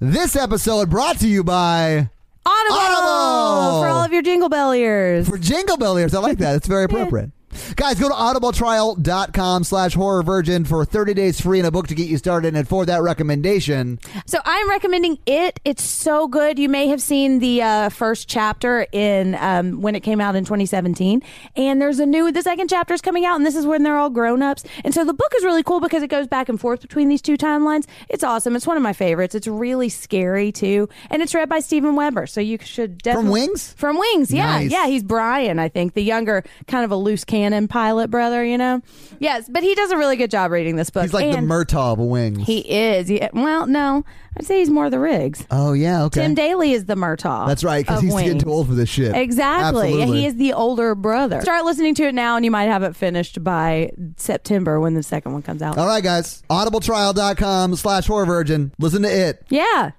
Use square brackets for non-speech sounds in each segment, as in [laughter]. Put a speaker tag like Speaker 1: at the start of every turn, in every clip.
Speaker 1: This episode brought to you by
Speaker 2: Audible,
Speaker 1: Audible!
Speaker 2: for all of your jingle bell ears.
Speaker 1: for Jingle Bell ears. I like that. It's
Speaker 2: [laughs]
Speaker 1: very appropriate. Guys, go to audibletrial.com slash horror virgin for 30 days free and a book to get you started. And for that recommendation,
Speaker 2: So I'm recommending it. It's so good. You may have seen the uh, first chapter in um, when it came out in 2017, and there's a new. The second chapter is coming out, and this is when they're all grown ups. And so the book is really cool because it goes back and forth between these two timelines. It's awesome. It's one of my favorites. It's really scary too, and it's read by Stephen Weber. So you should definitely
Speaker 1: Wings?
Speaker 2: From Wings, yeah,
Speaker 1: Nice.
Speaker 2: yeah. He's Brian, I think, the younger, kind of a loose cannon pilot brother, you know. Yes, but he does a really good job reading this book.
Speaker 1: he's like
Speaker 2: and-
Speaker 1: the Murtaugh of wings.
Speaker 2: he is. Yeah. Well, no, I'd say he's more the Riggs.
Speaker 1: oh, yeah. Okay.
Speaker 2: Tim Daly is the Murtaugh.
Speaker 1: That's right, because
Speaker 2: of
Speaker 1: he's getting
Speaker 2: Wings.
Speaker 1: too old for this shit.
Speaker 2: Exactly. Yeah,
Speaker 1: Absolutely.
Speaker 2: He is the older brother. Start listening to it now, and you might have it finished by September when the second one comes out.
Speaker 1: All right, guys. Audibletrial.com slash horror virgin. Listen to it.
Speaker 2: Yeah.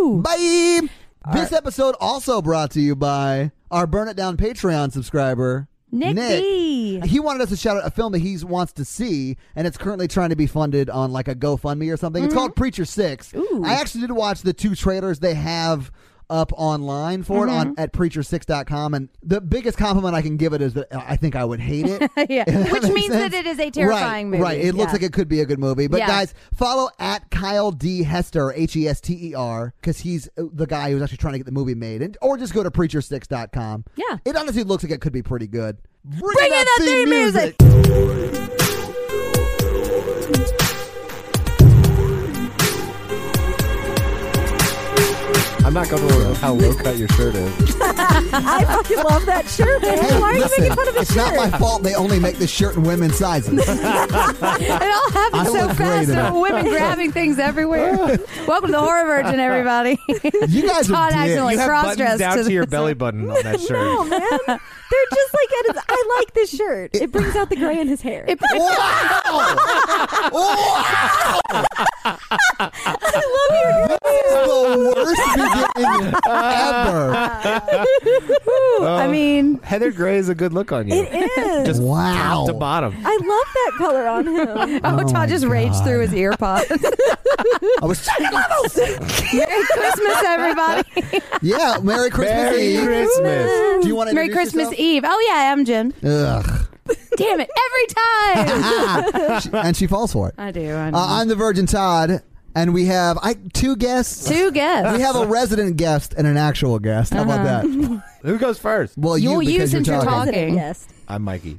Speaker 2: Woo!
Speaker 1: Bye. This episode also brought to you by our Burn It Down Patreon subscriber,
Speaker 2: Nick, B.
Speaker 1: He wanted us to shout out a film that he wants to see, and it's currently trying to be funded on like a GoFundMe or something.
Speaker 2: Mm-hmm.
Speaker 1: It's called Preacher Six. I actually did watch the two trailers they have up online for it
Speaker 2: Mm-hmm.
Speaker 1: on at preacher6.com and the biggest compliment I can give it is that I think I would hate it.
Speaker 2: [laughs] Yeah.
Speaker 1: That
Speaker 2: Which
Speaker 1: makes
Speaker 2: means that
Speaker 1: sense?
Speaker 2: it is a terrifying
Speaker 1: right,
Speaker 2: movie.
Speaker 1: Right. It looks
Speaker 2: Yeah.
Speaker 1: like it could be a good movie. But
Speaker 2: Yeah.
Speaker 1: guys, follow at Kyle D Hester, H E S T E R, because he's uh, the guy who's actually trying to get the movie made. And or just go to preacher6.com.
Speaker 2: Yeah.
Speaker 1: It honestly looks like it could be pretty good. Bring,
Speaker 2: Bring in that theme music.
Speaker 3: I'm not comfortable with how low cut your shirt is.
Speaker 2: [laughs] I fucking love that shirt, man.
Speaker 1: Hey,
Speaker 2: Why are
Speaker 1: listen,
Speaker 2: you making fun of his
Speaker 1: It's not
Speaker 2: shirt?
Speaker 1: my fault they only make this shirt in women's sizes.
Speaker 2: [laughs] It all
Speaker 1: I
Speaker 2: happened so
Speaker 1: look great in
Speaker 2: fast. There
Speaker 1: it.
Speaker 2: were women grabbing
Speaker 1: [laughs]
Speaker 2: things everywhere. Welcome to the Horror Virgin, everybody.
Speaker 1: You guys are
Speaker 2: Todd
Speaker 1: dicks.
Speaker 2: accidentally
Speaker 3: you have buttons
Speaker 2: cross-dressed
Speaker 3: down to,
Speaker 2: the [laughs]
Speaker 3: your belly button on that shirt.
Speaker 4: No, man. They're just like, at his, I like this shirt. It brings out the gray in his hair.
Speaker 2: It-
Speaker 1: Wow! wow!
Speaker 4: I love
Speaker 1: [laughs]
Speaker 4: your
Speaker 1: the worst beginning ever.
Speaker 2: I
Speaker 1: Uh.
Speaker 2: mean,
Speaker 3: Heather Gray is a good look on you.
Speaker 4: It is.
Speaker 3: Just
Speaker 1: Wow.
Speaker 3: top to bottom.
Speaker 4: I love that color on him.
Speaker 2: [laughs] oh,
Speaker 1: my
Speaker 2: Todd just raged
Speaker 1: God.
Speaker 2: through his ear pod.
Speaker 1: I was
Speaker 2: [laughs] Merry Christmas, everybody.
Speaker 1: Yeah, Merry Christmas
Speaker 3: Merry
Speaker 1: Eve.
Speaker 3: Christmas.
Speaker 1: Do you want to
Speaker 2: Merry
Speaker 1: introduce
Speaker 2: Christmas
Speaker 1: yourself?
Speaker 2: Eve. Oh, yeah, I'm Jen.
Speaker 1: Ugh.
Speaker 2: Damn it. Every
Speaker 4: [laughs]
Speaker 2: time.
Speaker 1: Ah. She- and she falls for it. Uh,
Speaker 2: I do. I do.
Speaker 1: I'm the Virgin Todd, and we have I two guests.
Speaker 2: Two guests. Uh-huh.
Speaker 1: We have a resident guest and an actual guest. How about that?
Speaker 3: Who goes first?
Speaker 1: Well,
Speaker 2: You'll
Speaker 1: you because
Speaker 2: use since
Speaker 1: you're
Speaker 2: you're
Speaker 1: talking.
Speaker 2: talking. Fucking. [laughs]
Speaker 4: Yes.
Speaker 3: I'm Mikey.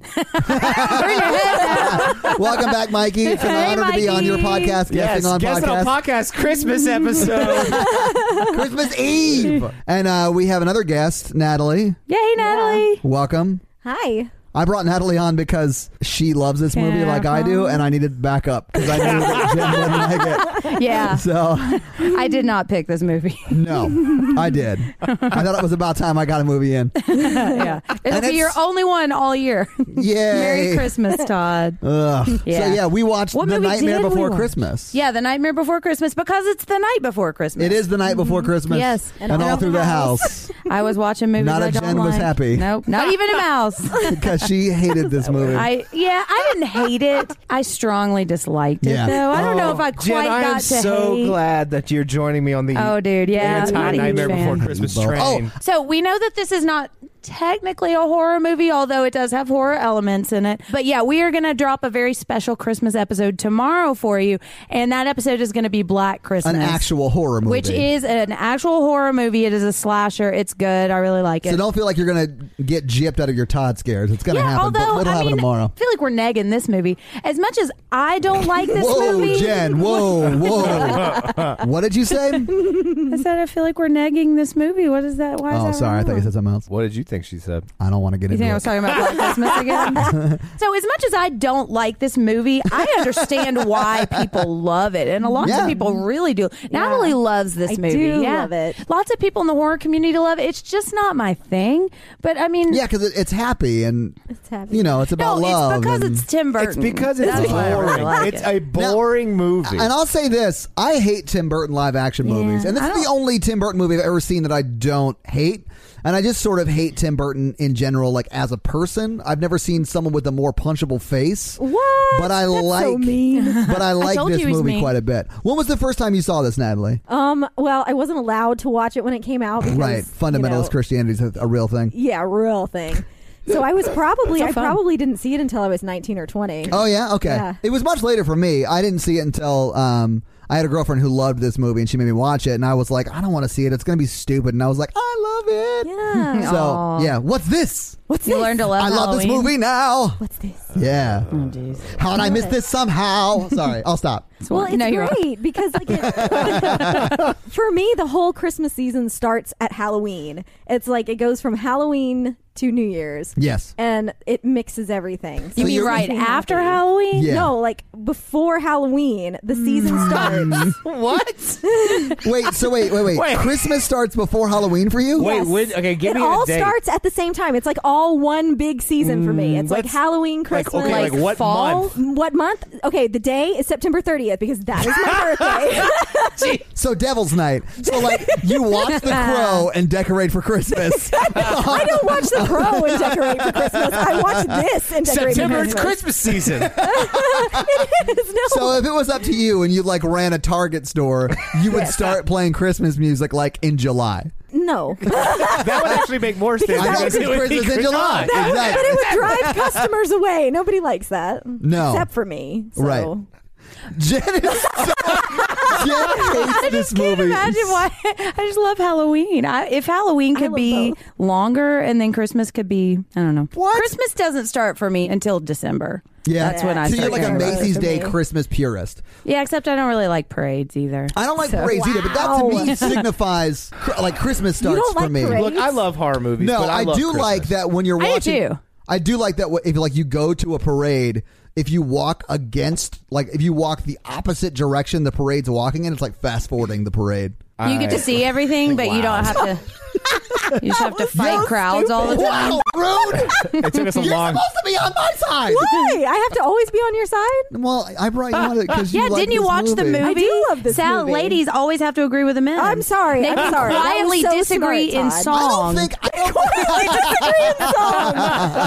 Speaker 1: Ah. Welcome back, Mikey. It's an
Speaker 2: Hey,
Speaker 1: honor to be on your
Speaker 2: Mikey.
Speaker 1: podcast, guesting on
Speaker 3: guest
Speaker 1: podcast,
Speaker 3: podcast Christmas episode.
Speaker 1: Christmas Eve. And uh, we have another guest, Natalie.
Speaker 2: Yay, Natalie.
Speaker 1: Welcome.
Speaker 4: Hi.
Speaker 1: I brought Natalie on because she loves this movie like I do, and I needed backup because I knew
Speaker 2: [laughs]
Speaker 1: that Jen wouldn't like it.
Speaker 2: Yeah.
Speaker 1: So
Speaker 2: I did not pick this
Speaker 4: [laughs]
Speaker 2: movie.
Speaker 1: no, I did. I thought it was about time I got a movie in.
Speaker 2: yeah. It'll
Speaker 1: it's-
Speaker 2: be your only one all year.
Speaker 1: Yay!
Speaker 2: [laughs] Merry Christmas, Todd.
Speaker 1: Ugh. So
Speaker 2: Yeah.
Speaker 1: yeah, we watched
Speaker 2: What
Speaker 1: The
Speaker 2: movie
Speaker 1: Nightmare
Speaker 2: did we
Speaker 1: Before
Speaker 2: watch?
Speaker 1: Christmas.
Speaker 2: Yeah, the nightmare before Christmas because it's the night before Christmas.
Speaker 1: It is the night before Christmas.
Speaker 2: Mm-hmm. Yes.
Speaker 1: and, all through the
Speaker 2: [laughs]
Speaker 1: house
Speaker 2: I was watching movies.
Speaker 1: Not a
Speaker 2: I don't
Speaker 1: Jen
Speaker 2: like.
Speaker 1: was happy.
Speaker 2: Nope, not even
Speaker 1: [laughs]
Speaker 2: a mouse.
Speaker 1: because she hated this movie.
Speaker 2: I yeah, I didn't hate it. I strongly disliked it
Speaker 1: Yeah.
Speaker 2: though. [laughs] I don't know
Speaker 3: Oh,
Speaker 2: if I quite
Speaker 3: Jen, I
Speaker 2: got
Speaker 3: am
Speaker 2: to
Speaker 3: so
Speaker 2: hate.
Speaker 3: glad that you're joining me on the
Speaker 2: Oh, dude, yeah, I'm not a huge
Speaker 3: Nightmare
Speaker 2: fan.
Speaker 3: Before Christmas
Speaker 1: Oh.
Speaker 3: train.
Speaker 2: So we know that this is not technically a horror movie, although it does have horror elements in it. But yeah, we are going to drop a very special Christmas episode tomorrow for you, and that episode is going to be Black Christmas,
Speaker 1: an actual horror movie,
Speaker 2: which is an actual horror movie. It is a slasher. It's good. I really like it.
Speaker 1: So don't feel like you're gonna get gypped out of your Todd scares. It's gonna
Speaker 2: yeah,
Speaker 1: happen,
Speaker 2: although
Speaker 1: but it'll
Speaker 2: I
Speaker 1: happen
Speaker 2: mean,
Speaker 1: tomorrow.
Speaker 2: I feel like we're negging this movie. As much as I don't like this
Speaker 1: Whoa,
Speaker 2: movie,
Speaker 1: Jen! Whoa, whoa! what did you
Speaker 2: [laughs]
Speaker 1: say?
Speaker 2: I said I feel like we're negging this movie. What is that? Why is
Speaker 1: Oh,
Speaker 2: that
Speaker 1: sorry. I thought
Speaker 2: wrong?
Speaker 1: you said something else.
Speaker 3: What did you think she said?
Speaker 1: I don't want to get
Speaker 2: You
Speaker 1: into
Speaker 2: think I
Speaker 1: it.
Speaker 2: was talking about Black Christmas again?
Speaker 1: [laughs]
Speaker 2: so, as much as I don't like this movie, I understand why people love it, and a lot
Speaker 1: Yeah.
Speaker 2: of people really do. Natalie loves this
Speaker 4: I
Speaker 2: movie.
Speaker 4: do
Speaker 2: yeah.
Speaker 4: love it.
Speaker 2: Lots of people in the horror community love it. It's just not my thing. But I mean,
Speaker 1: Yeah, because it, it's happy and
Speaker 4: It's happy.
Speaker 1: you know it's
Speaker 2: no,
Speaker 1: about love.
Speaker 2: it's because
Speaker 1: and,
Speaker 2: it's Tim Burton.
Speaker 3: It's because it's
Speaker 2: That's why I really
Speaker 3: boring.
Speaker 2: like
Speaker 3: it's
Speaker 2: it.
Speaker 3: a boring movie.
Speaker 1: and I'll say this: I hate Tim Burton live action movies, and this
Speaker 2: I
Speaker 1: is the
Speaker 2: don't-
Speaker 1: only Tim Burton movie I've ever seen that I don't hate. And I just sort of hate Tim Burton in general, like as a person. I've never seen someone with a more punchable face.
Speaker 4: What?
Speaker 1: But I
Speaker 4: That's
Speaker 1: like.
Speaker 4: So mean.
Speaker 1: But I like
Speaker 2: told
Speaker 1: this
Speaker 2: you he's
Speaker 1: movie
Speaker 2: mean.
Speaker 1: quite a bit. When was the first time you saw this, Natalie?
Speaker 4: um. Well, I wasn't allowed to watch it when it came out. Because,
Speaker 1: right, fundamentalist
Speaker 4: you know,
Speaker 1: Christianity is a, a real thing.
Speaker 4: Yeah, real thing. So
Speaker 1: [laughs]
Speaker 4: I was probably
Speaker 2: So
Speaker 4: I
Speaker 2: fun.
Speaker 4: probably didn't see it until I was 19 or 20.
Speaker 1: Oh yeah, okay.
Speaker 4: Yeah.
Speaker 1: It was much later for me. I didn't see it until um, I had a girlfriend who loved this movie, and she made me watch it, and I was like, I don't want to see it. It's going to be stupid, and I was like, I love it.
Speaker 4: Yeah.
Speaker 1: [laughs] So
Speaker 2: Aw.
Speaker 1: yeah, what's this?
Speaker 4: What's
Speaker 2: You
Speaker 4: this?
Speaker 2: learned to love
Speaker 1: I love this
Speaker 2: Halloween.
Speaker 1: movie now.
Speaker 4: What's Oh, this?
Speaker 1: Yeah. How did I miss
Speaker 4: it.
Speaker 1: this somehow? Sorry, I'll stop.
Speaker 4: Well, it's
Speaker 2: No, you're wrong.
Speaker 4: great because like
Speaker 1: [laughs]
Speaker 4: it, [laughs] for me, the whole Christmas season starts at Halloween. It's like it goes from Halloween to New Year's, [laughs]
Speaker 1: Yes.
Speaker 4: and it mixes everything.
Speaker 2: You
Speaker 1: So
Speaker 2: mean
Speaker 1: you're-
Speaker 2: right
Speaker 4: Makes me
Speaker 2: after
Speaker 4: happy.
Speaker 2: Halloween?
Speaker 1: Yeah. Mm.
Speaker 4: No, like before Halloween, the season
Speaker 1: [laughs]
Speaker 2: [laughs]
Speaker 4: starts.
Speaker 3: what?
Speaker 1: Wait. So wait, wait, wait.
Speaker 3: Wait.
Speaker 1: Christmas starts before Halloween for you.
Speaker 3: Wait,
Speaker 4: Yes.
Speaker 3: when- okay, give
Speaker 4: it
Speaker 3: me a
Speaker 4: all
Speaker 3: date.
Speaker 4: starts at the same time. It's like all one big season for me. It's like
Speaker 3: let's-
Speaker 4: Halloween,
Speaker 3: Mm, like,
Speaker 4: Christmas.
Speaker 3: okay, like, what
Speaker 2: fall?
Speaker 3: month?
Speaker 4: what month? Okay, the day is September 30th because that is
Speaker 3: [laughs]
Speaker 4: my birthday.
Speaker 1: So Devil's Night. So like you watch The
Speaker 2: [laughs]
Speaker 1: Crow and decorate for Christmas.
Speaker 4: I don't watch The Crow and decorate for Christmas. I watch this and decorate
Speaker 3: September
Speaker 4: for
Speaker 3: is
Speaker 4: Christmas.
Speaker 3: Christmas
Speaker 2: [laughs]
Speaker 3: season.
Speaker 4: [laughs] it is no.
Speaker 1: So if it was up to you and you like ran a Target store, you would start playing Christmas music like in July. [laughs]
Speaker 4: no. [laughs]
Speaker 3: that would actually make more sense.
Speaker 1: I
Speaker 4: that
Speaker 1: guess
Speaker 4: would
Speaker 1: it's
Speaker 4: be-
Speaker 1: Christmas in July.
Speaker 4: But it
Speaker 1: Exactly.
Speaker 4: would drive customers away. Nobody likes that.
Speaker 1: No.
Speaker 4: Except for me. So.
Speaker 1: Right.
Speaker 2: [laughs]
Speaker 1: Jen is so, Jen hates this
Speaker 2: Can you
Speaker 1: movie.
Speaker 2: imagine why? [laughs] I just love Halloween. I, if Halloween could
Speaker 4: love
Speaker 2: be
Speaker 4: both.
Speaker 2: longer and then Christmas could be, I don't know.
Speaker 1: What?
Speaker 2: Christmas doesn't start for me until December.
Speaker 1: Yeah,
Speaker 2: That's when I
Speaker 1: So you're
Speaker 2: start
Speaker 1: like a
Speaker 2: caring about
Speaker 1: Macy's
Speaker 4: it.
Speaker 1: Day
Speaker 4: For me.
Speaker 1: Christmas purist.
Speaker 2: Yeah, except I don't really like parades either.
Speaker 1: I don't like parades either, but that to
Speaker 2: [laughs]
Speaker 1: me signifies cr- like Christmas starts
Speaker 4: don't
Speaker 1: for
Speaker 4: like
Speaker 1: me.
Speaker 4: parades?
Speaker 3: Look, I love horror movies.
Speaker 1: No,
Speaker 3: but I,
Speaker 1: I, do
Speaker 3: love Christmas.
Speaker 1: like that when you're
Speaker 2: I do
Speaker 1: watching.
Speaker 2: too.
Speaker 1: I do like that wh- if like you go to a parade, if you walk against like if you walk the opposite direction the parade's walking in, it's like fast forwarding the parade.
Speaker 2: You get to
Speaker 3: I-
Speaker 2: see everything, but you don't have to. [laughs] You just have to fight crowds all the time.
Speaker 1: Wow,
Speaker 2: [laughs]
Speaker 1: rude!
Speaker 3: It took us a
Speaker 1: You're
Speaker 3: long.
Speaker 1: supposed to be on my side.
Speaker 4: Why? I have to always be on your side?
Speaker 1: Well, I- I brought you on it because you
Speaker 2: Yeah,
Speaker 1: like
Speaker 2: didn't you
Speaker 1: this
Speaker 2: watch the movie?
Speaker 4: I do love this
Speaker 2: Sal,
Speaker 4: movie.
Speaker 2: ladies always have to agree with the men.
Speaker 4: I'm sorry.
Speaker 2: They
Speaker 4: I'm
Speaker 2: can
Speaker 4: sorry. That was
Speaker 2: quietly
Speaker 4: so
Speaker 2: disagree
Speaker 4: smart,
Speaker 2: in
Speaker 4: Todd.
Speaker 1: I
Speaker 2: song.
Speaker 1: don't think I
Speaker 2: [laughs]
Speaker 1: [laughs] don't think
Speaker 4: I disagree in song.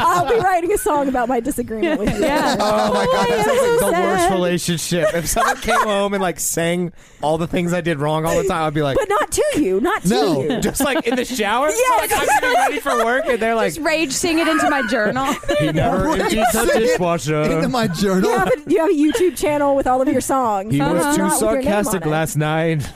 Speaker 4: I'll be writing a song about my disagreement with you.
Speaker 2: Yeah.
Speaker 3: Oh my god, that sounds like the
Speaker 4: Sad.
Speaker 3: worst relationship. If someone came home and like sang all the things I did wrong all the time, I'd be like,
Speaker 4: But not to you. Not to
Speaker 1: No.
Speaker 4: you.
Speaker 3: just like in the shower,
Speaker 4: Yes.
Speaker 3: like I'm getting ready for work, and they're like,
Speaker 2: Just rage sing it into my [laughs] journal.
Speaker 3: he never emptied the
Speaker 1: Sing it
Speaker 3: dishwasher.
Speaker 1: [laughs] into my journal.
Speaker 4: You have, a, you have a YouTube channel with all of your songs.
Speaker 3: He
Speaker 4: but
Speaker 3: was
Speaker 4: it's
Speaker 3: too
Speaker 4: not with your name
Speaker 3: sarcastic
Speaker 4: on it.
Speaker 3: last night.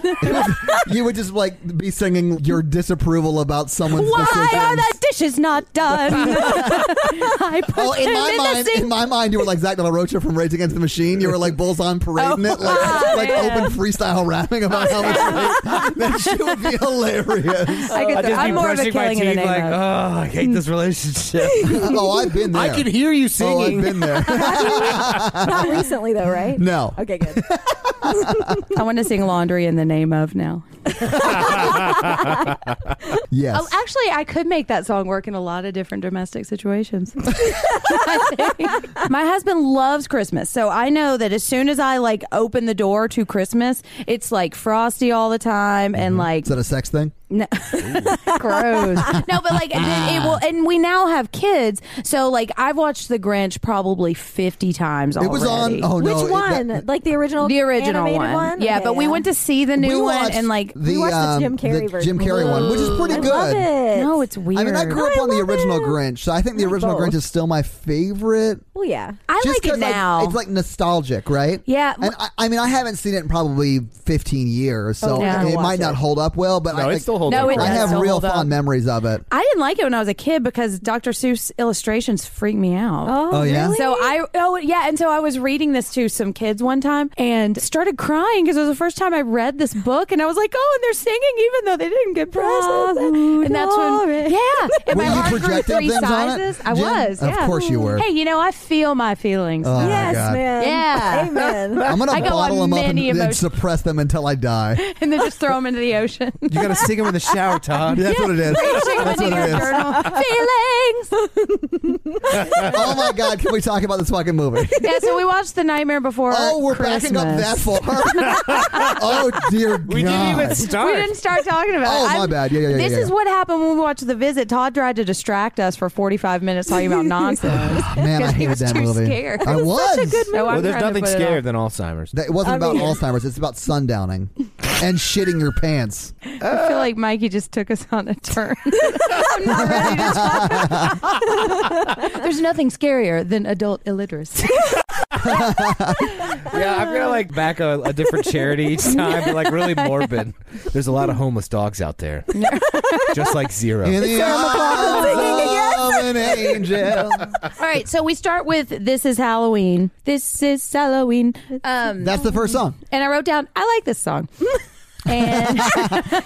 Speaker 1: you would just like be singing your disapproval about someone's
Speaker 2: Why
Speaker 1: decisions.
Speaker 2: are the dishes
Speaker 3: [laughs]
Speaker 2: not done? I put
Speaker 1: Oh, in
Speaker 2: them
Speaker 1: my
Speaker 2: in
Speaker 1: mind,
Speaker 2: the sink.
Speaker 1: in my mind, you were like Zach De La Rocha from Rage Against the Machine. You were like bulls on parading it, like like
Speaker 2: Oh, yeah.
Speaker 1: open freestyle rapping about how much rape. that shit would be hilarious.
Speaker 2: I could,
Speaker 3: I'd just
Speaker 2: I'm
Speaker 3: be
Speaker 2: more of a
Speaker 3: brushing my
Speaker 2: killing in the
Speaker 3: teeth,
Speaker 2: name
Speaker 3: like,
Speaker 2: of.
Speaker 3: oh, I hate this relationship.
Speaker 1: Oh, I've been there.
Speaker 3: I can hear you
Speaker 1: Oh, I've
Speaker 3: singing.
Speaker 1: been there. [laughs]
Speaker 4: Not recently, though, right?
Speaker 2: [laughs]
Speaker 1: No. Oh,
Speaker 4: Okay, good.
Speaker 2: I want to sing laundry in the name of now.
Speaker 1: Yes.
Speaker 2: Oh, actually, I could make that song work in a lot of different domestic situations. I think. [laughs] My husband loves Christmas, so I know that as soon as I like open the door to Christmas, it's like frosty all the time
Speaker 3: Mm-hmm.
Speaker 2: and like
Speaker 1: Is that a sex thing?
Speaker 2: No. Gross. [laughs] No, but like it, it will, and we now have kids, so like I've watched The Grinch probably fifty times already.
Speaker 1: It was on. Oh no.
Speaker 4: Which
Speaker 1: it- that-
Speaker 4: one? like the original,
Speaker 2: the original
Speaker 4: animated
Speaker 2: one.
Speaker 4: one?
Speaker 2: Yeah,
Speaker 4: Okay,
Speaker 2: but we went to see the new one,
Speaker 1: watched
Speaker 2: and like
Speaker 4: We watched the Jim
Speaker 1: um,
Speaker 4: Carrey
Speaker 1: the
Speaker 4: version.
Speaker 1: Jim Carrey one, which is pretty
Speaker 4: I
Speaker 1: good.
Speaker 4: love it.
Speaker 2: no, it's weird.
Speaker 1: I mean, I grew up
Speaker 4: I
Speaker 1: on the
Speaker 4: love
Speaker 1: original
Speaker 4: it.
Speaker 1: Grinch, so I think the
Speaker 4: Like
Speaker 1: original
Speaker 4: both.
Speaker 1: Grinch is still my favorite.
Speaker 4: Well, yeah.
Speaker 2: I
Speaker 1: Just
Speaker 2: like
Speaker 1: 'cause,
Speaker 2: it now.
Speaker 1: it's like nostalgic, right?
Speaker 2: Yeah.
Speaker 1: And I, I mean, I haven't seen it in probably 15 years, so
Speaker 4: Oh, yeah.
Speaker 1: it
Speaker 4: Watch
Speaker 1: might not
Speaker 4: it.
Speaker 1: hold up well. But
Speaker 3: No,
Speaker 1: I,
Speaker 3: it
Speaker 1: like,
Speaker 3: still holds
Speaker 2: No,
Speaker 3: up.
Speaker 2: it
Speaker 1: I
Speaker 2: does.
Speaker 1: have
Speaker 2: still
Speaker 1: real
Speaker 2: hold up.
Speaker 1: fond memories of it.
Speaker 2: I didn't like it when I was a kid because Dr. Seuss illustrations freaked me out.
Speaker 1: Oh, yeah?
Speaker 4: really?
Speaker 2: So I oh yeah, and so I was reading this to some kids one time and started crying because it was the first time I read this book, and I was like, oh, and they're singing even though they didn't get presents,
Speaker 4: Bravo,
Speaker 2: and that's when
Speaker 4: Doris. [laughs]
Speaker 2: yeah, and
Speaker 1: Were
Speaker 2: my
Speaker 1: you
Speaker 2: heart grew
Speaker 1: projecting
Speaker 2: three
Speaker 1: things on it,
Speaker 2: sizes. I
Speaker 1: Jen?
Speaker 2: was,
Speaker 1: Of
Speaker 2: yeah.
Speaker 1: course you were.
Speaker 2: Hey, you know I feel my feelings.
Speaker 1: Oh, my
Speaker 2: [laughs]
Speaker 4: yes,
Speaker 1: God.
Speaker 4: man.
Speaker 2: Yeah. [laughs]
Speaker 4: Amen.
Speaker 1: I'm gonna
Speaker 2: I go on
Speaker 1: bottle them up and,
Speaker 2: many
Speaker 1: and
Speaker 2: emotions.
Speaker 1: suppress them until I die.
Speaker 2: and then just throw them into the ocean.
Speaker 3: You gotta sing them you in the shower, Todd.
Speaker 1: That's what it is. [laughs] That's what it is. [laughs]
Speaker 2: Feelings.
Speaker 1: Oh my God! Can we talk about this fucking
Speaker 2: [laughs]
Speaker 1: movie?
Speaker 2: Yeah, so we watched The Nightmare Before
Speaker 1: Oh, we're
Speaker 2: Christmas.
Speaker 1: backing up that
Speaker 2: [laughs]
Speaker 1: far. oh dear God!
Speaker 3: We didn't even start.
Speaker 2: We didn't start talking about
Speaker 1: Oh,
Speaker 2: it.
Speaker 1: my bad. Yeah, yeah, yeah,
Speaker 2: This
Speaker 1: yeah,
Speaker 2: is
Speaker 1: yeah.
Speaker 2: what happened when we watched The Visit. Todd tried to distract us for 45 minutes talking about nonsense.
Speaker 1: Man, I
Speaker 2: Because he
Speaker 1: hated
Speaker 2: was
Speaker 1: that
Speaker 2: too
Speaker 1: movie.
Speaker 2: scared.
Speaker 1: I
Speaker 2: It
Speaker 1: was.
Speaker 2: So
Speaker 3: Well,
Speaker 2: I'm
Speaker 3: there's
Speaker 2: trying to
Speaker 3: nothing
Speaker 2: put it off.
Speaker 3: scarier than Alzheimer's.
Speaker 1: That- It wasn't
Speaker 4: I
Speaker 1: about
Speaker 4: mean-
Speaker 1: Alzheimer's. It's about sundowning and shitting your pants.
Speaker 2: I feel like Mikey just took us on a turn. [laughs] I'm not ready to talk. There's nothing scarier than adult illiteracy.
Speaker 3: yeah, I'm gonna like back a, a different charity
Speaker 2: [laughs]
Speaker 3: each time, but like really morbid. There's a lot of homeless dogs out there,
Speaker 2: [laughs]
Speaker 3: just like zero.
Speaker 1: In the arms of an
Speaker 2: [laughs]
Speaker 1: angel.
Speaker 2: [laughs] All right, so we start with "This is Halloween." This is Halloween. Um,
Speaker 1: That's the first
Speaker 2: [laughs]
Speaker 1: song.
Speaker 2: and I wrote down, "I like this song." and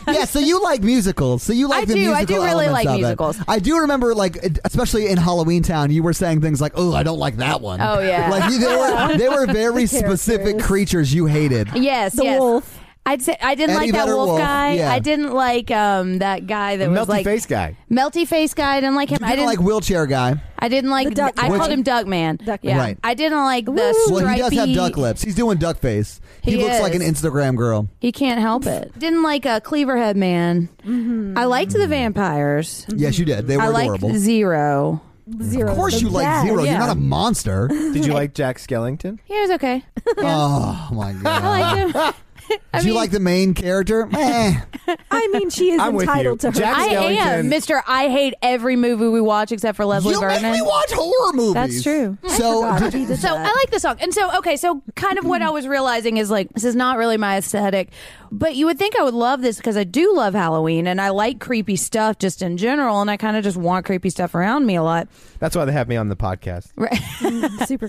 Speaker 1: Yeah, so you like musicals. So you like
Speaker 2: I
Speaker 1: the
Speaker 2: do. I
Speaker 1: musical
Speaker 2: do really
Speaker 1: elements
Speaker 2: like
Speaker 1: of it.
Speaker 2: musicals.
Speaker 1: I do remember, like, especially in Halloween Town, you were saying things like, oh, I don't like that one.
Speaker 2: Oh, yeah.
Speaker 1: Like, you- they
Speaker 2: [laughs]
Speaker 1: were, they were very specific creatures you hated.
Speaker 2: yes,
Speaker 4: The
Speaker 2: yes.
Speaker 4: wolf.
Speaker 2: I'd say I didn't
Speaker 1: Eddie
Speaker 2: like that
Speaker 1: Vedder
Speaker 2: wolf,
Speaker 1: wolf,
Speaker 2: guy.
Speaker 1: yeah.
Speaker 2: I didn't like um, that guy that was
Speaker 3: Melty
Speaker 2: like
Speaker 3: face guy.
Speaker 2: melty face guy. I didn't like him.
Speaker 1: You
Speaker 2: I
Speaker 1: didn't
Speaker 2: didn't.
Speaker 1: like Wheelchair Guy.
Speaker 2: I didn't like.
Speaker 4: The duck
Speaker 2: I
Speaker 4: man.
Speaker 2: called him Duck Man.
Speaker 4: Duck
Speaker 2: yeah.
Speaker 4: man.
Speaker 1: Right.
Speaker 2: I didn't like the
Speaker 4: Woo.
Speaker 2: stripy.
Speaker 1: Well, he does have duck lips. He's doing duck face. He,
Speaker 2: He
Speaker 1: looks like an
Speaker 2: is.
Speaker 1: Instagram girl.
Speaker 2: He can't help it. Didn't like a Cleaverhead Man.
Speaker 4: Mm-hmm.
Speaker 2: I liked the vampires.
Speaker 1: Yes, you did. They were
Speaker 2: Mm-hmm. I liked
Speaker 1: adorable.
Speaker 2: Zero.
Speaker 4: Zero.
Speaker 1: Of course, you like
Speaker 4: best.
Speaker 1: Zero.
Speaker 2: yeah.
Speaker 1: You're not a monster.
Speaker 2: [laughs]
Speaker 3: Did you like Jack Skellington?
Speaker 2: He was okay.
Speaker 1: Oh my
Speaker 2: [laughs]
Speaker 4: Ah.
Speaker 2: I
Speaker 1: god!
Speaker 2: liked
Speaker 4: [laughs]
Speaker 2: him. I
Speaker 1: Do you
Speaker 2: mean,
Speaker 1: like the main
Speaker 2: [laughs]
Speaker 1: character? Eh.
Speaker 4: I mean, she is
Speaker 3: I'm with
Speaker 4: entitled
Speaker 3: you.
Speaker 4: to her.
Speaker 3: Jack-
Speaker 2: I am
Speaker 3: Skellington.
Speaker 2: Mr. I hate every movie we watch except for Leslie
Speaker 1: You
Speaker 2: Vernon.
Speaker 1: make me watch horror movies.
Speaker 4: That's true. I
Speaker 1: So
Speaker 4: forgot
Speaker 1: did-
Speaker 4: she did
Speaker 2: [laughs] so
Speaker 4: that.
Speaker 2: I like the song. And so, okay, so kind of what I was realizing is like, this is not really my aesthetic, but you would think I would love this because I do love Halloween and I like creepy stuff just in general. And I kind of just want creepy stuff around me a lot.
Speaker 3: That's why they have me on the podcast.
Speaker 2: Right.
Speaker 4: super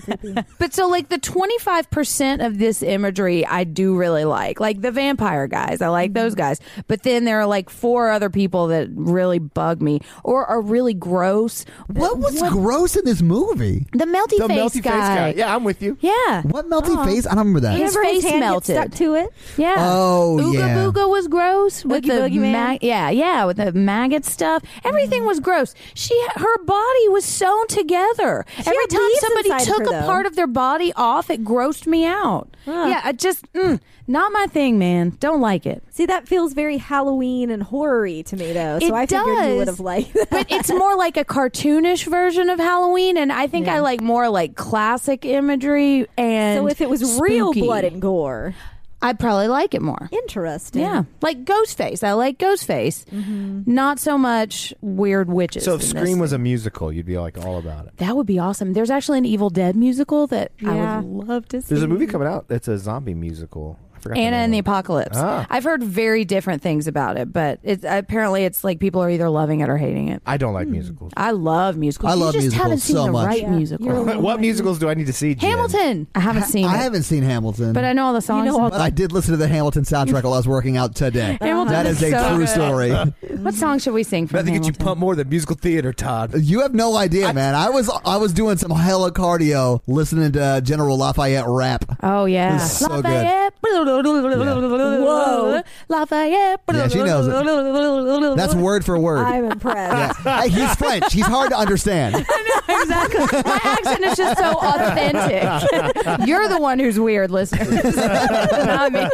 Speaker 2: [laughs]
Speaker 4: creepy.
Speaker 2: But so, like, the 25% of this imagery I do really like. Like, the vampire guys, I like those guys. But then there are like four other people that really bug me or are really gross.
Speaker 1: what was gross in this movie?
Speaker 2: The melty,
Speaker 3: The
Speaker 2: face,
Speaker 3: melty face guy.
Speaker 2: guy.
Speaker 3: Yeah, I'm with you.
Speaker 2: Yeah.
Speaker 1: What melty
Speaker 2: Oh.
Speaker 1: face? I don't remember that.
Speaker 2: Yeah.
Speaker 4: Remember
Speaker 2: face
Speaker 4: hand gets
Speaker 2: melted.
Speaker 4: stuck to it.
Speaker 2: Yeah.
Speaker 1: Oh,
Speaker 2: Ooga
Speaker 1: yeah.
Speaker 2: Booga was gross with
Speaker 4: Oogie Boogie
Speaker 2: the
Speaker 4: Man. Mm.
Speaker 2: yeah, yeah, with the maggot stuff. Everything was gross. She her body was sewn together. Every
Speaker 4: had
Speaker 2: time
Speaker 4: leaves
Speaker 2: somebody
Speaker 4: inside of
Speaker 2: took
Speaker 4: her,
Speaker 2: a
Speaker 4: though.
Speaker 2: part of their body off, it grossed me out. Yeah, I just mm, not my thing, man. Don't like it.
Speaker 4: See, that feels very Halloween and horror-y to me, though. So
Speaker 2: It
Speaker 4: I figured
Speaker 2: does.
Speaker 4: you would have liked that. [laughs]
Speaker 2: But it's more like a cartoonish version of Halloween, and I think I like more like classic imagery. [laughs] And
Speaker 4: So if it was real
Speaker 2: spooky,
Speaker 4: blood and gore,
Speaker 2: I'd probably like it more.
Speaker 4: interesting.
Speaker 2: Yeah, like Ghostface. I like Ghostface. Not so much weird witches.
Speaker 3: So if
Speaker 2: in
Speaker 3: Scream
Speaker 2: this.
Speaker 3: was a musical, you'd be like all about it.
Speaker 2: that would be awesome. There's actually an Evil Dead musical that I
Speaker 4: Yeah.
Speaker 2: would love to see.
Speaker 3: There's a movie coming out that's a zombie musical. I forgot.
Speaker 2: Anna
Speaker 3: name
Speaker 2: and the
Speaker 3: of it.
Speaker 2: Apocalypse.
Speaker 3: Ah.
Speaker 2: I've heard very different things about it, but it's apparently it's like people are either loving it or hating it.
Speaker 3: I don't like musicals. [laughs]
Speaker 2: I love musicals.
Speaker 1: I
Speaker 2: you
Speaker 1: love
Speaker 2: just
Speaker 1: musicals
Speaker 2: haven't seen
Speaker 1: so
Speaker 2: the
Speaker 1: much.
Speaker 2: right
Speaker 1: Yeah.
Speaker 2: musical.
Speaker 4: You're a
Speaker 5: [laughs]
Speaker 4: little
Speaker 3: What
Speaker 4: lady.
Speaker 3: musicals do I need to see? Jen?
Speaker 2: Hamilton. I haven't seen
Speaker 1: I
Speaker 2: it,
Speaker 1: haven't seen Hamilton,
Speaker 2: but I know all the songs.
Speaker 4: know all
Speaker 1: but I did listen to the Hamilton soundtrack while I was working out today.
Speaker 2: [laughs] Hamilton
Speaker 1: That
Speaker 2: is
Speaker 1: is a
Speaker 2: so
Speaker 1: true
Speaker 2: good.
Speaker 1: story. [laughs]
Speaker 2: what song should we sing from
Speaker 3: Nothing gets you
Speaker 2: Hamilton?
Speaker 3: pumped more than musical theater,
Speaker 2: [laughs]
Speaker 3: Todd.
Speaker 1: You have no idea, man. I was I was doing some hella cardio listening to General Lafayette rap.
Speaker 2: Oh yeah,
Speaker 1: It's so good.
Speaker 2: Lafayette.
Speaker 4: Whoa.
Speaker 2: [laughs] Lafayette.
Speaker 1: Yeah, she knows
Speaker 2: it.
Speaker 1: That's word for word.
Speaker 4: I'm
Speaker 2: [laughs]
Speaker 4: impressed.
Speaker 1: Yeah. [laughs] Hey, he's French. He's hard to understand.
Speaker 2: exactly. My accent is just so
Speaker 1: [laughs]
Speaker 2: authentic. You're the one who's weird, listeners, not me.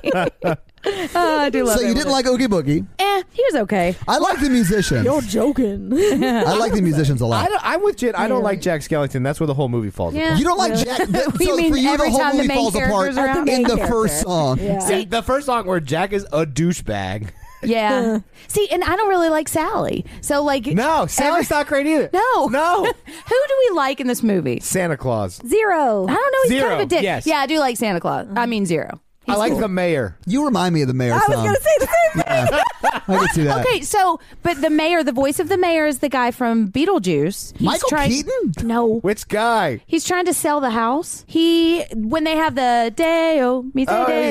Speaker 2: Oh, I do love.
Speaker 1: So you
Speaker 2: Hamilton.
Speaker 1: didn't like Oogie Boogie.
Speaker 2: Eh, he was okay.
Speaker 1: I like the musicians.
Speaker 2: [laughs]
Speaker 4: joking.
Speaker 1: I like the musicians a lot.
Speaker 3: I don't, I'm with Jen. I don't like Jack Skellington. That's where the whole movie falls.
Speaker 2: Yeah.
Speaker 3: apart.
Speaker 1: You don't like Jack. That,
Speaker 2: [laughs] We
Speaker 1: so
Speaker 2: mean
Speaker 1: for you,
Speaker 2: every
Speaker 1: the whole
Speaker 2: time the
Speaker 1: movie
Speaker 2: main
Speaker 1: falls apart
Speaker 2: character's around.
Speaker 1: in
Speaker 4: Main
Speaker 1: the
Speaker 4: character.
Speaker 1: first song.
Speaker 4: Yeah.
Speaker 3: See, the first song where Jack is a douchebag.
Speaker 1: Uh.
Speaker 2: Yeah. See, and I don't really like Sally. So like,
Speaker 3: [laughs] No, Sally's not great either.
Speaker 2: No.
Speaker 3: no,
Speaker 2: who do we like in this movie?
Speaker 3: Santa Claus.
Speaker 4: Zero.
Speaker 2: I don't know. He's kind
Speaker 3: Zero,
Speaker 2: of a dick.
Speaker 3: yes.
Speaker 2: Yeah, I do like Santa Claus. I mean, zero.
Speaker 3: I like the mayor.
Speaker 1: You remind me of the mayor
Speaker 4: I was
Speaker 1: song.
Speaker 4: going to say the same thing.
Speaker 1: [laughs] I can see that.
Speaker 2: Okay, so but the mayor, the voice of the mayor is the guy from Beetlejuice. He's
Speaker 1: Michael
Speaker 2: trying-
Speaker 1: Keaton?
Speaker 2: No.
Speaker 3: Which guy?
Speaker 2: He's trying to sell the house. He when they have the Deo, me say
Speaker 3: Oh, yeah, yeah,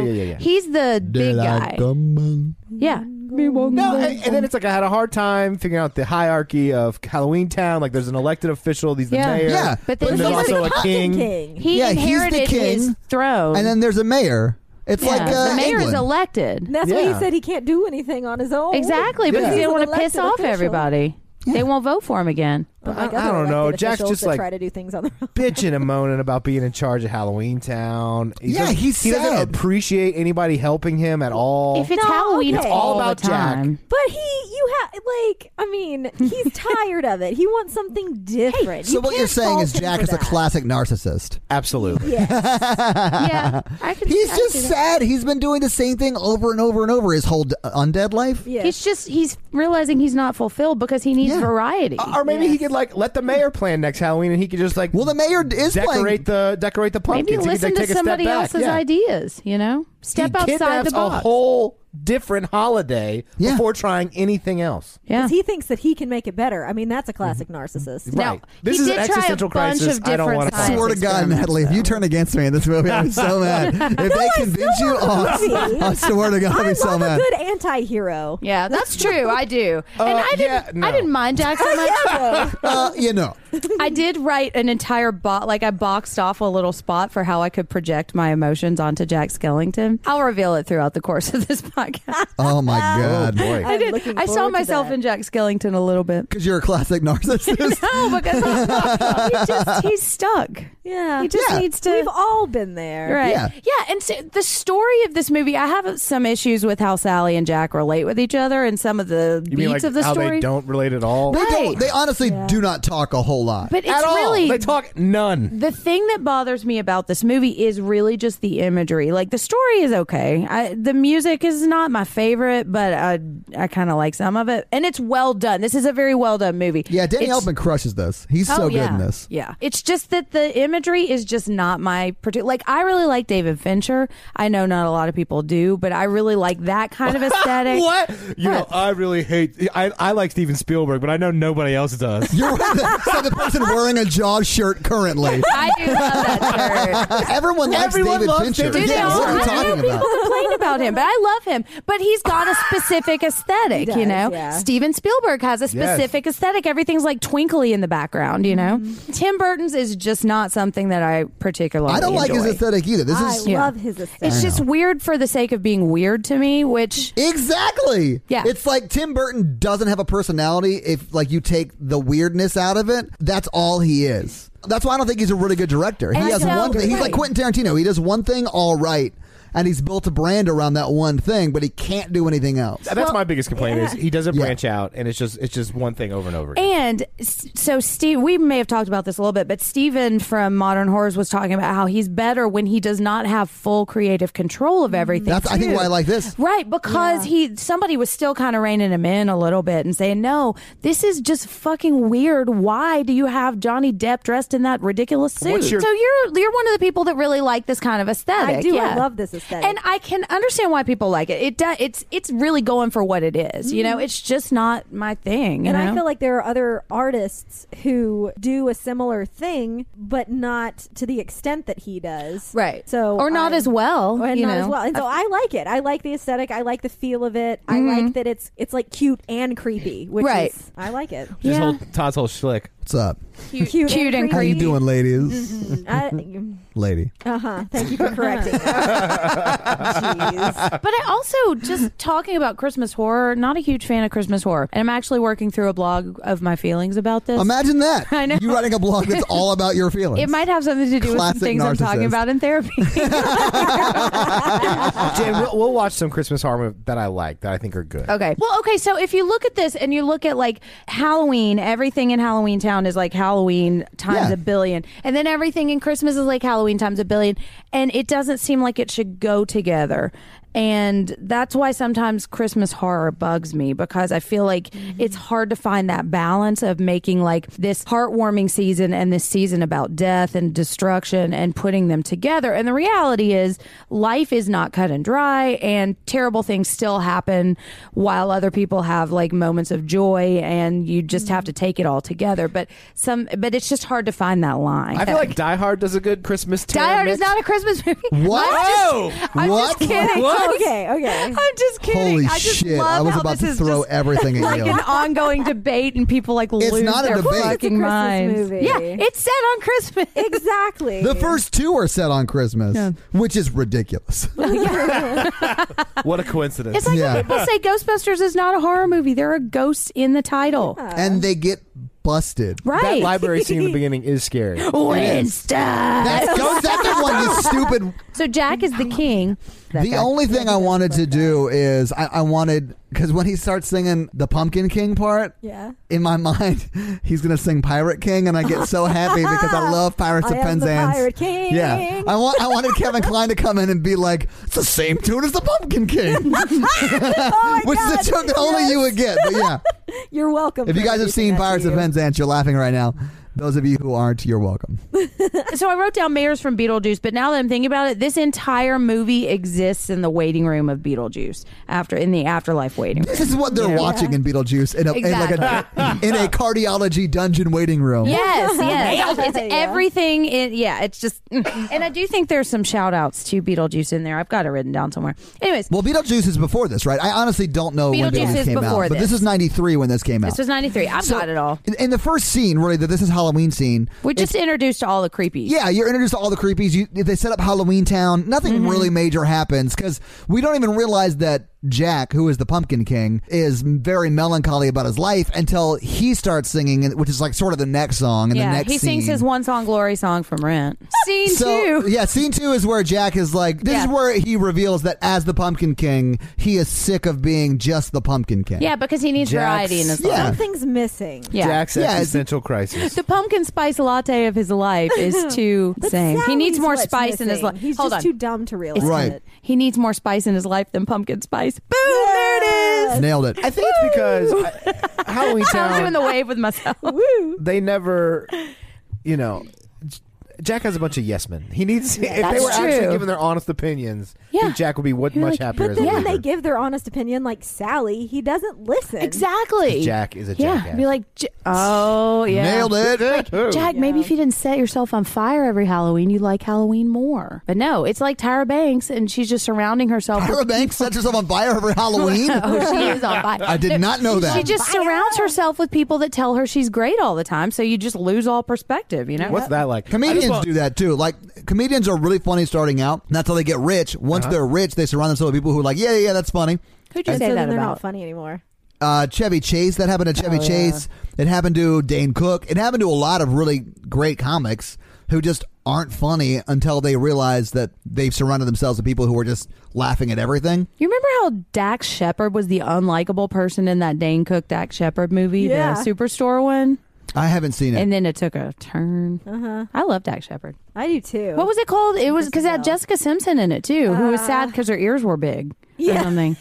Speaker 2: Deo.
Speaker 3: yeah, yeah, yeah.
Speaker 2: He's the big
Speaker 1: Did I
Speaker 2: guy.
Speaker 1: come on?
Speaker 2: Yeah.
Speaker 3: No, and, and then it's like I had a hard time figuring out the hierarchy of Halloween Town. Like, there's an elected official. He's the
Speaker 2: Yeah.
Speaker 3: mayor.
Speaker 1: Yeah.
Speaker 2: But
Speaker 3: But
Speaker 2: then
Speaker 3: there's
Speaker 2: he's
Speaker 3: also
Speaker 2: like
Speaker 3: a king.
Speaker 4: King.
Speaker 2: He
Speaker 1: Yeah, he's the
Speaker 2: inherited
Speaker 1: king.
Speaker 2: his throne.
Speaker 1: And then there's a mayor. It's
Speaker 2: Yeah.
Speaker 1: like uh,
Speaker 2: the mayor is
Speaker 1: England.
Speaker 2: elected.
Speaker 4: That's why
Speaker 1: Yeah.
Speaker 4: he said he can't do anything on his own.
Speaker 2: Exactly, because
Speaker 1: Yeah.
Speaker 2: they
Speaker 4: He's
Speaker 2: don't
Speaker 4: an
Speaker 2: want to piss
Speaker 4: elected
Speaker 2: off
Speaker 4: official.
Speaker 2: everybody. They won't vote for him again.
Speaker 4: Unlike
Speaker 3: I- I
Speaker 4: other
Speaker 3: don't know.
Speaker 4: elected
Speaker 3: Jack's
Speaker 4: officials
Speaker 3: just
Speaker 4: that
Speaker 3: like-
Speaker 4: try to do things on their own.
Speaker 3: bitching and moaning about being in charge of Halloween Town. He
Speaker 1: Yeah,
Speaker 3: doesn't-
Speaker 1: he's
Speaker 3: he
Speaker 1: sad.
Speaker 3: doesn't appreciate anybody helping him at all.
Speaker 2: If it's
Speaker 4: No,
Speaker 2: Halloween,
Speaker 4: okay.
Speaker 2: it's all
Speaker 3: All
Speaker 2: about
Speaker 3: about
Speaker 1: [laughs]
Speaker 2: the time.
Speaker 4: But he, you have like, I mean,
Speaker 2: [laughs]
Speaker 4: he's tired of it. He wants something different.
Speaker 1: So what
Speaker 4: can't
Speaker 1: you're saying
Speaker 4: fault
Speaker 1: is
Speaker 4: him
Speaker 1: Jack
Speaker 4: for
Speaker 1: is a
Speaker 4: that.
Speaker 1: classic narcissist.
Speaker 3: Absolutely.
Speaker 2: yeah, I can.
Speaker 1: He's
Speaker 2: I
Speaker 1: just
Speaker 2: see that.
Speaker 1: sad. He's been doing the same thing over and over and over his whole d- uh, undead life.
Speaker 4: Yeah.
Speaker 2: He's just he's realizing he's not fulfilled because he needs
Speaker 1: Yeah.
Speaker 2: variety.
Speaker 3: Uh, Or maybe he could like let the mayor plan next Halloween, and he could just like
Speaker 1: Well, the mayor d- is
Speaker 3: decorate
Speaker 1: playing.
Speaker 3: the decorate the pumpkins.
Speaker 2: Maybe
Speaker 3: He could,
Speaker 2: listen
Speaker 3: like,
Speaker 2: to
Speaker 3: take a step
Speaker 2: somebody
Speaker 3: back.
Speaker 2: else's
Speaker 3: Yeah.
Speaker 2: ideas. You know, step
Speaker 3: he
Speaker 2: outside
Speaker 3: kidnaps
Speaker 2: the box.
Speaker 3: a whole different holiday
Speaker 1: Yeah.
Speaker 3: before trying anything else.
Speaker 2: yeah.
Speaker 4: 'Cause he thinks that he can make it better. I mean, that's a
Speaker 1: Mm-hmm.
Speaker 4: classic narcissist.
Speaker 2: Now,
Speaker 3: right. This
Speaker 2: he
Speaker 3: is
Speaker 2: did
Speaker 3: an
Speaker 2: try a
Speaker 3: existential
Speaker 2: bunch
Speaker 3: crisis.
Speaker 2: of
Speaker 3: I don't
Speaker 2: different
Speaker 3: want
Speaker 2: sides.
Speaker 1: Swear to God,
Speaker 2: experiments,
Speaker 1: Natalie, if you
Speaker 2: though.
Speaker 1: turn against me in this movie, I'm
Speaker 4: [laughs]
Speaker 1: so mad. If they convince you, oh,
Speaker 4: love the
Speaker 1: [laughs]
Speaker 4: movie.
Speaker 1: I swear to God,
Speaker 4: I
Speaker 1: I'm
Speaker 4: love
Speaker 1: so
Speaker 4: a
Speaker 1: mad.
Speaker 4: good anti-hero.
Speaker 2: yeah, that's true. I do,
Speaker 3: Uh,
Speaker 2: and I didn't.
Speaker 3: yeah, no.
Speaker 2: I didn't mind Jack so much.
Speaker 1: Uh, you know,
Speaker 2: I did write an entire bot, like I boxed off a little spot for how I could project my emotions onto Jack Skellington. I'll reveal it throughout the course of this [laughs] podcast.
Speaker 1: oh
Speaker 4: [laughs]
Speaker 1: my God,
Speaker 3: boy.
Speaker 2: I
Speaker 4: I'm
Speaker 2: did.
Speaker 4: looking
Speaker 2: I saw
Speaker 4: forward to
Speaker 2: myself
Speaker 4: that.
Speaker 2: in Jack Skellington a little bit.
Speaker 1: because you're a classic [laughs] narcissist.
Speaker 2: No, because
Speaker 3: [laughs]
Speaker 2: he's, stuck. Oh He just, he's stuck.
Speaker 4: Yeah.
Speaker 2: He just
Speaker 1: Yeah.
Speaker 2: needs to.
Speaker 4: We've all been there.
Speaker 2: Right.
Speaker 1: Yeah.
Speaker 2: Yeah. And so the story of this movie, I have some issues with how Sally and Jack relate with each other and some of the
Speaker 3: You
Speaker 2: beats
Speaker 3: mean like
Speaker 2: of the
Speaker 3: how
Speaker 2: story.
Speaker 3: they don't relate at all?
Speaker 1: They don't.
Speaker 2: Right.
Speaker 1: They honestly do not talk a whole lot.
Speaker 2: but it's
Speaker 3: at all.
Speaker 2: really
Speaker 3: They talk none.
Speaker 2: the thing that bothers me about this movie is really just the imagery. Like the story is okay. I, the music is not my favorite, but I I kind of like some of it, and it's well done. This is a very well done movie.
Speaker 1: yeah, Danny
Speaker 2: It's-
Speaker 1: Elfman crushes this. He's so
Speaker 2: oh,
Speaker 1: good
Speaker 2: yeah.
Speaker 1: in this.
Speaker 2: Yeah. It's just that the imagery is just not my particular. Like, I really like David Fincher. I know not a lot of people do, but I really like that kind
Speaker 1: [laughs]
Speaker 2: of aesthetic.
Speaker 3: What? You
Speaker 2: What?
Speaker 3: know, I really hate. I, I like Steven Spielberg, but I know nobody else does.
Speaker 1: You're
Speaker 2: [laughs]
Speaker 1: so the person wearing a Jaws shirt currently.
Speaker 2: I do love
Speaker 1: [laughs]
Speaker 2: that shirt.
Speaker 1: Everyone likes
Speaker 3: Everyone
Speaker 1: David
Speaker 3: loves
Speaker 1: Fincher.
Speaker 3: David
Speaker 2: Do they
Speaker 1: yeah,
Speaker 2: all?
Speaker 1: what are you
Speaker 2: I know
Speaker 1: talking
Speaker 2: people
Speaker 1: about?
Speaker 2: complain about him, but I love him. But he's got a
Speaker 1: [sighs]
Speaker 2: specific aesthetic,
Speaker 4: He
Speaker 2: you
Speaker 4: does,
Speaker 2: know.
Speaker 4: yeah.
Speaker 2: Steven Spielberg has a specific aesthetic. Everything's like twinkly in the background, you know. Tim Burton's is just not something that I particularly.
Speaker 1: Mm-hmm. I don't like his
Speaker 2: enjoy.
Speaker 1: aesthetic either. This
Speaker 4: I
Speaker 1: is
Speaker 2: Yeah.
Speaker 4: love his aesthetic.
Speaker 2: It's just weird for the sake of being weird to me, which
Speaker 1: Exactly.
Speaker 2: Yeah.
Speaker 1: It's like Tim Burton doesn't have a personality if like you take the weirdness out of it. That's all he is. That's why I don't think he's a really good director.
Speaker 2: And
Speaker 1: he has
Speaker 2: so-
Speaker 1: one thing. He's like
Speaker 2: right.
Speaker 1: Quentin Tarantino. He does one thing all right and he's built a brand around that one thing, but he can't do anything else.
Speaker 3: That's my biggest complaint is he doesn't branch out, and it's just it's just one thing over and over. Again.
Speaker 2: And s- so, Steve, we may have talked about this a little bit, but Steven from Modern Horrors was talking about how he's better when he does not have full creative control of everything.
Speaker 1: That's I think
Speaker 2: too.
Speaker 1: why I like this.
Speaker 2: Right, because he somebody was still kind of reining him in a little bit and saying, "No, this is just fucking weird. Why do you have Johnny Depp dressed in that ridiculous suit?"
Speaker 3: What's your-
Speaker 2: so you're you're one of the people that really like this kind of aesthetic.
Speaker 4: I do.
Speaker 2: yeah.
Speaker 4: I love this aesthetic.
Speaker 2: And I can understand why people like it. It do, it's it's really going for what it is. You know, it's just not my thing. You
Speaker 4: and
Speaker 2: know?
Speaker 4: I feel like there are other artists who do a similar thing, but not to the extent that he does.
Speaker 2: Right.
Speaker 4: So
Speaker 2: or not
Speaker 4: I'm-
Speaker 2: as well.
Speaker 1: Oh,
Speaker 4: Or
Speaker 2: you
Speaker 4: not
Speaker 2: know.
Speaker 4: as well. And so I like it. I like the aesthetic. I like the feel of it. I
Speaker 1: Mm-hmm.
Speaker 4: like that it's it's like cute and creepy. Which
Speaker 2: Right.
Speaker 4: Is, I like it.
Speaker 3: This
Speaker 2: yeah.
Speaker 3: whole Todd's whole schlick.
Speaker 1: What's up?
Speaker 2: [laughs] cute,
Speaker 4: cute and
Speaker 1: How you doing, ladies?
Speaker 4: I,
Speaker 1: Lady.
Speaker 4: uh-huh. Thank you for
Speaker 1: [laughs]
Speaker 4: correcting. me. Jeez.
Speaker 2: But I also [laughs] just talking about Christmas horror. Not a huge fan of Christmas horror, and I'm actually working through a blog of my feelings about this.
Speaker 1: Imagine that.
Speaker 2: I know.
Speaker 1: You writing a blog that's all about your feelings.
Speaker 2: it might have something to do with some
Speaker 1: Classic
Speaker 2: things I'm talking
Speaker 1: narcissist.
Speaker 2: about in therapy.
Speaker 1: [laughs]
Speaker 3: Jen, we'll, we'll watch some Christmas horror mov- that I like that I think are good.
Speaker 2: okay. Well, okay. So if you look at this and you look at like Halloween, everything in Halloween Town is like Halloween times
Speaker 1: Yeah.
Speaker 2: a billion, and then everything in Christmas is like Halloween times a billion, and it doesn't seem like it should go together. And that's why sometimes Christmas horror bugs me because I feel like it's hard to find that balance of making like this heartwarming season and this season about death and destruction and putting them together. And the reality is, life is not cut and dry, and terrible things still happen while other people have like moments of joy, and you just have to take it all together. But some, but it's just hard to find that line.
Speaker 3: I feel like Die Hard does a good Christmas.
Speaker 2: Die Hard is
Speaker 3: mix.
Speaker 2: not a Christmas movie.
Speaker 1: [laughs] What?
Speaker 2: [laughs] I'm just, I'm
Speaker 1: What?
Speaker 2: just kidding.
Speaker 3: What?
Speaker 4: okay, okay.
Speaker 2: I'm just kidding.
Speaker 1: Holy
Speaker 2: I just
Speaker 1: shit!
Speaker 2: Love
Speaker 1: I was
Speaker 2: how
Speaker 1: about
Speaker 2: this
Speaker 1: to
Speaker 2: is
Speaker 1: throw
Speaker 2: just
Speaker 1: everything at
Speaker 2: like
Speaker 1: you.
Speaker 2: an ongoing debate, and people like lose
Speaker 1: not a
Speaker 2: their
Speaker 1: debate. It's a
Speaker 2: fucking
Speaker 4: Christmas
Speaker 2: minds.
Speaker 4: movie.
Speaker 2: Yeah, it's set on Christmas.
Speaker 4: Exactly.
Speaker 1: The first two are set on Christmas, which is ridiculous.
Speaker 3: Oh! What a coincidence.
Speaker 2: It's like
Speaker 1: Yeah.
Speaker 2: when people say Ghostbusters is not a horror movie. There are ghosts in the title,
Speaker 1: and they get busted.
Speaker 2: right?
Speaker 5: That library scene in the beginning is [laughs] scary.
Speaker 2: Winston.
Speaker 1: That's the second one, the stupid
Speaker 2: So Jack is the king. That
Speaker 1: the
Speaker 2: guy.
Speaker 1: only thing I wanted to do is I, I wanted because when he starts singing the Pumpkin King part,
Speaker 4: Yeah.
Speaker 1: in my [laughs] mind he's gonna sing Pirate King, and I get so happy because I love Pirates of
Speaker 4: I am the
Speaker 1: Penzance.
Speaker 4: Pirate King. Oh
Speaker 1: Yeah, I want I
Speaker 2: [laughs]
Speaker 1: wanted Kevin Klein to come in and be like, it's the same tune as the Pumpkin King,
Speaker 2: [laughs]
Speaker 1: [laughs] which is a Oh, joke that only you would get. But
Speaker 2: [laughs]
Speaker 1: yeah,
Speaker 4: You're welcome.
Speaker 1: if you
Speaker 4: for
Speaker 1: guys have
Speaker 4: everything
Speaker 1: seen
Speaker 4: I
Speaker 1: Pirates
Speaker 4: do.
Speaker 1: of Penzance, you're laughing right now. Those of you who aren't, you're
Speaker 2: [laughs]
Speaker 1: welcome.
Speaker 2: So I wrote down mayors from Beetlejuice, but now that I'm thinking about it, this entire movie exists in the waiting room of Beetlejuice after in the afterlife waiting room. [laughs]
Speaker 1: This is what they're watching in Beetlejuice in a, in, like a, in a cardiology dungeon waiting room.
Speaker 2: Yes, yes. It's,
Speaker 4: Yeah.
Speaker 2: everything. In, yeah, it's just. [laughs] And I do think there's some shout outs to Beetlejuice in there. I've got it written down somewhere. Anyways,
Speaker 1: Well, Beetlejuice is before this, right? I honestly don't know when
Speaker 2: Beetlejuice
Speaker 1: Beetlejuice
Speaker 2: is
Speaker 1: came out,
Speaker 2: before
Speaker 1: but this
Speaker 2: this.
Speaker 1: is '93 when this came out.
Speaker 2: this was 93. I've
Speaker 1: So,
Speaker 2: got it all.
Speaker 1: In, in the first scene, really, that this is Halloween scene.
Speaker 2: We're just introduced to all the creepies.
Speaker 1: Yeah, you're introduced to all the creepies. You, they set up Halloween Town. Nothing
Speaker 2: Mm-hmm.
Speaker 1: really major happens because we don't even realize that Jack, who is the Pumpkin King, is very melancholy about his life until he starts singing, which is like sort of the next song and
Speaker 2: Yeah,
Speaker 1: the next.
Speaker 2: he sings
Speaker 1: scene.
Speaker 2: his one song glory song from Rent. Scene
Speaker 1: So
Speaker 2: two.
Speaker 1: yeah, scene two is where Jack is like. This is
Speaker 2: Yeah.
Speaker 1: where he reveals that as the Pumpkin King, he is sick of being just the Pumpkin King.
Speaker 2: Yeah, because he needs
Speaker 3: Jack's-
Speaker 2: variety in his
Speaker 1: Yeah.
Speaker 2: life.
Speaker 4: Something's missing.
Speaker 2: Yeah.
Speaker 3: Jack's
Speaker 1: Yeah, it's-
Speaker 3: existential crisis.
Speaker 2: the pumpkin spice latte of his life [laughs] is too same. He needs
Speaker 4: Sally's
Speaker 2: more
Speaker 4: what's
Speaker 2: spice in his
Speaker 4: missing.
Speaker 2: life.
Speaker 4: He's
Speaker 2: Hold
Speaker 4: just
Speaker 2: on.
Speaker 4: too dumb to realize
Speaker 2: It's-
Speaker 1: Right.
Speaker 4: it.
Speaker 2: He needs more spice in his life than pumpkin spice. Boom! There it is.
Speaker 1: nailed it.
Speaker 5: I think it's because I,
Speaker 2: I
Speaker 5: Halloween
Speaker 2: was doing
Speaker 5: Town,
Speaker 2: the wave with myself.
Speaker 5: they never, you know, J- Jack has a bunch of yes men. He needs, if they
Speaker 2: that's
Speaker 5: were actually
Speaker 2: true.
Speaker 5: giving their honest opinions,
Speaker 2: Yeah.
Speaker 5: I think Jack would be what, much
Speaker 2: like,
Speaker 5: happier
Speaker 4: But
Speaker 5: as a
Speaker 4: then when
Speaker 5: leader.
Speaker 4: they give their honest opinion, like Sally, he doesn't
Speaker 2: [laughs]
Speaker 4: listen.
Speaker 2: Exactly.
Speaker 5: Jack is a
Speaker 2: Yeah.
Speaker 5: jackass.
Speaker 2: Be like, J- oh yeah.
Speaker 1: Nailed it.
Speaker 2: Jack, maybe if you didn't set yourself on fire every Halloween, you'd like Halloween more. But no, it's like Tyra Banks, and she's just surrounding herself. with-
Speaker 1: Tyra Banks sets herself on fire over Halloween.
Speaker 2: oh, she is on fire.
Speaker 1: I did not know that.
Speaker 2: She just surrounds herself with people that tell her she's great all the time, so you just lose all perspective, you know?
Speaker 5: What's that like? I
Speaker 1: Comedians
Speaker 5: just want-
Speaker 1: do that too. Like comedians are really funny starting out. and That's how they get rich.
Speaker 5: Uh-huh.
Speaker 1: Once they're rich, they surround themselves with people who are like, yeah, yeah, that's funny.
Speaker 2: Who'd you
Speaker 4: So
Speaker 2: say
Speaker 4: then
Speaker 2: that
Speaker 4: they're
Speaker 2: about?
Speaker 4: not funny anymore.
Speaker 1: Uh, Chevy Chase. That happened to
Speaker 5: Oh,
Speaker 1: Chevy Chase. It happened to Dane Cook. It happened to a lot of really great comics who just aren't funny until they realize that they've surrounded themselves with people who are just laughing at everything.
Speaker 2: You remember how Dax Shepard was the unlikable person in that Dane Cook Dax Shepard movie,
Speaker 4: Yeah.
Speaker 2: the Superstore one?
Speaker 1: I haven't seen it.
Speaker 2: And then it took a turn. I love Dax Shepard.
Speaker 4: I do too.
Speaker 2: What was it called? It was because it had
Speaker 4: Jessica
Speaker 2: Jessica Simpson in it too, who was sad because her ears were big. Uh. Yeah.
Speaker 4: Yeah.
Speaker 2: Or something.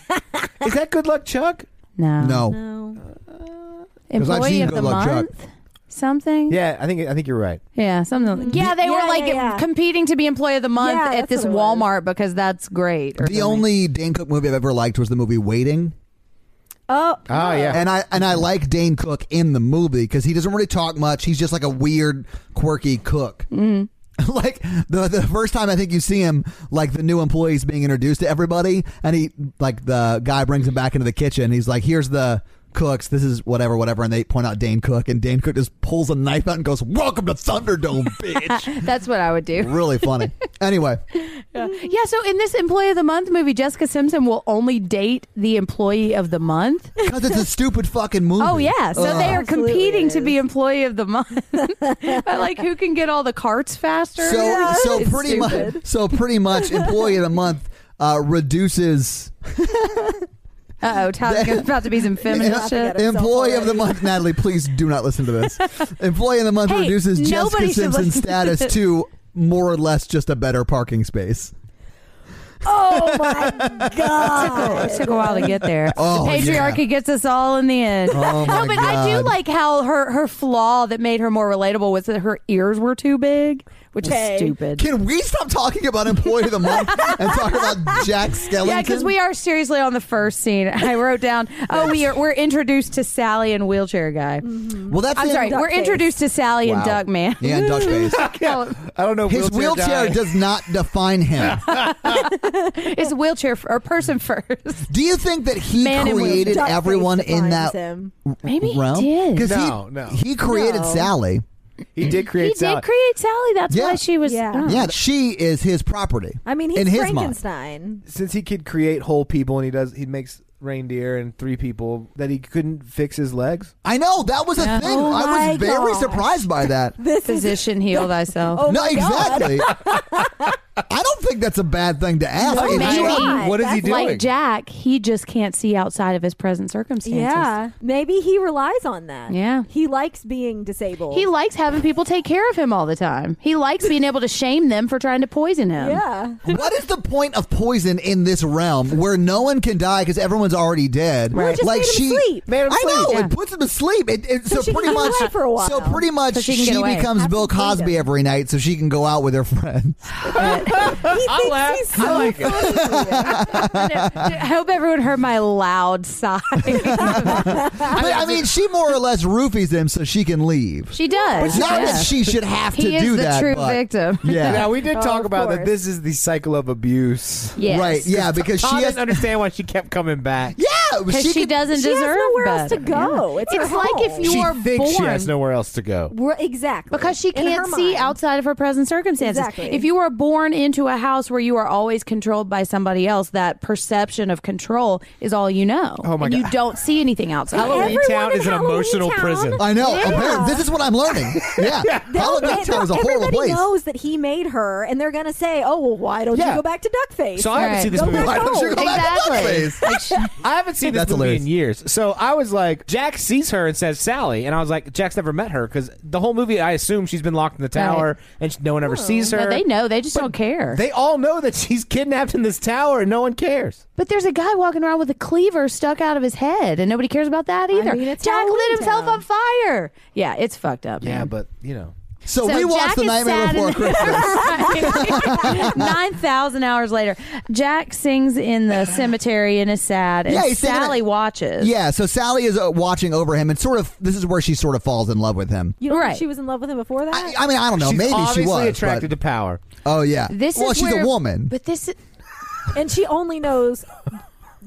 Speaker 5: Is that Good Luck Chuck?
Speaker 2: No.
Speaker 1: no.
Speaker 4: No.
Speaker 1: I've
Speaker 2: um, Employee
Speaker 1: seen
Speaker 2: of
Speaker 1: Good
Speaker 2: the
Speaker 1: Luck Chuck.
Speaker 2: month. Something.
Speaker 5: Yeah, I think I think you're right.
Speaker 2: Yeah, something. Like, yeah, they were
Speaker 4: Yeah,
Speaker 2: like
Speaker 4: yeah, yeah.
Speaker 2: competing to be employee of the month
Speaker 4: Yeah,
Speaker 2: at
Speaker 4: that's
Speaker 2: this
Speaker 4: what it was.
Speaker 2: Walmart because that's great. or
Speaker 1: The
Speaker 2: something.
Speaker 1: only Dane Cook movie I've ever liked was the movie Waiting.
Speaker 4: Oh,
Speaker 1: [laughs]
Speaker 5: Oh yeah,
Speaker 1: And I and I like Dane Cook in the movie because he doesn't really talk much. He's just like a weird, quirky cook.
Speaker 2: Mm-hmm.
Speaker 1: [laughs] like the the first time I think you see him, like the new employees being introduced to everybody, and he like the guy brings him back into the kitchen. He's like, "Here's the." Cooks, this is whatever, whatever, and they point out Dane Cook, and Dane Cook just pulls a knife out and goes, "Welcome to
Speaker 2: [laughs]
Speaker 1: Thunderdome, bitch!"
Speaker 2: That's what I would do.
Speaker 1: really funny. Anyway,
Speaker 2: Yeah, so in this employee of the month movie, Jessica Simpson will only date the employee of the month.
Speaker 1: because it's a stupid fucking movie.
Speaker 2: Oh yeah,
Speaker 4: [laughs]
Speaker 2: so
Speaker 1: Ugh.
Speaker 2: they are
Speaker 4: Absolutely
Speaker 2: competing to
Speaker 4: is.
Speaker 2: be employee of the month. [laughs] But, like who can get all the carts faster?
Speaker 1: So so
Speaker 2: It's
Speaker 1: pretty much
Speaker 2: stupid.
Speaker 1: [laughs] so pretty much employee of the month uh,
Speaker 2: [laughs]
Speaker 1: reduces
Speaker 2: Uh
Speaker 1: [laughs]
Speaker 2: oh, Tyler's about to be some feminist shit.
Speaker 4: it.
Speaker 1: employee of the month. Natalie, please do not listen to
Speaker 2: [laughs]
Speaker 1: this. employee of the month
Speaker 2: Hey,
Speaker 1: reduces Jessica
Speaker 2: nobody should
Speaker 1: Simpson's
Speaker 2: listen to
Speaker 1: status
Speaker 2: this.
Speaker 1: to more or less just a better parking space.
Speaker 4: oh my
Speaker 1: [laughs]
Speaker 4: god!
Speaker 2: It took a while to get there.
Speaker 1: Oh,
Speaker 2: the patriarchy
Speaker 1: yeah.
Speaker 2: gets us all in the end.
Speaker 1: Oh, my
Speaker 2: no, but I do
Speaker 1: God.
Speaker 2: like how her her flaw that made her more relatable was that her ears were too big, which
Speaker 4: Okay.
Speaker 2: is stupid.
Speaker 1: Can we stop talking about employee of the
Speaker 2: [laughs]
Speaker 1: month and talk about Jack Skellington?
Speaker 2: Yeah, because we are seriously on the first scene. [laughs] I wrote down, oh, we are, we're introduced to Sally and wheelchair guy.
Speaker 4: Mm-hmm.
Speaker 1: Well, that's
Speaker 2: I'm
Speaker 1: the-
Speaker 2: sorry,
Speaker 4: Duck
Speaker 2: we're
Speaker 4: face.
Speaker 2: introduced to Sally and
Speaker 1: Wow.
Speaker 2: Duck Man.
Speaker 1: Yeah, and Dutch face.
Speaker 2: [laughs]
Speaker 5: I don't know. if
Speaker 1: His wheelchair
Speaker 5: guy-
Speaker 1: does not define
Speaker 2: [laughs]
Speaker 1: him.
Speaker 2: It's wheelchair f- or
Speaker 1: [laughs]
Speaker 2: person first.
Speaker 1: Do you think that he
Speaker 2: Man in wheelchair.
Speaker 1: created
Speaker 4: Duckface
Speaker 1: everyone in
Speaker 4: defines
Speaker 1: that
Speaker 4: him.
Speaker 2: Maybe he
Speaker 1: realm?
Speaker 2: did.
Speaker 1: 'Cause
Speaker 5: No,
Speaker 1: he,
Speaker 5: no.
Speaker 1: he created
Speaker 4: No.
Speaker 1: Sally.
Speaker 5: He did
Speaker 2: He
Speaker 5: create.
Speaker 2: did
Speaker 5: salad.
Speaker 2: create Sally. That's
Speaker 1: Yeah.
Speaker 2: why she was.
Speaker 4: Yeah.
Speaker 2: oh.
Speaker 1: Yeah, she is his property.
Speaker 4: I mean,
Speaker 1: in
Speaker 4: he's
Speaker 1: his mind.
Speaker 4: Frankenstein.
Speaker 5: Since he could create whole people, and he does, he makes reindeer and three people that he couldn't fix his legs.
Speaker 1: I know that was a thing.
Speaker 4: Oh
Speaker 1: I
Speaker 4: my
Speaker 1: was very
Speaker 4: gosh.
Speaker 1: surprised by that.
Speaker 2: Physician, heal thyself.
Speaker 4: [laughs]
Speaker 1: [laughs]
Speaker 4: Oh
Speaker 1: no,
Speaker 4: my God. [laughs]
Speaker 1: exactly. I don't think that's a bad thing to ask.
Speaker 4: No,
Speaker 1: If
Speaker 2: maybe.
Speaker 1: you-
Speaker 4: God,
Speaker 5: what is he
Speaker 4: that's
Speaker 5: doing?
Speaker 2: Like Jack, he just can't see outside of his present circumstances.
Speaker 4: Yeah, maybe he relies on that.
Speaker 2: Yeah.
Speaker 4: he likes being disabled.
Speaker 2: He likes having people take care of him all the time. He likes being able to shame them for trying to poison him. [laughs]
Speaker 4: yeah,
Speaker 1: what is the point of poison in this realm where no one can die because everyone's already dead?
Speaker 4: Well, it just
Speaker 1: Like
Speaker 4: made him
Speaker 1: she,
Speaker 4: sleep.
Speaker 5: Made him
Speaker 1: I know
Speaker 5: sleep.
Speaker 2: Yeah.
Speaker 1: it puts him to sleep. It, it, so,
Speaker 4: she can
Speaker 1: pretty
Speaker 4: get
Speaker 1: much,
Speaker 4: away for a while.
Speaker 1: so pretty much,
Speaker 2: So she can
Speaker 1: she,
Speaker 2: get away.
Speaker 1: becomes
Speaker 4: Have
Speaker 1: Bill
Speaker 4: some freedom.
Speaker 1: Cosby every night, so she can go out with her [laughs] friends.
Speaker 4: he thinks he's
Speaker 2: [laughs]
Speaker 4: so funny.
Speaker 2: I hope everyone heard my loud sigh.
Speaker 1: But, I mean, she more or less roofies him so she can leave.
Speaker 2: [laughs] she does.
Speaker 1: Not
Speaker 2: Yeah.
Speaker 1: that she should have to
Speaker 2: He is
Speaker 1: do
Speaker 2: the
Speaker 1: that.
Speaker 2: true
Speaker 1: but-
Speaker 2: victim.
Speaker 1: [laughs] Yeah.
Speaker 5: Now we did
Speaker 4: Oh,
Speaker 5: talk
Speaker 4: of
Speaker 5: about that.
Speaker 4: course.
Speaker 5: This is the cycle of abuse.
Speaker 2: Yes.
Speaker 1: Right. Yeah, because she
Speaker 5: I
Speaker 1: has.
Speaker 5: didn't understand why she kept coming back.
Speaker 1: Yeah,
Speaker 2: Because she,
Speaker 1: could-
Speaker 2: doesn't
Speaker 4: She has
Speaker 2: deserve
Speaker 4: nowhere else to
Speaker 2: better.
Speaker 4: go. It's her
Speaker 2: It's like
Speaker 4: home.
Speaker 2: if you
Speaker 5: she
Speaker 2: are
Speaker 5: thinks
Speaker 2: born
Speaker 5: she has nowhere else to go.
Speaker 4: We're- exactly
Speaker 2: because she
Speaker 4: In
Speaker 2: can't
Speaker 4: her
Speaker 2: see
Speaker 4: mind.
Speaker 2: outside of her present circumstances.
Speaker 4: Exactly.
Speaker 2: If you are born into a house where you are always controlled by somebody else, that perception of control is all you know.
Speaker 5: Oh my
Speaker 2: and You
Speaker 5: God.
Speaker 2: don't see anything else.
Speaker 5: Halloween
Speaker 4: Everyone
Speaker 5: Town
Speaker 4: in
Speaker 5: is an
Speaker 4: Halloween
Speaker 5: emotional
Speaker 4: Town-
Speaker 5: prison.
Speaker 1: I know.
Speaker 2: Yeah.
Speaker 1: apparently- This is what I'm
Speaker 2: [laughs]
Speaker 1: learning. Yeah. Halloween Town is a horrible
Speaker 4: Everybody
Speaker 1: place. [laughs]
Speaker 4: knows that he made her, and they're gonna say, "Oh, well, why don't
Speaker 5: Yeah.
Speaker 4: you go back to Duckface?"
Speaker 5: So I haven't
Speaker 2: Right.
Speaker 5: seen this
Speaker 4: Go
Speaker 5: movie.
Speaker 4: back
Speaker 5: in-
Speaker 1: Why don't you go back to
Speaker 2: Exactly.
Speaker 1: Duckface?
Speaker 5: I haven't seen this
Speaker 1: That's
Speaker 5: movie
Speaker 1: hilarious.
Speaker 5: in years. So I was like, Jack sees her and says Sally, and I was like, Jack's never met her because the whole movie, I assume she's been locked in the tower and she, no one ever sees her.
Speaker 2: No, they know. They just don't care.
Speaker 5: They all know that she's kidnapped in this tower and no one cares.
Speaker 2: but there's a guy walking around with a cleaver stuck out of his head, and nobody cares about that either.
Speaker 4: mean, it's
Speaker 2: Jack
Speaker 4: Halloween
Speaker 2: lit himself
Speaker 4: Town.
Speaker 2: on fire. Yeah, it's fucked up.
Speaker 5: Yeah,
Speaker 2: man. [laughs]
Speaker 5: but you know,
Speaker 1: So,
Speaker 2: So
Speaker 1: we watched
Speaker 2: Jack
Speaker 1: The
Speaker 2: is
Speaker 1: Nightmare
Speaker 2: sad
Speaker 1: Before
Speaker 2: in-
Speaker 1: Christmas.
Speaker 2: [laughs] Nine thousand hours later, Jack sings in the cemetery and is sad, and
Speaker 1: Yeah, he's singing
Speaker 2: Sally
Speaker 1: it.
Speaker 2: watches.
Speaker 1: yeah, so Sally is uh, watching over him, and sort of this is where she sort of falls in love with him.
Speaker 4: you don't
Speaker 2: Right.
Speaker 4: think she was in love with him before that?
Speaker 1: I, I mean, I don't know.
Speaker 5: she's
Speaker 1: Maybe
Speaker 5: obviously
Speaker 1: she was.
Speaker 5: attracted
Speaker 1: but,
Speaker 5: to power.
Speaker 1: oh yeah.
Speaker 2: This
Speaker 1: well,
Speaker 2: is
Speaker 1: she's
Speaker 2: where-
Speaker 1: a woman.
Speaker 2: But this is
Speaker 4: and she only knows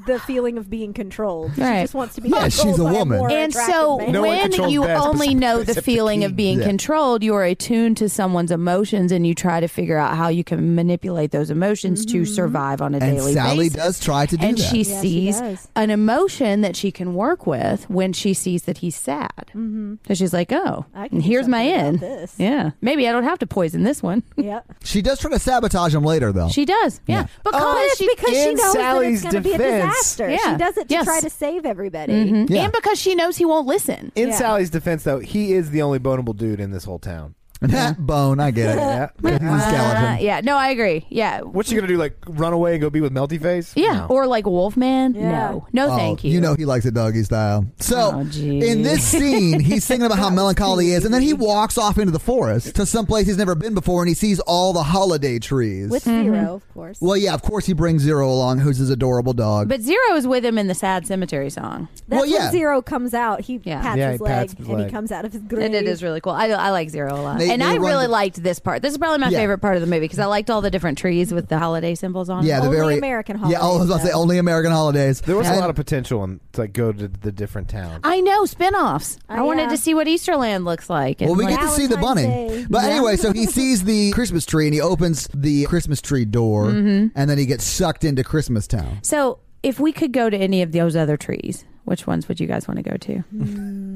Speaker 4: the feeling of being controlled.
Speaker 2: Right.
Speaker 4: She just wants to be
Speaker 1: Yeah,
Speaker 4: controlled
Speaker 1: she's a
Speaker 4: by
Speaker 1: woman.
Speaker 4: more
Speaker 2: and
Speaker 4: attractive
Speaker 2: so
Speaker 4: man.
Speaker 5: No one
Speaker 2: when
Speaker 5: controls
Speaker 2: you
Speaker 5: best
Speaker 2: only
Speaker 5: besides-
Speaker 2: know the
Speaker 5: except the
Speaker 2: feeling of
Speaker 5: king.
Speaker 2: being
Speaker 1: Yeah.
Speaker 2: controlled, you are attuned to someone's emotions, and you try to figure out how you can manipulate those emotions to survive on a
Speaker 1: and
Speaker 2: daily
Speaker 1: Sally
Speaker 2: basis.
Speaker 1: does try to do
Speaker 2: and
Speaker 1: that.
Speaker 2: she
Speaker 4: Yeah, she
Speaker 2: sees
Speaker 4: does.
Speaker 2: an emotion that she can work with when she sees that he's sad. Mm-hmm. So she's like, "Oh,
Speaker 4: I can
Speaker 2: and
Speaker 4: do
Speaker 2: here's my
Speaker 4: something about
Speaker 2: in.
Speaker 4: this.
Speaker 2: Yeah, maybe I don't have to poison this one."
Speaker 4: Yep.
Speaker 1: She does try to sabotage him later, though.
Speaker 2: She does, yeah,
Speaker 1: Yeah. Oh,
Speaker 2: because
Speaker 4: It's
Speaker 2: she
Speaker 4: because she
Speaker 5: in
Speaker 4: knows
Speaker 5: Sally's
Speaker 4: that it's going to be a
Speaker 5: defense-
Speaker 4: disaster.
Speaker 2: Yeah.
Speaker 4: She does it to
Speaker 2: Yes. Mm-hmm.
Speaker 4: try to save everybody.
Speaker 1: Yeah.
Speaker 2: and because she knows he won't listen.
Speaker 5: In
Speaker 4: Yeah.
Speaker 5: Sally's defense, though, he is the only bonable dude in this whole town.
Speaker 1: that [laughs] bone, I get it.
Speaker 5: Yeah.
Speaker 1: He's a
Speaker 2: Uh,
Speaker 1: skeleton.
Speaker 2: yeah, no, I agree. Yeah,
Speaker 5: What's she gonna do? Like run away and go be with Melty Face?
Speaker 2: yeah,
Speaker 5: No.
Speaker 2: or like Wolfman.
Speaker 4: Yeah.
Speaker 2: No, no,
Speaker 1: Oh,
Speaker 2: thank you.
Speaker 1: You know he likes a doggy style. So
Speaker 2: Oh, gee.
Speaker 1: in this scene, he's singing
Speaker 4: [laughs]
Speaker 1: about how melancholy he is, and then he walks off into the forest to some place he's never been before, and he sees all the holiday trees.
Speaker 4: With
Speaker 2: Mm-hmm.
Speaker 4: Zero, of course.
Speaker 1: well, yeah, of course he brings Zero along, who's his adorable dog.
Speaker 2: but Zero is with him in the sad cemetery song,
Speaker 4: That's
Speaker 1: well, yeah.
Speaker 4: when Zero comes out. He
Speaker 2: Yeah.
Speaker 4: pats
Speaker 5: Yeah,
Speaker 4: his
Speaker 5: he
Speaker 4: leg
Speaker 5: pats his
Speaker 4: and he
Speaker 5: leg.
Speaker 4: comes out of his grave.
Speaker 2: and it is really cool. I, I like Zero a lot,
Speaker 1: They-
Speaker 2: and
Speaker 1: they
Speaker 2: I
Speaker 1: run
Speaker 2: really
Speaker 1: the-
Speaker 2: liked this part. This is probably my
Speaker 1: Yeah.
Speaker 2: favorite part of the movie because I liked all the different trees with the holiday symbols on.
Speaker 1: yeah,
Speaker 2: them.
Speaker 1: the
Speaker 4: Only
Speaker 1: very
Speaker 4: American
Speaker 1: Yeah, oh, I was about to
Speaker 4: holidays,
Speaker 1: say
Speaker 4: though.
Speaker 1: only American holidays.
Speaker 5: There was a
Speaker 1: And-
Speaker 5: lot of potential in to like go to the different towns.
Speaker 2: I know spinoffs. I
Speaker 4: Oh,
Speaker 2: wanted
Speaker 4: yeah.
Speaker 2: to see what Easterland looks like. and
Speaker 1: Well, we
Speaker 2: like-
Speaker 1: get to see the bunny.
Speaker 4: Valentine's Day.
Speaker 1: But
Speaker 4: Yeah.
Speaker 1: anyway, so
Speaker 4: [laughs]
Speaker 1: he sees the Christmas tree and he opens the Christmas tree door,
Speaker 4: Mm-hmm.
Speaker 1: and then he gets sucked into Christmas Town.
Speaker 2: so if we could go to any of those other trees, which ones would you guys want to go to?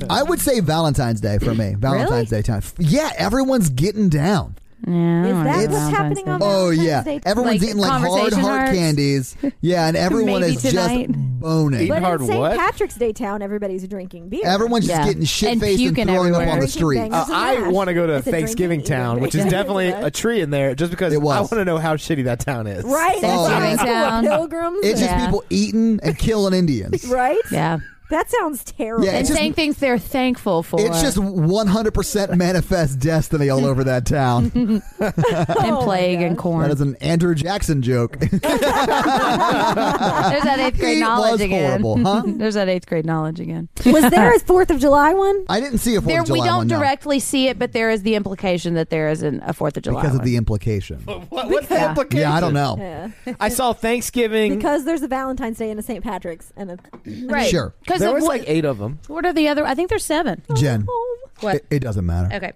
Speaker 1: I would say Valentine's Day for me. Valentine's Day time. Yeah, everyone's getting down.
Speaker 2: Yeah, I
Speaker 4: Is
Speaker 2: don't
Speaker 4: that
Speaker 2: know
Speaker 4: what's
Speaker 2: Valentine's
Speaker 4: happening
Speaker 2: Day.
Speaker 4: on
Speaker 1: Oh
Speaker 4: Valentine's
Speaker 1: yeah,
Speaker 4: Day?
Speaker 1: everyone's
Speaker 2: Like,
Speaker 1: eating like hard,
Speaker 2: conversation
Speaker 1: hard
Speaker 2: hearts? [laughs]
Speaker 1: candies. Yeah, and everyone
Speaker 2: Maybe
Speaker 1: is
Speaker 2: tonight.
Speaker 1: just boning.
Speaker 5: Eating
Speaker 4: But
Speaker 5: hard
Speaker 4: in St.
Speaker 5: what?
Speaker 4: Patrick's Day town, everybody's drinking beer.
Speaker 1: Everyone's just
Speaker 2: Yeah.
Speaker 1: getting shit faced and,
Speaker 2: puking
Speaker 1: throwing up
Speaker 2: everywhere.
Speaker 1: on the
Speaker 4: Drinking
Speaker 1: street.
Speaker 4: bangers.
Speaker 5: Uh,
Speaker 4: It's a
Speaker 5: I
Speaker 4: mash.
Speaker 5: want to go to
Speaker 4: It's a
Speaker 5: Thanksgiving
Speaker 4: drinking
Speaker 5: Town,
Speaker 4: eating
Speaker 5: which is
Speaker 4: place.
Speaker 5: definitely
Speaker 4: Yeah.
Speaker 5: a tree in there, just because I
Speaker 1: It was.
Speaker 5: want to know how shitty that town is.
Speaker 4: Right?
Speaker 1: Oh,
Speaker 4: That's
Speaker 1: yeah.
Speaker 4: what it's called,
Speaker 2: Town.
Speaker 4: Pilgrims.
Speaker 1: It's just
Speaker 2: Yeah. [laughs]
Speaker 1: people eating and killing Indians.
Speaker 4: right?
Speaker 2: Yeah.
Speaker 4: That sounds terrible.
Speaker 1: Yeah,
Speaker 2: and
Speaker 1: It's just-
Speaker 2: saying things they're thankful for.
Speaker 1: It's just 100% manifest destiny all over that
Speaker 2: [laughs]
Speaker 1: town.
Speaker 2: and
Speaker 4: Oh,
Speaker 2: plague and corn.
Speaker 1: that is an Andrew Jackson joke. [laughs]
Speaker 2: There's that eighth grade
Speaker 1: He
Speaker 2: knowledge
Speaker 1: was
Speaker 2: again.
Speaker 1: horrible, huh?
Speaker 2: [laughs] There's that eighth grade knowledge again.
Speaker 4: [laughs] Was there a Fourth of July one?
Speaker 1: I didn't see a 4th
Speaker 2: There,
Speaker 1: of July
Speaker 2: we don't
Speaker 1: one, no,
Speaker 2: directly see it, but there is the implication that there is an, a Fourth of July
Speaker 1: because of
Speaker 2: one.
Speaker 1: the implication.
Speaker 5: [laughs] What, what's the
Speaker 2: Yeah.
Speaker 5: implication?
Speaker 1: Yeah, I don't know.
Speaker 4: Yeah.
Speaker 5: I saw Thanksgiving.
Speaker 4: Because there's a Valentine's Day and a St. Patrick's and a
Speaker 2: right?
Speaker 1: Sure.
Speaker 2: Because
Speaker 5: there was
Speaker 2: what,
Speaker 5: like eight of them.
Speaker 2: what are the other? I think there's seven.
Speaker 4: [laughs]
Speaker 1: Jen,
Speaker 2: What?
Speaker 1: it, it doesn't matter.
Speaker 2: Okay,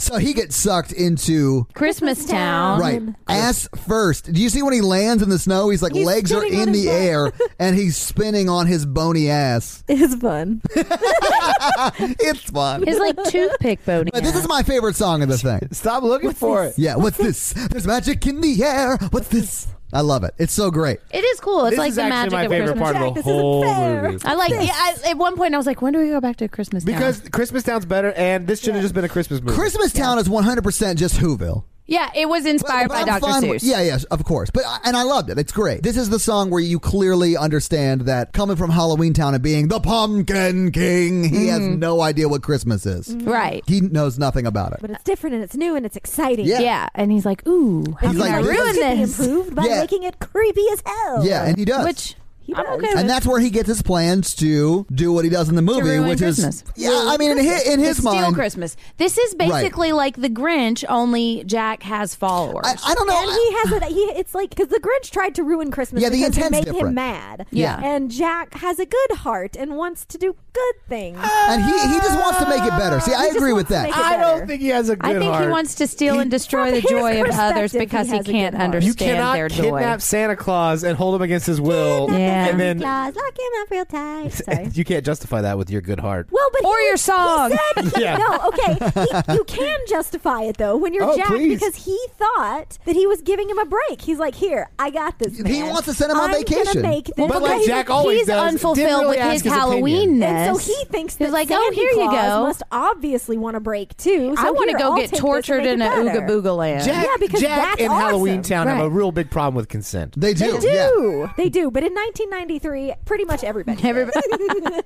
Speaker 1: So he gets sucked into
Speaker 2: Christmas Town.
Speaker 1: Right. Ass first. Do you see when he lands in the snow? He's like
Speaker 4: He's
Speaker 1: legs are
Speaker 4: spinning on
Speaker 1: in
Speaker 4: his
Speaker 1: the
Speaker 4: butt.
Speaker 1: air and he's spinning on his bony ass.
Speaker 4: It's fun.
Speaker 1: It's fun.
Speaker 2: It's like toothpick bony.
Speaker 1: But this is my favorite song of the thing.
Speaker 5: Stop looking for it.
Speaker 1: Yeah, what's this? There's magic in the air. What's this? I love it. It's so great.
Speaker 2: it is cool. It's
Speaker 5: this
Speaker 2: like
Speaker 5: is
Speaker 2: the
Speaker 5: actually
Speaker 2: magic
Speaker 5: my
Speaker 2: of
Speaker 5: favorite
Speaker 2: Christmas.
Speaker 5: part
Speaker 4: Jack,
Speaker 5: of the
Speaker 4: this isn't
Speaker 5: whole
Speaker 4: fair.
Speaker 5: movie.
Speaker 2: I like. Yeah, I, at one point, I was like, "When do we go back to Christmas Town?"
Speaker 5: Because Christmas Town's better, and this should have just been a Christmas movie.
Speaker 1: Christmas Town is 100% just Whoville.
Speaker 2: yeah, it was inspired
Speaker 1: But
Speaker 2: by
Speaker 1: I'm
Speaker 2: Dr.
Speaker 1: fine
Speaker 2: Seuss.
Speaker 1: with- yeah, yeah, of course. But I- and I loved it. It's great. This is the song where you clearly understand that coming from Halloween Town and being the Pumpkin King, he has no idea what Christmas is.
Speaker 2: Right.
Speaker 1: He knows nothing about it.
Speaker 4: But it's different and it's new and it's exciting.
Speaker 1: Yeah.
Speaker 2: Yeah. and he's like, "Ooh, how
Speaker 1: He's
Speaker 2: can
Speaker 1: like,
Speaker 2: I
Speaker 1: "This
Speaker 2: ruin
Speaker 4: Should be
Speaker 2: this?"
Speaker 4: improved by
Speaker 1: Yeah.
Speaker 4: making it creepy as hell.
Speaker 1: Yeah, and he does.
Speaker 2: Which
Speaker 4: He
Speaker 2: I'm
Speaker 4: does.
Speaker 2: okay with.
Speaker 1: and that's where he gets his plans to do what he does in the movie,
Speaker 2: ruin
Speaker 1: which
Speaker 2: Christmas.
Speaker 1: is yeah. I mean, in his, in his
Speaker 2: It's still
Speaker 1: mind,
Speaker 2: Christmas. This is basically like the Grinch, only Jack has followers.
Speaker 1: I, I don't know.
Speaker 4: And he has a he. It's like because the Grinch tried to ruin Christmas.
Speaker 1: Yeah, the
Speaker 4: because it
Speaker 1: intent's
Speaker 4: made
Speaker 1: different.
Speaker 4: him mad.
Speaker 2: Yeah.
Speaker 4: and Jack has a good heart and wants to do good things.
Speaker 1: and he, he just wants to make it better. See, I
Speaker 4: just
Speaker 1: agree with
Speaker 4: wants to
Speaker 1: that.
Speaker 4: make it
Speaker 5: I
Speaker 4: better.
Speaker 5: don't think he has a good
Speaker 2: I think
Speaker 5: heart.
Speaker 2: he wants to steal and destroy
Speaker 4: From
Speaker 2: the
Speaker 4: his
Speaker 2: joy of others
Speaker 4: perspective,
Speaker 2: because
Speaker 4: he
Speaker 2: he
Speaker 4: has a
Speaker 2: can't
Speaker 4: good heart.
Speaker 5: You
Speaker 2: understand
Speaker 5: cannot
Speaker 2: their
Speaker 5: kidnap
Speaker 2: joy.
Speaker 5: Santa Claus and hold him against his will,
Speaker 2: Yeah.
Speaker 5: and then
Speaker 4: Claus, lock him up real tight. Sorry.
Speaker 5: [laughs] you can't justify that with your good heart.
Speaker 4: Well, but
Speaker 2: Or
Speaker 4: he,
Speaker 2: your song.
Speaker 4: He
Speaker 1: [laughs]
Speaker 4: said,
Speaker 5: Yeah.
Speaker 4: No, okay. He, you can justify it though when you're
Speaker 5: Oh,
Speaker 4: Jack
Speaker 5: please.
Speaker 4: because he thought that he was giving him a break. He's like, "Here, I got this." Man.
Speaker 1: He wants to send him on
Speaker 4: I'm gonna
Speaker 1: vacation."
Speaker 4: Make this
Speaker 5: But like
Speaker 4: okay."
Speaker 5: Jack always
Speaker 2: He's
Speaker 5: does, didn't
Speaker 2: unfulfilled
Speaker 5: really
Speaker 2: with
Speaker 5: ask
Speaker 2: his,
Speaker 5: opinion.
Speaker 2: Halloweenness.
Speaker 4: And so he thinks
Speaker 2: he's
Speaker 4: that
Speaker 2: like,
Speaker 4: Santa
Speaker 2: "Oh, here you
Speaker 4: Claus
Speaker 2: go.
Speaker 4: must obviously want a break too.
Speaker 2: I
Speaker 4: want to
Speaker 2: go get tortured in a ooga booga land."
Speaker 5: Jack,
Speaker 4: Yeah, because
Speaker 5: Jack
Speaker 4: that's
Speaker 5: and Halloween
Speaker 4: awesome.
Speaker 5: Town have a
Speaker 2: Right.
Speaker 5: real big problem with consent.
Speaker 1: They do.
Speaker 4: They do.
Speaker 1: Yeah.
Speaker 4: They do. But in 1993, pretty much everybody.
Speaker 2: [laughs] Everybody-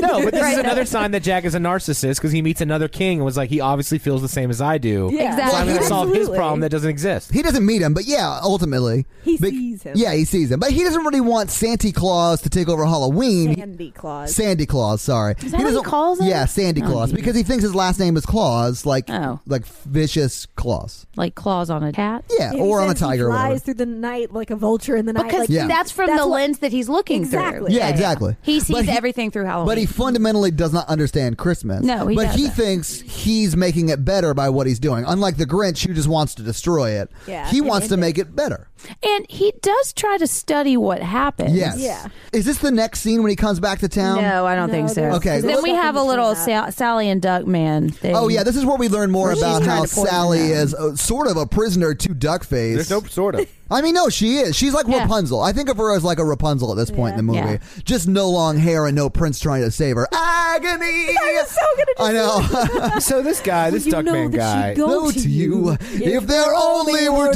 Speaker 5: No, but this is
Speaker 2: Right.
Speaker 5: another sign that Jack is a narcissist because he meets another king and was like, he obviously feels the same as I do.
Speaker 4: Yeah.
Speaker 5: So I'm
Speaker 2: Exactly.
Speaker 5: going to solve his
Speaker 4: Absolutely.
Speaker 5: problem that doesn't exist.
Speaker 1: He doesn't meet him, but yeah, ultimately
Speaker 4: He
Speaker 1: Be-
Speaker 4: sees him.
Speaker 1: Yeah, he sees him, but he doesn't really want Santa Claus to take over Halloween.
Speaker 4: Andy Claus.
Speaker 1: Sandy Claus, sorry.
Speaker 2: that what he
Speaker 1: doesn't-
Speaker 2: calls him?
Speaker 1: Yeah, Sandy
Speaker 2: Oh,
Speaker 1: Claus,
Speaker 2: geez.
Speaker 1: because he thinks his last name is Claus, like
Speaker 2: Oh.
Speaker 1: like vicious Claus.
Speaker 2: like claws on a cat.
Speaker 1: Yeah,
Speaker 4: Yeah, he
Speaker 1: or on a
Speaker 4: says he
Speaker 1: tiger. or
Speaker 4: flies
Speaker 1: whatever.
Speaker 4: through the night like a vulture in the night.
Speaker 2: Because
Speaker 4: like,
Speaker 1: Yeah.
Speaker 2: that's from
Speaker 4: That's
Speaker 2: the
Speaker 4: what-
Speaker 2: lens that he's looking
Speaker 4: Exactly.
Speaker 2: through.
Speaker 1: Yeah, exactly.
Speaker 2: He sees
Speaker 1: But
Speaker 2: everything through Halloween.
Speaker 1: But he fundamentally does not understand Christmas.
Speaker 2: Oh. No, he
Speaker 1: but he
Speaker 2: doesn't.
Speaker 1: thinks he's making it better by what he's doing. Unlike the Grinch, who just wants to destroy it.
Speaker 4: Yeah,
Speaker 1: he
Speaker 4: and
Speaker 1: wants to
Speaker 4: end it.
Speaker 1: make it better.
Speaker 2: and he does try to study what happens.
Speaker 1: Yes.
Speaker 4: Yeah.
Speaker 1: Is this the next scene when he comes back to town?
Speaker 2: No, I don't
Speaker 4: No,
Speaker 2: think so.
Speaker 4: there's-
Speaker 1: Okay.
Speaker 2: 'Cause Then
Speaker 1: there's
Speaker 2: we have a
Speaker 4: nothing
Speaker 2: little
Speaker 4: between
Speaker 2: Sa- Sally and Duck Man thing.
Speaker 1: Oh yeah, this is where we learn more
Speaker 2: Where she's
Speaker 1: about
Speaker 2: trying
Speaker 1: how
Speaker 2: to poison
Speaker 1: Sally
Speaker 2: them.
Speaker 1: is uh, sort of a prisoner to Duckface.
Speaker 5: sort of.
Speaker 1: I mean, no, she is. She's like
Speaker 2: Yeah.
Speaker 1: Rapunzel. I think of her as like a Rapunzel at this point in the movie.
Speaker 2: Yeah.
Speaker 1: Just no long hair and no prince trying to save her.
Speaker 2: [laughs]
Speaker 1: Agony.
Speaker 4: I was so gonna just
Speaker 1: I know.
Speaker 5: [laughs] so this guy, this
Speaker 4: you know
Speaker 5: Duckman
Speaker 4: that she
Speaker 5: guy,
Speaker 4: go-
Speaker 1: No to you if there only were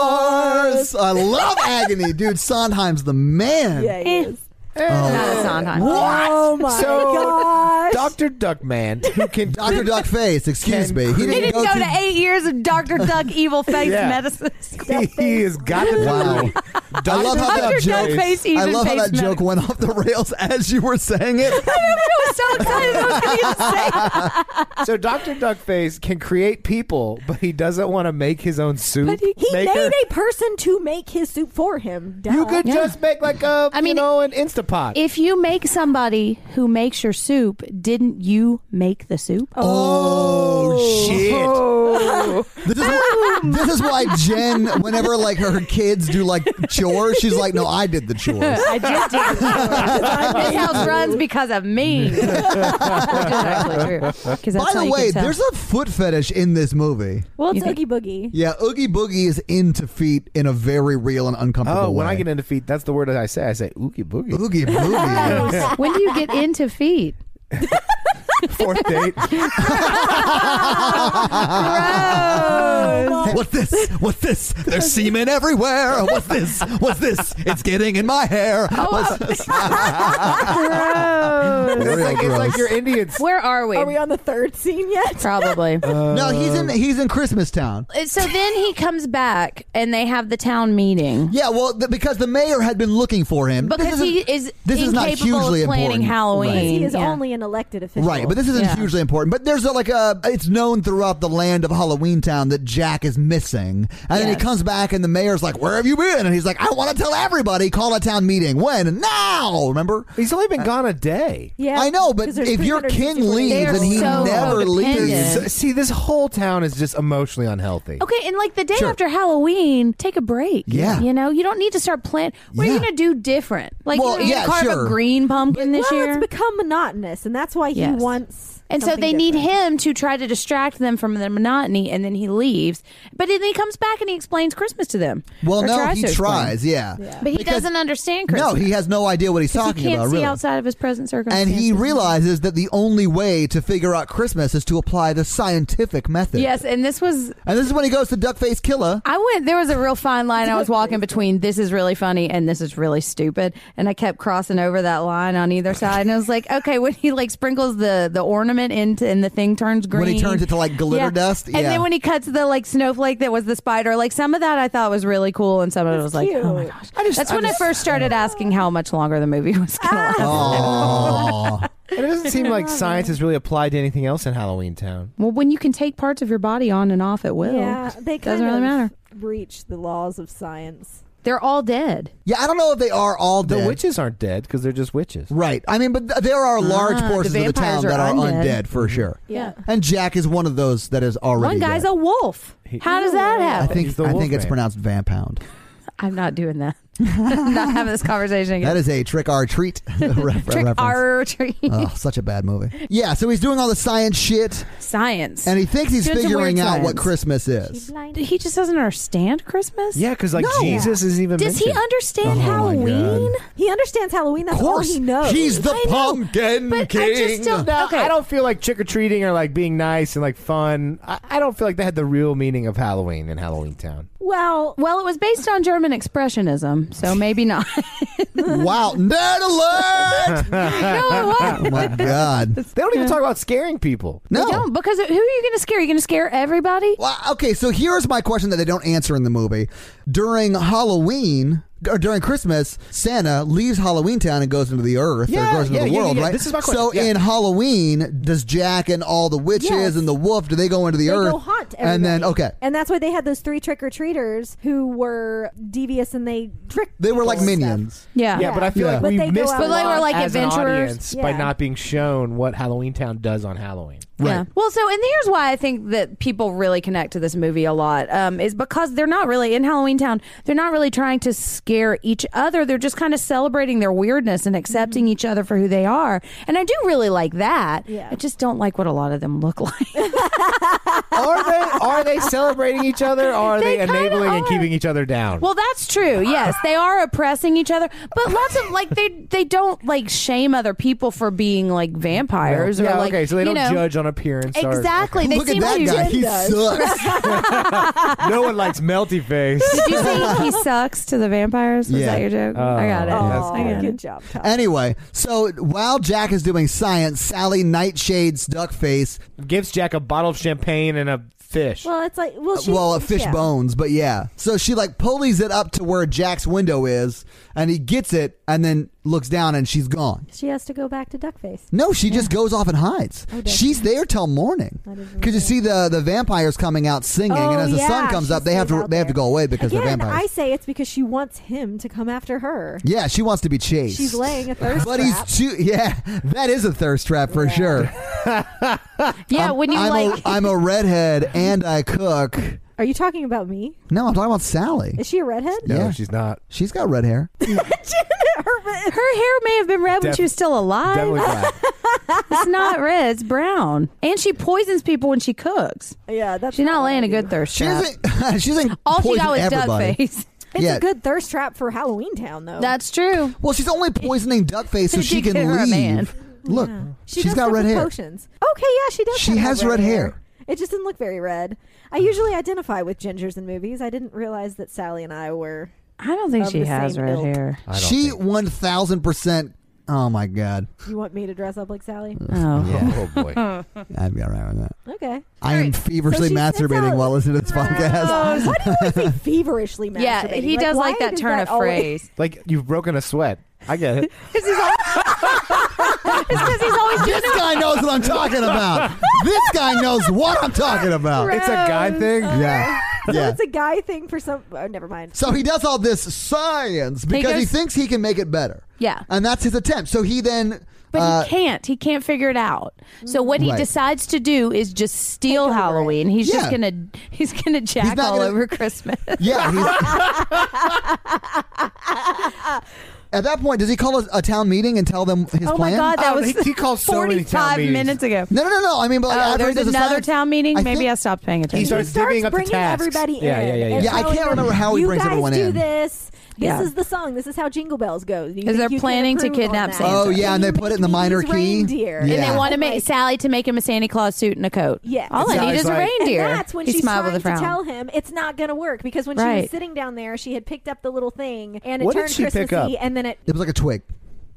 Speaker 1: doors. I love agony, dude. Sondheim's the man.
Speaker 4: Yeah,
Speaker 2: Eh.
Speaker 4: he is.
Speaker 2: Not Sondheim.
Speaker 4: Oh my
Speaker 5: So-
Speaker 4: gosh.
Speaker 5: Doctor Duckman, who can
Speaker 1: Dr. Duckface, excuse
Speaker 5: Ken
Speaker 1: me. He didn't,
Speaker 2: He didn't go to eight years of
Speaker 1: [laughs]
Speaker 2: Dr. Duck Evil Face
Speaker 5: Yeah.
Speaker 2: medicine. [laughs] school.
Speaker 5: [laughs] he has got the
Speaker 1: Wow. I love how that
Speaker 2: Dr.
Speaker 1: joke.
Speaker 2: Duckface,
Speaker 1: I
Speaker 2: even
Speaker 1: love how
Speaker 2: face
Speaker 1: that joke
Speaker 2: medic-
Speaker 1: went off the rails as you were saying it.
Speaker 2: I was so excited. I [laughs] was gonna even say it.
Speaker 5: So Doctor Duckface can create people, but he doesn't want to make his own soup.
Speaker 2: But he-
Speaker 4: he
Speaker 5: maker.
Speaker 4: made a person to make his soup for him. Duh.
Speaker 5: You could just make like a,
Speaker 2: I mean-
Speaker 5: you know, an Instapot.
Speaker 2: If you make somebody who makes your soup, didn't you make the soup?
Speaker 1: Oh shit!
Speaker 5: Oh.
Speaker 1: This is, why, this is why Jen, whenever like her kids do like chores, she's like, "No, I did the chores."
Speaker 2: I
Speaker 1: [laughs]
Speaker 2: just did. this house runs because of me. Which is actually true. 'cause that's
Speaker 1: By
Speaker 2: how
Speaker 1: the
Speaker 2: you
Speaker 1: way,
Speaker 2: can tell.
Speaker 1: there's a foot fetish in this movie.
Speaker 4: well, it's
Speaker 2: You
Speaker 4: Oogie Boogie.
Speaker 1: Yeah, Oogie Boogie is into feet in a very real and uncomfortable
Speaker 5: Oh,
Speaker 1: way.
Speaker 5: when I get into feet, that's the word that I say. I say oogie boogie.
Speaker 1: Oogie Boogie.
Speaker 2: when do you get into feet?
Speaker 3: Fourth
Speaker 5: [laughs]
Speaker 3: date.
Speaker 1: [laughs] What's this? What's this? There's semen everywhere. What's this? What's this? It's getting in my hair.
Speaker 2: Oh,
Speaker 1: What's this?
Speaker 2: Gross.
Speaker 1: Real
Speaker 5: It's like
Speaker 1: gross.
Speaker 5: you're Indians.
Speaker 2: Where are we?
Speaker 4: Are we on the third scene yet?
Speaker 2: Probably.
Speaker 1: [laughs]
Speaker 2: Uh,
Speaker 1: No, he's in he's in Christmas Town.
Speaker 2: so then he comes back and they have the town meeting
Speaker 1: Yeah, well, th- because the mayor had been looking for him This
Speaker 2: because
Speaker 1: isn't-
Speaker 2: he is
Speaker 1: this is not
Speaker 2: incapable
Speaker 1: hugely
Speaker 2: of planning
Speaker 1: important.
Speaker 2: Halloween.
Speaker 1: Right.
Speaker 4: He is
Speaker 2: Yeah.
Speaker 4: only an elected official.
Speaker 1: Right, but this isn't
Speaker 2: Yeah.
Speaker 1: hugely important. But there's a, like a it's known throughout the land of Halloween Town that Jack is missing, and then he
Speaker 2: Yes.
Speaker 1: comes back, and the mayor's like, "Where have you been?" And he's like, "I want to tell everybody. Call a town meeting. When? Now. Remember."
Speaker 5: He's only been gone a day.
Speaker 4: yeah,
Speaker 1: I know, but
Speaker 4: 'cause there's
Speaker 1: if your king
Speaker 4: 364 days.
Speaker 1: leaves
Speaker 2: They're
Speaker 1: and he
Speaker 2: so
Speaker 1: never
Speaker 2: codependent.
Speaker 1: leaves,
Speaker 2: Yeah.
Speaker 5: S- See, this whole town is just emotionally unhealthy.
Speaker 2: Okay, and like the day after Halloween, take a break.
Speaker 1: Yeah.
Speaker 2: you know, you don't need to start planning. What are you
Speaker 1: Yeah.
Speaker 2: gonna do different? Like,
Speaker 1: Well,
Speaker 2: you know, you
Speaker 1: yeah,
Speaker 2: carve
Speaker 1: sure.
Speaker 2: a green pumpkin this
Speaker 4: well,
Speaker 2: year,
Speaker 4: it's become monotonous, and that's why he
Speaker 2: Yes.
Speaker 4: wants.
Speaker 2: and so
Speaker 4: something
Speaker 2: they need
Speaker 4: different.
Speaker 2: him to try to distract them from their monotony, and then he leaves. But then he comes back and he explains Christmas to them.
Speaker 1: well,
Speaker 2: Or
Speaker 1: no,
Speaker 2: tries
Speaker 1: he
Speaker 2: to explain.
Speaker 1: tries. Yeah,
Speaker 2: but he
Speaker 1: Because-
Speaker 2: doesn't understand Christmas.
Speaker 1: no, he has no idea what he's
Speaker 2: 'Cause
Speaker 1: talking
Speaker 2: he can't
Speaker 1: about.
Speaker 2: see
Speaker 1: really.
Speaker 2: outside of his present
Speaker 1: And
Speaker 2: circumstances.
Speaker 1: he realizes that the only way to figure out Christmas is to apply the scientific method.
Speaker 2: Yes, and this was
Speaker 1: And this is when he goes to Duckface Killer.
Speaker 2: I went. There was a real fine line. I was walking between this is really funny and this is really stupid, and I kept crossing over that line on either side. And I was like, okay, when he like sprinkles the the ornament into and the thing turns green,
Speaker 1: When he turns it to, like, glitter dust?
Speaker 2: and
Speaker 1: Yeah.
Speaker 2: then when he cuts the like snowflake that was the spider, like some of that I thought was really cool, and some of it was like,
Speaker 4: cute.
Speaker 2: oh my gosh.
Speaker 5: I just-
Speaker 2: That's
Speaker 5: I
Speaker 2: when
Speaker 5: just-
Speaker 2: I first started asking how much longer the movie was going to last.
Speaker 1: Aww.
Speaker 5: And it doesn't seem like science has really applied to anything else in Halloween Town.
Speaker 2: Well, when you can take parts of your body on and off at will,
Speaker 4: Yeah, they kind
Speaker 2: doesn't really
Speaker 4: of
Speaker 2: matter.
Speaker 4: Breach the laws of science.
Speaker 2: They're all dead.
Speaker 1: yeah, I don't know if they are all
Speaker 5: The
Speaker 1: dead.
Speaker 5: witches aren't dead because they're just witches.
Speaker 1: Right. I mean, but th- there are large
Speaker 2: Ah, the
Speaker 1: portions of the
Speaker 2: vampires
Speaker 1: town
Speaker 2: are
Speaker 1: that are
Speaker 2: undead. Mm-hmm.
Speaker 1: undead for sure.
Speaker 4: Yeah.
Speaker 1: And Jack is one of those that is already.
Speaker 2: One guy's
Speaker 1: dead.
Speaker 2: a wolf. How does that
Speaker 1: I
Speaker 2: happen?
Speaker 1: think
Speaker 5: He's the
Speaker 1: I
Speaker 5: wolf
Speaker 1: think it's
Speaker 5: man.
Speaker 1: pronounced vampound.
Speaker 2: I'm not doing that. I'm not having this conversation again.
Speaker 1: That is a trick or treat [laughs] re-
Speaker 2: Trick
Speaker 1: reference.
Speaker 2: our tree.
Speaker 1: Oh, such a bad movie. Yeah, so he's doing all the science shit,
Speaker 2: Science.
Speaker 1: and he thinks he's
Speaker 2: Doing some
Speaker 1: figuring
Speaker 2: weird
Speaker 1: out what
Speaker 2: science.
Speaker 1: Christmas is.
Speaker 2: he just doesn't understand Christmas.
Speaker 5: Yeah, because like
Speaker 1: No.
Speaker 5: Jesus is even.
Speaker 2: Does he
Speaker 5: mentioned.
Speaker 2: understand
Speaker 1: Oh my
Speaker 2: Halloween?
Speaker 4: He understands Halloween. That's
Speaker 1: Of
Speaker 4: all
Speaker 1: course,
Speaker 4: he knows.
Speaker 1: he's the
Speaker 2: Oh, I know,
Speaker 1: pumpkin
Speaker 2: but I
Speaker 1: king.
Speaker 2: just don't-
Speaker 5: No,
Speaker 2: Okay.
Speaker 5: I don't feel like trick or treating or like being nice and like fun. I, I don't feel like that had the real meaning of Halloween in Halloween Town.
Speaker 4: well.
Speaker 2: Well, it was based on German Expressionism, so maybe not. [laughs]
Speaker 1: wow, nerd alert!
Speaker 2: no, it
Speaker 1: oh
Speaker 2: wasn't. [laughs]
Speaker 1: my god.
Speaker 5: They don't even talk about scaring people.
Speaker 1: No.
Speaker 2: Don't, because who are you going to scare? Are you going to scare everybody?
Speaker 1: Well, okay, so here's my question that they don't answer in the movie. During Halloween or during Christmas, Santa leaves Halloween Town and goes into the earth
Speaker 5: Yeah,
Speaker 1: or goes into
Speaker 5: yeah,
Speaker 1: the
Speaker 5: yeah,
Speaker 1: world,
Speaker 5: yeah.
Speaker 1: right?
Speaker 5: This is my question.
Speaker 1: So
Speaker 5: Yeah.
Speaker 1: in Halloween, does Jack and all the witches
Speaker 4: Yes.
Speaker 1: and the wolf do they go into the
Speaker 4: They
Speaker 1: earth?
Speaker 4: go haunt everybody.
Speaker 1: and then okay.
Speaker 4: And that's why they had those three trick or treaters who were devious and they tricked.
Speaker 1: They were
Speaker 4: people
Speaker 1: like
Speaker 4: and stuff.
Speaker 1: minions.
Speaker 2: Yeah.
Speaker 5: Yeah, but I feel
Speaker 1: Yeah.
Speaker 5: like
Speaker 4: But
Speaker 5: we
Speaker 4: they go
Speaker 5: missed
Speaker 4: out
Speaker 5: a
Speaker 4: But like
Speaker 5: lot
Speaker 4: we're
Speaker 2: like
Speaker 5: as an
Speaker 2: adventurers.
Speaker 5: audience by
Speaker 4: Yeah.
Speaker 5: not being shown what Halloween Town does on Halloween.
Speaker 2: Yeah. Well, so and here's why I think that people really connect to this movie a lot um, is because they're not really in Halloween Town. They're not really trying to scare each other. They're just kind of celebrating their weirdness and accepting each other for who they are. And I do really like that.
Speaker 4: Yeah.
Speaker 2: I just don't like what a lot of them look [laughs] like.
Speaker 5: [laughs] are they are they celebrating each other or are
Speaker 2: They
Speaker 5: they,
Speaker 2: kinda
Speaker 5: enabling and
Speaker 2: are.
Speaker 5: keeping each other down?
Speaker 2: well, that's true. Yes, they are oppressing each other, but lots of like they they don't like shame other people for being like vampires or
Speaker 5: yeah,
Speaker 2: like
Speaker 5: okay, so they
Speaker 2: you
Speaker 5: don't
Speaker 2: know,
Speaker 5: judge on appearance. or-
Speaker 2: Exactly. They
Speaker 1: Look at
Speaker 2: seem
Speaker 1: that
Speaker 2: like
Speaker 1: guy. He sucks.
Speaker 5: [laughs] no one likes melty face.
Speaker 2: Did you [laughs] say he sucks to the vampires? Was
Speaker 1: Yeah.
Speaker 2: that your joke? I got it.
Speaker 5: Oh,
Speaker 2: I
Speaker 5: that's
Speaker 4: Aw,
Speaker 2: got it.
Speaker 4: good job. Tom.
Speaker 1: Anyway, so while Jack is doing science, Sally Nightshade's Duckface,
Speaker 5: Gives Jack a bottle of champagne and a fish.
Speaker 4: Well, it's like well, she,
Speaker 1: well, a fish
Speaker 4: yeah.
Speaker 1: bones, but yeah. So she like pulleys it up to where Jack's window is, and he gets it, and then looks down, and she's gone.
Speaker 4: She has to go back to Duckface.
Speaker 1: No, she just goes off and hides.
Speaker 4: Oh, does
Speaker 1: She's there till morning because you see the the vampires coming out singing,
Speaker 4: Oh,
Speaker 1: and as the
Speaker 4: yeah,
Speaker 1: sun comes
Speaker 4: she
Speaker 1: up, they have
Speaker 4: stays
Speaker 1: to
Speaker 4: out
Speaker 1: they have to
Speaker 4: there.
Speaker 1: go away because they're
Speaker 4: Again,
Speaker 1: vampires.
Speaker 4: I say it's because she wants him to come after her.
Speaker 1: yeah, she wants to be chased.
Speaker 4: She's
Speaker 1: [laughs]
Speaker 4: laying a thirst
Speaker 1: but
Speaker 4: trap.
Speaker 1: he's too. [laughs] Yeah, that is a thirst trap for
Speaker 4: [laughs]
Speaker 1: sure.
Speaker 2: Yeah,
Speaker 1: I'm,
Speaker 2: when you
Speaker 1: I'm
Speaker 2: like
Speaker 1: a, I'm a redhead and I cook.
Speaker 4: Are you talking about me?
Speaker 1: No, I'm talking about Sally.
Speaker 4: Is she a redhead?
Speaker 5: no,
Speaker 1: yeah.
Speaker 5: she's not.
Speaker 1: She's got red hair.
Speaker 4: Her-
Speaker 2: her hair may have been red when
Speaker 5: Def-
Speaker 2: she was still alive.
Speaker 5: Definitely black.
Speaker 2: It's not red, it's brown. And she poisons people when she cooks.
Speaker 4: yeah, that's
Speaker 2: She's not
Speaker 4: what I
Speaker 2: laying a
Speaker 4: do.
Speaker 2: good thirst
Speaker 1: She's
Speaker 2: trap.
Speaker 1: in, [laughs] she's in
Speaker 2: All she
Speaker 1: poison
Speaker 2: got was
Speaker 1: everybody.
Speaker 2: duck face.
Speaker 4: It's
Speaker 1: Yeah.
Speaker 4: a good thirst trap for Halloween Town,
Speaker 2: [laughs]
Speaker 4: though.
Speaker 2: That's true.
Speaker 1: Well, she's only poisoning Duckface so
Speaker 2: To
Speaker 1: she can
Speaker 2: get her a
Speaker 1: leave.
Speaker 2: man.
Speaker 1: Look,
Speaker 4: She
Speaker 1: she's
Speaker 4: does
Speaker 1: got
Speaker 4: stuff
Speaker 1: red
Speaker 4: with
Speaker 1: hair.
Speaker 4: Potions. Okay, yeah, she does.
Speaker 1: She
Speaker 4: have
Speaker 1: has
Speaker 4: that
Speaker 1: red hair.
Speaker 4: It just didn't look very red. I usually identify with gingers in movies. I didn't realize that Sally and I were.
Speaker 2: I don't think
Speaker 4: Of
Speaker 2: she
Speaker 4: the
Speaker 2: has
Speaker 4: same
Speaker 2: red
Speaker 4: ilk.
Speaker 2: hair.
Speaker 3: I don't
Speaker 1: She
Speaker 3: think-
Speaker 1: one thousand percent. Oh my god,
Speaker 4: You want me to dress up like Sally?
Speaker 1: Mm.
Speaker 2: Oh.
Speaker 3: Yeah. Oh boy.
Speaker 1: I'd be all right with that.
Speaker 4: Okay.
Speaker 1: I am feverishly
Speaker 4: So she sits
Speaker 1: masturbating
Speaker 4: out-
Speaker 1: while listening to this podcast.
Speaker 4: [laughs] Uh, why do you
Speaker 1: [laughs]
Speaker 4: always say feverishly masturbating?
Speaker 2: Yeah, he does
Speaker 4: why
Speaker 2: like that
Speaker 4: does
Speaker 2: turn of [laughs]
Speaker 4: always- [laughs]
Speaker 2: phrase.
Speaker 5: Like you've broken a sweat. I get it.
Speaker 2: Because he's always doing
Speaker 1: This guy knows what I'm talking about. This guy knows what I'm talking about.
Speaker 5: It's a guy thing.
Speaker 1: Yeah, yeah.
Speaker 4: It's a guy thing for some. Oh, never mind.
Speaker 1: So he does all this science because he,
Speaker 2: goes-
Speaker 1: thinks he can make it better.
Speaker 2: Yeah.
Speaker 1: and that's his attempt. So he then.
Speaker 2: But
Speaker 1: uh,
Speaker 2: he can't. He can't figure it out. So what he
Speaker 1: Right.
Speaker 2: decides to do is just steal Halloween. He's
Speaker 1: Yeah.
Speaker 2: just gonna he's gonna jack
Speaker 1: not
Speaker 2: all
Speaker 1: gonna-
Speaker 2: over Christmas. [laughs]
Speaker 1: Yeah. he's- At that point, does he call a, a town meeting and tell them his
Speaker 2: oh my
Speaker 1: plan?
Speaker 2: God, that was
Speaker 5: he, he calls so many
Speaker 2: forty
Speaker 5: town
Speaker 2: five
Speaker 5: meetings.
Speaker 2: minutes ago.
Speaker 1: No, no, no, no. I mean, but like,
Speaker 2: Oh,
Speaker 1: after he
Speaker 2: there's
Speaker 1: does the
Speaker 2: another
Speaker 1: science-
Speaker 2: town meeting.
Speaker 1: I
Speaker 2: Maybe
Speaker 1: think-
Speaker 2: I stopped paying attention.
Speaker 5: He starts,
Speaker 4: Starts
Speaker 5: divvying up the
Speaker 4: bringing
Speaker 5: tasks.
Speaker 4: everybody in.
Speaker 5: yeah, yeah, yeah, yeah.
Speaker 4: and
Speaker 1: Yeah, I
Speaker 4: telling
Speaker 1: can't
Speaker 4: them,
Speaker 1: remember how he
Speaker 4: you
Speaker 1: brings
Speaker 4: guys
Speaker 1: everyone
Speaker 4: do
Speaker 1: in."
Speaker 4: This. This
Speaker 2: Yeah.
Speaker 4: is the song. This is how Jingle Bells go. You
Speaker 2: they're
Speaker 4: think you can
Speaker 2: planning to
Speaker 4: improve on
Speaker 2: kidnap
Speaker 4: that.
Speaker 2: Santa. Oh,
Speaker 1: yeah, and they
Speaker 4: You
Speaker 1: put it in
Speaker 4: can
Speaker 1: the minor
Speaker 4: use
Speaker 1: key.
Speaker 4: Reindeer. Oh
Speaker 1: And
Speaker 2: And
Speaker 1: Yeah.
Speaker 2: they want to make
Speaker 4: Like-
Speaker 2: Sally to make him a Santa Claus suit and a coat.
Speaker 4: Yes.
Speaker 2: All I need
Speaker 5: Sally's
Speaker 2: is a
Speaker 5: like-
Speaker 4: And
Speaker 2: reindeer.
Speaker 4: that's when
Speaker 2: he
Speaker 4: she's
Speaker 2: smiled
Speaker 4: trying
Speaker 2: with a
Speaker 4: to
Speaker 2: frown.
Speaker 4: tell him it's not going to work because when she
Speaker 2: Right.
Speaker 4: was sitting down there, she had picked up the little thing and it
Speaker 5: What did
Speaker 4: turned
Speaker 5: she pick
Speaker 4: Christmassy,
Speaker 5: up?
Speaker 4: and then it
Speaker 1: It was like a twig,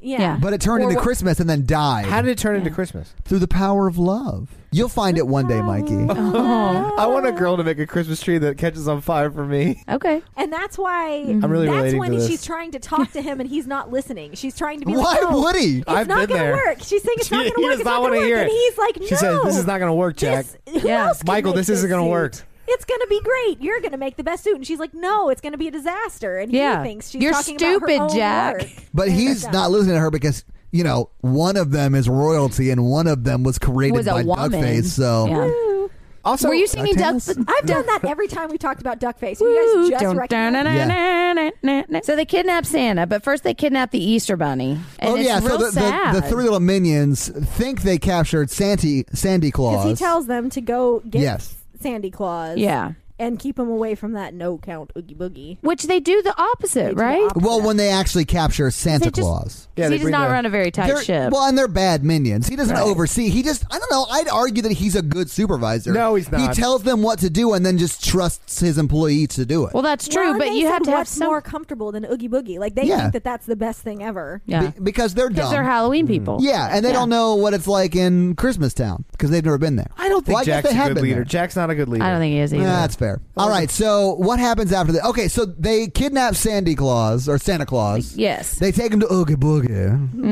Speaker 4: yeah.
Speaker 2: Yeah.
Speaker 1: but it turned
Speaker 2: Or
Speaker 1: into
Speaker 2: what-
Speaker 1: Christmas and then died
Speaker 5: How did it turn into Christmas?
Speaker 1: through the power of love. You'll find it one day, Mikey.
Speaker 2: Oh.
Speaker 1: [laughs]
Speaker 2: [laughs]
Speaker 5: I want a girl to make a Christmas tree that catches on fire for me.
Speaker 2: Okay.
Speaker 4: And that's why
Speaker 2: Mm-hmm.
Speaker 5: I'm really
Speaker 4: that's
Speaker 5: relating
Speaker 4: when
Speaker 5: to this.
Speaker 4: she's trying to talk to him and he's not listening. She's trying to be
Speaker 1: Why
Speaker 4: like, "No,
Speaker 1: would he?
Speaker 4: It's
Speaker 5: I've
Speaker 4: not
Speaker 5: been
Speaker 4: gonna
Speaker 5: there.
Speaker 4: work. She's saying it's not
Speaker 5: He-
Speaker 4: gonna
Speaker 5: he
Speaker 4: work.
Speaker 5: does
Speaker 4: it's
Speaker 5: not
Speaker 4: going
Speaker 5: wanna
Speaker 4: to
Speaker 5: hear
Speaker 4: And
Speaker 5: it.
Speaker 4: he's like, no.
Speaker 5: She says, "This is not going to work, Jack."
Speaker 4: This- who
Speaker 2: Yeah.
Speaker 4: else could
Speaker 5: Michael,
Speaker 4: make
Speaker 5: this isn't
Speaker 4: going
Speaker 5: gonna
Speaker 4: to
Speaker 5: work.
Speaker 4: It's going to be great. You're going to make the best suit. And she's like, no, it's going to be a disaster. And
Speaker 2: Yeah.
Speaker 4: he thinks she's
Speaker 2: You're
Speaker 4: talking about her
Speaker 2: stupid,
Speaker 4: own
Speaker 2: Jack.
Speaker 4: work.
Speaker 1: But
Speaker 4: And
Speaker 1: he's
Speaker 4: stuff.
Speaker 1: not listening to her because you know one of them is royalty and one of them was created
Speaker 2: Was a
Speaker 1: by
Speaker 2: woman.
Speaker 1: Duckface. So
Speaker 2: Yeah.
Speaker 5: Also,
Speaker 2: Were you singing Ducks?
Speaker 1: Ducktales?
Speaker 4: I've done that every time we talked about Duckface. You guys just
Speaker 2: Dun, dun,
Speaker 4: recognize
Speaker 2: dun, dun, dun, dun, dun. So they kidnap Santa, but first they kidnap the Easter Bunny. And
Speaker 1: oh
Speaker 2: it's
Speaker 1: yeah, so
Speaker 2: real
Speaker 1: the,
Speaker 2: sad.
Speaker 1: the, the three little minions think they captured Santy Sandy Claus.
Speaker 4: Because he tells them to go get
Speaker 1: Yes.
Speaker 4: Sandy Claus.
Speaker 2: Yeah.
Speaker 4: And keep him away from that no count Oogie Boogie.
Speaker 2: Which they do the opposite,
Speaker 4: do the
Speaker 2: right?
Speaker 4: opposite.
Speaker 1: well, when they actually capture Santa
Speaker 2: They just-
Speaker 1: Claus.
Speaker 5: Yeah,
Speaker 2: he
Speaker 5: they
Speaker 2: does
Speaker 5: bring
Speaker 2: not
Speaker 5: the-
Speaker 2: run a very tight
Speaker 1: They're-
Speaker 2: ship.
Speaker 1: Well, and they're bad minions. He doesn't oversee. He just, I don't know. I'd argue that he's a good supervisor.
Speaker 5: No, he's
Speaker 1: He
Speaker 5: not.
Speaker 1: tells them what to do and then just trusts his employee to do it.
Speaker 2: well, that's true,
Speaker 4: Well,
Speaker 2: but
Speaker 4: they
Speaker 2: you have
Speaker 4: said
Speaker 2: to have
Speaker 4: what's
Speaker 2: some.
Speaker 4: more comfortable than Oogie Boogie. Like they
Speaker 1: Yeah.
Speaker 4: think that that's the best thing ever.
Speaker 2: yeah,
Speaker 1: Be- because they're
Speaker 2: because
Speaker 1: dumb. Mm-hmm.
Speaker 2: they're Halloween people.
Speaker 1: yeah, and they
Speaker 2: Yeah.
Speaker 1: don't know what it's like in Christmas Town because they've never been there.
Speaker 5: I don't think
Speaker 1: Well, guess
Speaker 5: Jack's
Speaker 1: they
Speaker 5: a
Speaker 1: have
Speaker 5: good
Speaker 1: been
Speaker 5: leader.
Speaker 1: there.
Speaker 5: Jack's not a good leader.
Speaker 2: I don't think he is either.
Speaker 1: Yeah, that's fair. All right, so what happens after that? Okay, so they kidnap Sandy Claus or Santa Claus.
Speaker 2: yes.
Speaker 1: They take him to Oogie Boogie,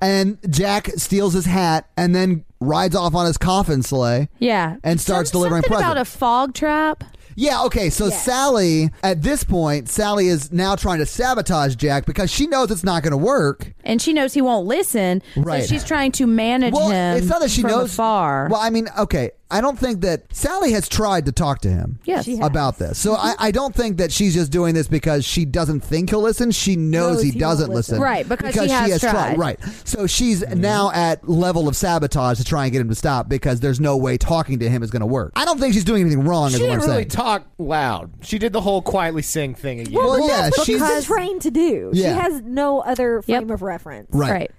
Speaker 1: and Jack steals his hat and then rides off on his coffin sleigh.
Speaker 2: yeah,
Speaker 1: And starts
Speaker 2: Some-
Speaker 1: delivering
Speaker 2: something about a
Speaker 1: presents.
Speaker 2: fog trap.
Speaker 1: Yeah, okay, so
Speaker 4: Yes.
Speaker 1: Sally, at this point, Sally is now trying to sabotage Jack because she knows it's not going to work.
Speaker 2: and she knows he won't listen.
Speaker 1: Right.
Speaker 2: So she's trying to manage
Speaker 1: Well,
Speaker 2: him.
Speaker 1: it's not that she
Speaker 2: from
Speaker 1: knows.
Speaker 2: afar.
Speaker 1: Well, I mean, okay, I don't think that Sally has tried to talk to him.
Speaker 2: yes.
Speaker 4: She has-
Speaker 1: About this. So I, I don't think that she's just doing this because she doesn't think he'll listen. She knows,
Speaker 4: Knows
Speaker 1: he,
Speaker 4: he won't
Speaker 1: doesn't listen.
Speaker 4: listen.
Speaker 2: Right, because she has tried. Mm-hmm.
Speaker 1: Right. So she's now at level of sabotage to try and get him to stop because there's no way talking to him is going to work. I don't think she's doing anything wrong
Speaker 5: She
Speaker 1: is what
Speaker 5: didn't
Speaker 1: I'm
Speaker 5: really
Speaker 1: saying.
Speaker 5: talk loud. She did the whole quietly sing thing again.
Speaker 1: Well,
Speaker 4: but
Speaker 1: yeah,
Speaker 4: that's what
Speaker 1: she's-
Speaker 4: she's been trained to do.
Speaker 1: Yeah.
Speaker 4: She has no other frame
Speaker 2: Yep.
Speaker 4: of reference.
Speaker 1: right.
Speaker 2: Right.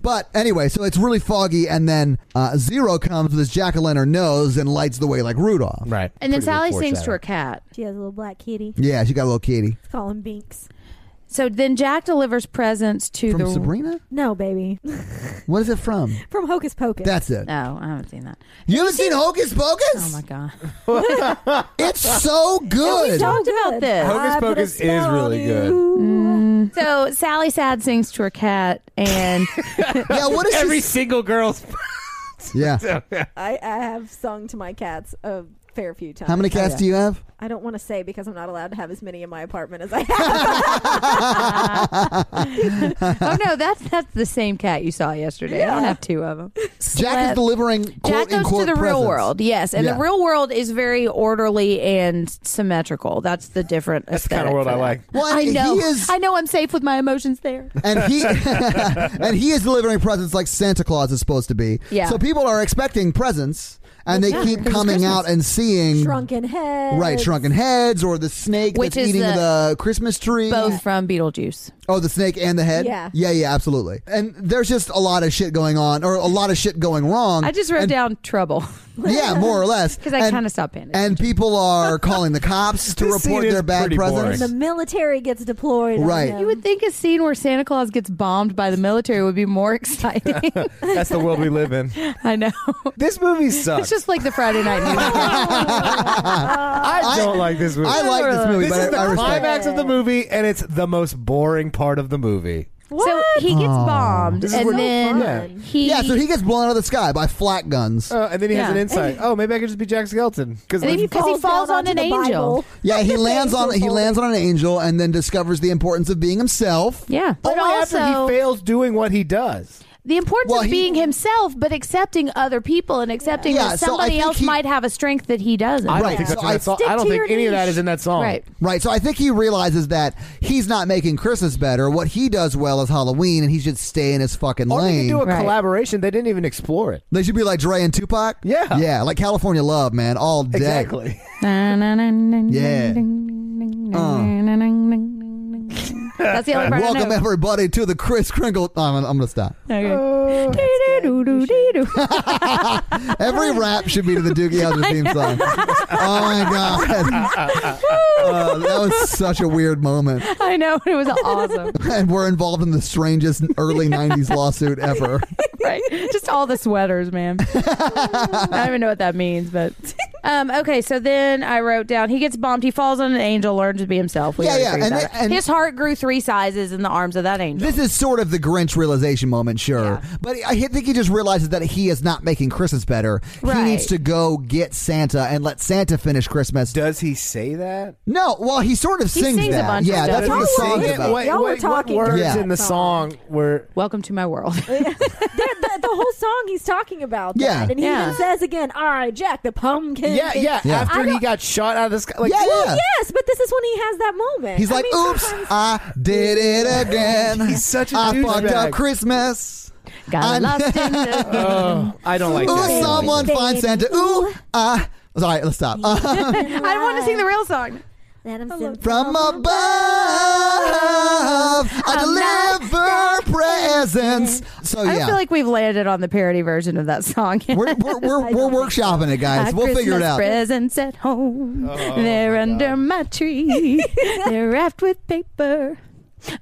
Speaker 1: But anyway, so it's really foggy, and then uh, Zero comes with his jack o' lantern nose and lights the way like Rudolph.
Speaker 5: right.
Speaker 2: And then
Speaker 5: Pretty
Speaker 2: Sally
Speaker 5: good
Speaker 2: sings to her
Speaker 5: foreshadowing.
Speaker 2: cat.
Speaker 4: She has a little black kitty.
Speaker 1: Yeah, she got a little kitty
Speaker 4: Let's call him Binks.
Speaker 2: So then Jack delivers presents to
Speaker 1: from
Speaker 2: the.
Speaker 1: Sabrina.
Speaker 4: No, baby. [laughs]
Speaker 1: What is it from?
Speaker 4: From Hocus Pocus.
Speaker 1: That's it.
Speaker 2: No, Oh, I haven't seen that.
Speaker 1: You haven't seen Hocus
Speaker 2: Oh
Speaker 1: Pocus?
Speaker 2: my god!
Speaker 1: It's so good.
Speaker 4: So
Speaker 2: Talked about
Speaker 4: good.
Speaker 2: this.
Speaker 5: Hocus
Speaker 4: I put a
Speaker 5: Pocus is
Speaker 4: spell on
Speaker 5: really
Speaker 4: you.
Speaker 5: good.
Speaker 2: [laughs] So Sally Sad sings to her cat,
Speaker 1: [laughs]
Speaker 2: and
Speaker 1: yeah, what is
Speaker 5: Every
Speaker 1: she?
Speaker 5: single girl's.
Speaker 1: Yeah.
Speaker 2: Mm.
Speaker 4: I, I have sung to my cats a fair few times.
Speaker 1: How many cats do you have?
Speaker 4: I don't want to say because I'm not allowed to have as many in my apartment as I
Speaker 1: [laughs]
Speaker 4: have.
Speaker 2: oh no, that's that's the same cat you saw yesterday. I don't have two of them.
Speaker 1: Jack is
Speaker 2: Slept.
Speaker 1: delivering quote
Speaker 2: Jack goes
Speaker 1: unquote
Speaker 2: to the real
Speaker 1: presents.
Speaker 2: world, yes, and
Speaker 1: Yeah.
Speaker 2: the real world is very orderly and symmetrical. That's the different.
Speaker 5: That's the [laughs] kinda
Speaker 2: aesthetic
Speaker 5: world
Speaker 2: for
Speaker 5: I
Speaker 2: that.
Speaker 5: like.
Speaker 1: Well, and
Speaker 2: I know.
Speaker 1: he is-
Speaker 2: I know. I'm safe with my
Speaker 1: [laughs]
Speaker 2: emotions there.
Speaker 1: And
Speaker 2: [laughs]
Speaker 1: he and he is delivering presents like Santa Claus is supposed to be.
Speaker 2: Yeah.
Speaker 1: So people are expecting presents. and they
Speaker 2: Yeah,
Speaker 1: keep
Speaker 2: 'cause it's
Speaker 1: coming out and seeing
Speaker 4: Shrunken head.
Speaker 1: right shrunken heads or the snake
Speaker 2: Which
Speaker 1: that's
Speaker 2: is
Speaker 1: eating the,
Speaker 2: the-
Speaker 1: Christmas tree.
Speaker 2: Both from Beetlejuice.
Speaker 1: Oh, the snake and the head.
Speaker 4: Yeah.
Speaker 1: yeah, yeah, absolutely. And there's just a lot of shit going on, or a lot of shit going wrong.
Speaker 2: I just wrote
Speaker 1: And-
Speaker 2: down [laughs] trouble
Speaker 1: yeah, more or less,
Speaker 2: because I
Speaker 1: And-
Speaker 2: kind of stopped paying attention.
Speaker 1: And people are calling the
Speaker 5: [laughs]
Speaker 1: cops to
Speaker 5: This
Speaker 1: report
Speaker 5: scene
Speaker 1: their
Speaker 5: is
Speaker 1: bad
Speaker 5: pretty boring.
Speaker 1: presence.
Speaker 4: The military gets deployed. on
Speaker 1: Right.
Speaker 4: them.
Speaker 2: You would think a scene where Santa Claus gets bombed by the military would be more [laughs] exciting.
Speaker 5: That's the world we live in.
Speaker 2: I know. [laughs]
Speaker 5: This movie
Speaker 2: It's
Speaker 5: sucks.
Speaker 2: just like the Friday night movie.
Speaker 5: I don't like this movie.
Speaker 1: I like this movie,
Speaker 5: This
Speaker 1: but
Speaker 5: is the
Speaker 1: I, I respect.
Speaker 5: climax of the movie, and it's the most boring part of the movie.
Speaker 2: So he gets bombed,
Speaker 5: This is
Speaker 2: and
Speaker 5: what-
Speaker 2: then
Speaker 5: Yeah.
Speaker 2: he
Speaker 1: Yeah, so he gets blown out of the sky by flat guns.
Speaker 5: Uh, and then he has
Speaker 2: Yeah.
Speaker 5: an insight. Oh, maybe I could just be Jack Skeleton. Because
Speaker 2: And he- 'cause he falls
Speaker 4: down
Speaker 2: on
Speaker 4: onto
Speaker 2: an
Speaker 4: the
Speaker 2: angel.
Speaker 4: Bible.
Speaker 1: Yeah,
Speaker 4: [laughs]
Speaker 1: he lands on he
Speaker 4: Angel
Speaker 1: lands on an angel and then discovers the importance of being himself.
Speaker 2: yeah. But
Speaker 5: only
Speaker 2: also
Speaker 5: after he fails doing what he does.
Speaker 2: the importance
Speaker 1: Well,
Speaker 2: of
Speaker 1: he-
Speaker 2: being himself, but accepting other people and accepting
Speaker 1: Yeah,
Speaker 2: that
Speaker 1: so I
Speaker 2: somebody
Speaker 1: think
Speaker 2: else
Speaker 1: he-
Speaker 2: might have a strength that he doesn't.
Speaker 5: I
Speaker 1: Right.
Speaker 5: don't think that's
Speaker 1: So
Speaker 5: in
Speaker 1: I-
Speaker 5: that song. I
Speaker 4: Stick
Speaker 5: don't
Speaker 4: to
Speaker 5: think
Speaker 4: your
Speaker 5: any of that
Speaker 4: niche.
Speaker 5: is in that song.
Speaker 2: Right.
Speaker 1: Right, so I think he realizes that he's not making Christmas better. What he does well is Halloween, and he should stay in his fucking
Speaker 5: Or they could
Speaker 1: lane.
Speaker 5: do a
Speaker 2: Right.
Speaker 5: collaboration. They didn't even explore it.
Speaker 1: they should be like Dre and Tupac.
Speaker 5: Yeah.
Speaker 1: yeah, like California Love, man, all day.
Speaker 5: Exactly.
Speaker 1: Yeah.
Speaker 2: That's the only part
Speaker 1: Welcome
Speaker 2: I know.
Speaker 1: everybody to the Chris Kringle. I'm, I'm gonna stop.
Speaker 2: Okay. [laughs] Dee-doo-doo-doo-doo.
Speaker 1: Every rap should be to the Doogie Howser theme song. Oh my god,
Speaker 2: [laughs]
Speaker 1: Uh, that was such a weird moment.
Speaker 2: [laughs] I know it was awesome.
Speaker 1: and we're involved in the strangest early 90s lawsuit ever.
Speaker 2: [laughs] right? Just all the sweaters, man. [laughs] I don't even know what that means, but um, okay. So then I wrote down: he gets bombed, he falls on an angel, learns to be himself. We
Speaker 1: Yeah,
Speaker 2: already
Speaker 1: yeah,
Speaker 2: figured
Speaker 1: and
Speaker 2: that
Speaker 1: they-
Speaker 2: out.
Speaker 1: and-
Speaker 2: his heart grew three sizes in the arms of that angel.
Speaker 1: This is sort of the Grinch realization moment, sure. But I think he just realizes that he is not making Christmas better.
Speaker 2: Right.
Speaker 1: He needs to go get Santa and let Santa finish Christmas.
Speaker 5: Does he say that?
Speaker 1: no, well, he sort of
Speaker 2: He
Speaker 1: sings,
Speaker 2: sings a
Speaker 1: that.
Speaker 2: bunch of
Speaker 1: yeah,
Speaker 2: stuff.
Speaker 1: that's what the
Speaker 4: Y'all were
Speaker 1: song's
Speaker 4: singing
Speaker 1: about.
Speaker 4: Y'all were talking
Speaker 5: What words
Speaker 1: during
Speaker 5: in the
Speaker 4: that song.
Speaker 5: song were?
Speaker 2: [laughs] Welcome to my world.
Speaker 4: the, the, the whole song he's talking about.
Speaker 1: Yeah.
Speaker 4: that. and he
Speaker 2: Yeah.
Speaker 4: even says again, "All right, Jack, the pumpkin."
Speaker 5: Yeah,
Speaker 4: king."
Speaker 5: yeah.
Speaker 1: Yeah. I
Speaker 5: After he
Speaker 4: Uh, don't-
Speaker 5: got shot out of the sky, like,
Speaker 1: Yeah,
Speaker 4: Well,
Speaker 1: yeah.
Speaker 4: yes, but this is when he has that moment.
Speaker 1: He's
Speaker 4: I
Speaker 1: like,
Speaker 4: mean,
Speaker 1: oops,
Speaker 4: sometimes-
Speaker 1: I did it again.
Speaker 5: [laughs] He's such a
Speaker 1: I fucked
Speaker 5: douchebag.
Speaker 1: up Christmas. I-
Speaker 2: [laughs] Got
Speaker 1: [laughs]
Speaker 2: lost in the
Speaker 5: oh, I don't like
Speaker 1: Ooh,
Speaker 5: that.
Speaker 4: Baby,
Speaker 1: someone
Speaker 4: baby,
Speaker 1: find Santa. Ooh, I. Sorry, let's stop. Uh,
Speaker 2: [laughs] I want to sing the real song.
Speaker 4: Let him sing
Speaker 1: From above, I deliver presents. So yeah,
Speaker 2: I don't feel like we've landed on the parody version of that song. yet.
Speaker 1: we're we're we're, we're workshopping it, guys.
Speaker 2: My
Speaker 1: We'll figure it
Speaker 2: Christmas
Speaker 1: out.
Speaker 2: Presents at home. They're under my
Speaker 1: [laughs]
Speaker 2: tree. They're wrapped with paper.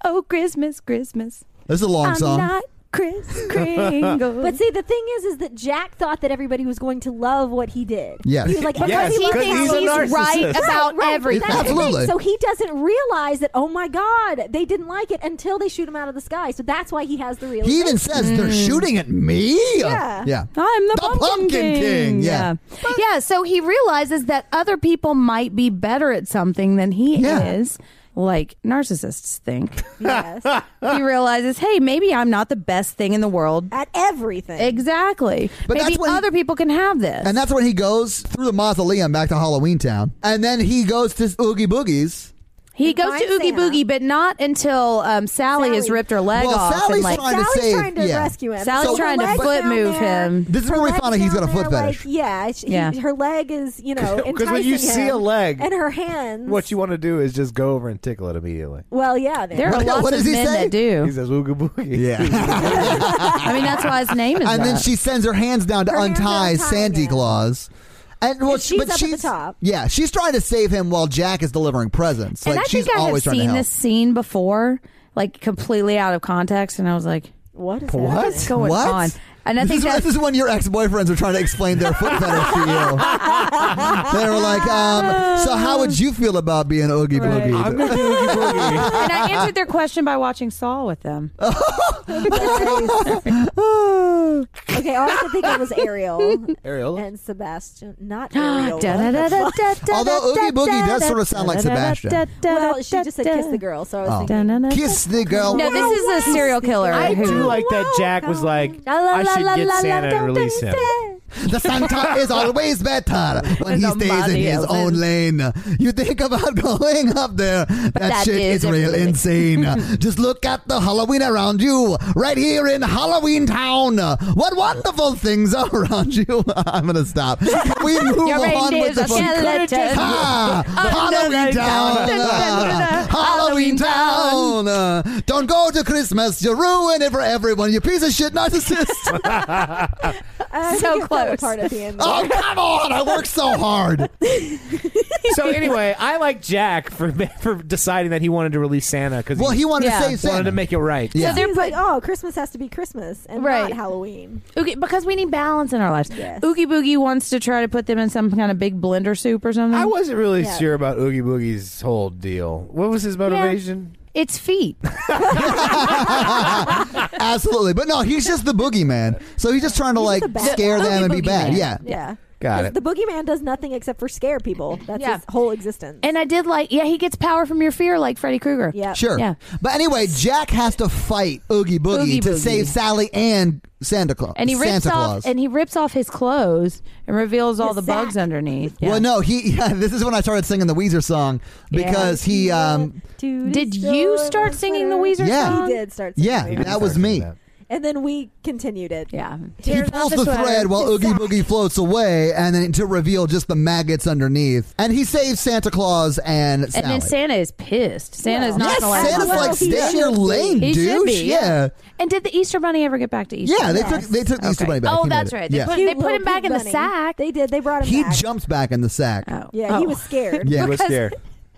Speaker 2: Oh, Christmas, Christmas.
Speaker 1: This is a long
Speaker 2: I'm
Speaker 1: song.
Speaker 2: not
Speaker 1: [laughs]
Speaker 2: Chris Kringle.
Speaker 4: But see, the thing is, is that Jack thought that everybody was going to love what he did.
Speaker 1: Yes.
Speaker 4: He was like,
Speaker 5: Yes,
Speaker 4: everybody
Speaker 2: he
Speaker 5: because
Speaker 4: loves
Speaker 2: thinks
Speaker 4: Halloween.
Speaker 5: he's a
Speaker 2: he's right
Speaker 5: narcissist.
Speaker 2: about
Speaker 4: Right,
Speaker 2: everything.
Speaker 4: that's the thing.
Speaker 1: Absolutely.
Speaker 4: So he doesn't realize that. Oh my God, they didn't like it until they shoot him out of the sky. So that's why he has the real.
Speaker 1: he [laughs] even says they're shooting at me.
Speaker 4: Yeah.
Speaker 1: yeah.
Speaker 2: I'm the,
Speaker 1: The Pumpkin King, yeah.
Speaker 2: yeah. Yeah, so he realizes that other people might be better at something than he
Speaker 1: Yeah.
Speaker 2: is, like narcissists think.
Speaker 4: yes,
Speaker 1: [laughs]
Speaker 2: he realizes, hey, maybe I'm not the best thing in the world.
Speaker 4: at everything.
Speaker 2: Exactly.
Speaker 1: But
Speaker 2: maybe
Speaker 1: that's when he-
Speaker 2: other people can have this.
Speaker 1: And that's when he goes through the mausoleum back to Halloween Town, and then he goes to Oogie Boogie's.
Speaker 2: He
Speaker 4: And
Speaker 2: goes to
Speaker 4: finds
Speaker 2: Oogie
Speaker 4: Santa.
Speaker 2: Boogie, but not until um, Sally, has
Speaker 4: Sally.
Speaker 2: ripped her leg
Speaker 1: Well,
Speaker 2: off.
Speaker 1: Sally's
Speaker 2: and, like,
Speaker 1: trying to
Speaker 4: Sally's
Speaker 1: save-
Speaker 4: trying to
Speaker 1: yeah.
Speaker 4: rescue him.
Speaker 2: Sally's
Speaker 4: So
Speaker 2: trying to
Speaker 4: her leg's
Speaker 2: foot
Speaker 4: down
Speaker 2: move
Speaker 4: there.
Speaker 2: him.
Speaker 1: This is
Speaker 4: Her
Speaker 1: where we
Speaker 4: leg's
Speaker 1: found out he's got a
Speaker 4: down
Speaker 1: foot
Speaker 4: there,
Speaker 1: fetish.
Speaker 4: Like, yeah, she,
Speaker 2: Yeah.
Speaker 4: her leg is you know
Speaker 5: Because when you
Speaker 4: enticing
Speaker 5: see
Speaker 4: him.
Speaker 5: a leg,
Speaker 4: and her hands.
Speaker 5: what you want to do is just go over and tickle it immediately.
Speaker 4: Well, yeah,
Speaker 2: there are
Speaker 1: What-
Speaker 2: lots
Speaker 1: what
Speaker 2: of
Speaker 1: does he
Speaker 2: men
Speaker 1: say?
Speaker 2: that
Speaker 5: He
Speaker 2: do.
Speaker 5: says ooga boogie. [laughs]
Speaker 1: Yeah.
Speaker 2: I mean, that's why his name is.
Speaker 1: and then
Speaker 2: that.
Speaker 1: she sends her hands down to
Speaker 4: Her hands
Speaker 1: untie
Speaker 4: untying
Speaker 1: Sandy
Speaker 4: him.
Speaker 1: Claus. And, well,
Speaker 4: And she's
Speaker 1: but
Speaker 4: up at the
Speaker 1: she's,
Speaker 4: top.
Speaker 1: Yeah, she's trying to save him while Jack is delivering presents.
Speaker 2: and
Speaker 1: like
Speaker 2: I
Speaker 1: she's
Speaker 2: think I have
Speaker 1: always trying to
Speaker 2: seen
Speaker 1: help.
Speaker 2: this scene before, like completely out of context, and I was like,
Speaker 4: What is
Speaker 5: What?
Speaker 4: happening?
Speaker 2: "What's going
Speaker 1: What?
Speaker 2: on?" And I
Speaker 1: this,
Speaker 2: think
Speaker 1: is,
Speaker 2: that's
Speaker 1: this is when your ex-boyfriends are trying to explain their foot fetish to you. they were like, um, "So how would you feel about being oogie
Speaker 2: Right.
Speaker 1: boogie?"
Speaker 2: [laughs]
Speaker 5: I'm gonna do ooga boogie.
Speaker 2: [laughs] and I answered their question by watching Saul
Speaker 1: [gasps]
Speaker 2: with them.
Speaker 1: Oh,
Speaker 4: Okay, I also think it was Ariel
Speaker 5: Ariola.
Speaker 4: and Sebastian,
Speaker 2: [gasps]
Speaker 4: not Ariel.
Speaker 2: Although
Speaker 1: Although Oogie Boogie does sort of sound like Sebastian.
Speaker 4: [laughs] Well, she just said kiss the girl, so I was
Speaker 1: Oh.
Speaker 4: thinking.
Speaker 1: Kiss the girl.
Speaker 2: No, this is a serial killer.
Speaker 5: I
Speaker 2: who,
Speaker 5: do like that. Jack was like, I should get Santa and release him.
Speaker 1: The
Speaker 2: [laughs]
Speaker 1: Santa is always better when he
Speaker 2: There's
Speaker 1: stays in
Speaker 2: nobody
Speaker 1: his
Speaker 2: else
Speaker 1: own
Speaker 2: in-
Speaker 1: lane. You think about [laughs] going up there. That,
Speaker 2: that
Speaker 1: shit is,
Speaker 2: is
Speaker 1: real
Speaker 2: amazing. [laughs]
Speaker 1: insane. Just look at the Halloween around you, right here in Halloween Town. What wonderful things are around you. [laughs] I'm going to stop. Can we move
Speaker 2: [laughs] Your
Speaker 1: on
Speaker 2: reindeer's
Speaker 1: with the
Speaker 2: a skeleton.
Speaker 1: [laughs] Ah, Halloween
Speaker 2: Another
Speaker 1: Town.
Speaker 2: [laughs] town. Dun, dun, dun, dun.
Speaker 1: Halloween
Speaker 2: Halloween
Speaker 1: Town. Uh, Don't go to Christmas. You ruin it for everyone. You piece of shit
Speaker 2: [laughs]
Speaker 1: narcissist.
Speaker 4: I
Speaker 2: So
Speaker 4: think it fell
Speaker 2: close.
Speaker 4: apart at the end.
Speaker 1: Oh, come on. I worked so hard.
Speaker 5: [laughs] So anyway, I like Jack for [laughs] for deciding that he wanted to release Santa because
Speaker 1: Well, he wanted
Speaker 2: Yeah.
Speaker 1: to save Santa.
Speaker 5: wanted to make it right.
Speaker 1: yeah.
Speaker 2: So they're
Speaker 4: He's like, oh, Christmas has to be Christmas and
Speaker 2: Right.
Speaker 4: not Halloween.
Speaker 2: Oogie, because we need balance in our lives.
Speaker 4: Yes.
Speaker 2: Oogie Boogie wants to try to put them in some kind of big blender soup or something.
Speaker 5: I wasn't really
Speaker 4: Yeah.
Speaker 5: sure about Oogie Boogie's whole deal. What was his motivation?
Speaker 2: it's feet.
Speaker 1: [laughs] Absolutely. But no, he's just the boogeyman. So he's just trying to like
Speaker 4: the bad
Speaker 1: scare
Speaker 2: guy.
Speaker 1: them and be
Speaker 2: Boogeyman.
Speaker 1: bad. Yeah.
Speaker 4: Yeah.
Speaker 5: Got
Speaker 4: 'Cause
Speaker 5: it.
Speaker 4: The boogeyman does nothing except for scare people. That's
Speaker 2: Yeah.
Speaker 4: his whole existence.
Speaker 2: And I did like, yeah, he gets power from your fear, like Freddy Krueger.
Speaker 4: yeah.
Speaker 1: Sure.
Speaker 2: Yeah.
Speaker 1: But anyway, Jack has to fight Oogie Boogie
Speaker 2: Oogie
Speaker 1: to
Speaker 2: Boogie.
Speaker 1: save Sally and Santa Claus.
Speaker 2: And he rips
Speaker 1: Santa
Speaker 2: off
Speaker 1: Claus.
Speaker 2: and he rips off his clothes and reveals all
Speaker 4: His
Speaker 2: the
Speaker 4: sack.
Speaker 2: bugs underneath. Yeah.
Speaker 1: Well, no, he. [laughs] Yeah, this is when I started singing the Weezer song because he. um
Speaker 4: To
Speaker 2: Did
Speaker 4: destroy
Speaker 2: you
Speaker 4: the
Speaker 2: start singing the
Speaker 4: sweater.
Speaker 2: Weezer
Speaker 1: Yeah.
Speaker 2: song?
Speaker 4: He did start singing
Speaker 1: Yeah,
Speaker 4: the Weezer
Speaker 1: that
Speaker 4: song.
Speaker 1: was me.
Speaker 5: That.
Speaker 4: And then we continued it.
Speaker 2: Yeah.
Speaker 1: He
Speaker 2: Tears off
Speaker 1: pulls the
Speaker 2: sweater.
Speaker 1: thread while Oogie
Speaker 4: Sack.
Speaker 1: Boogie floats away, and then to reveal just the maggots underneath. And he saves Santa Claus and
Speaker 2: And
Speaker 1: Sally.
Speaker 2: then Santa is pissed. Santa's
Speaker 4: Yeah.
Speaker 2: not
Speaker 1: yes,
Speaker 2: going to let him
Speaker 1: Santa's
Speaker 2: off.
Speaker 1: like,
Speaker 4: Well, he
Speaker 1: stay in your
Speaker 4: should be.
Speaker 1: lane,
Speaker 2: He
Speaker 1: douche.
Speaker 2: should be,
Speaker 1: yeah.
Speaker 2: yeah. And did the Easter Bunny ever get back to Easter?
Speaker 1: Yeah, they took they took the Easter
Speaker 2: Okay.
Speaker 1: Bunny back.
Speaker 2: Oh,
Speaker 1: He made
Speaker 2: that's
Speaker 1: it.
Speaker 2: right. They
Speaker 1: Yeah.
Speaker 2: put-
Speaker 4: Cute
Speaker 2: him
Speaker 4: little
Speaker 2: back
Speaker 4: pig
Speaker 2: in the
Speaker 4: bunny.
Speaker 2: sack.
Speaker 4: They did. They brought him
Speaker 1: He
Speaker 4: back.
Speaker 1: jumps back in the sack.
Speaker 2: Oh.
Speaker 4: yeah, he
Speaker 2: Oh. [laughs]
Speaker 4: was scared.
Speaker 1: Yeah.
Speaker 5: was scared.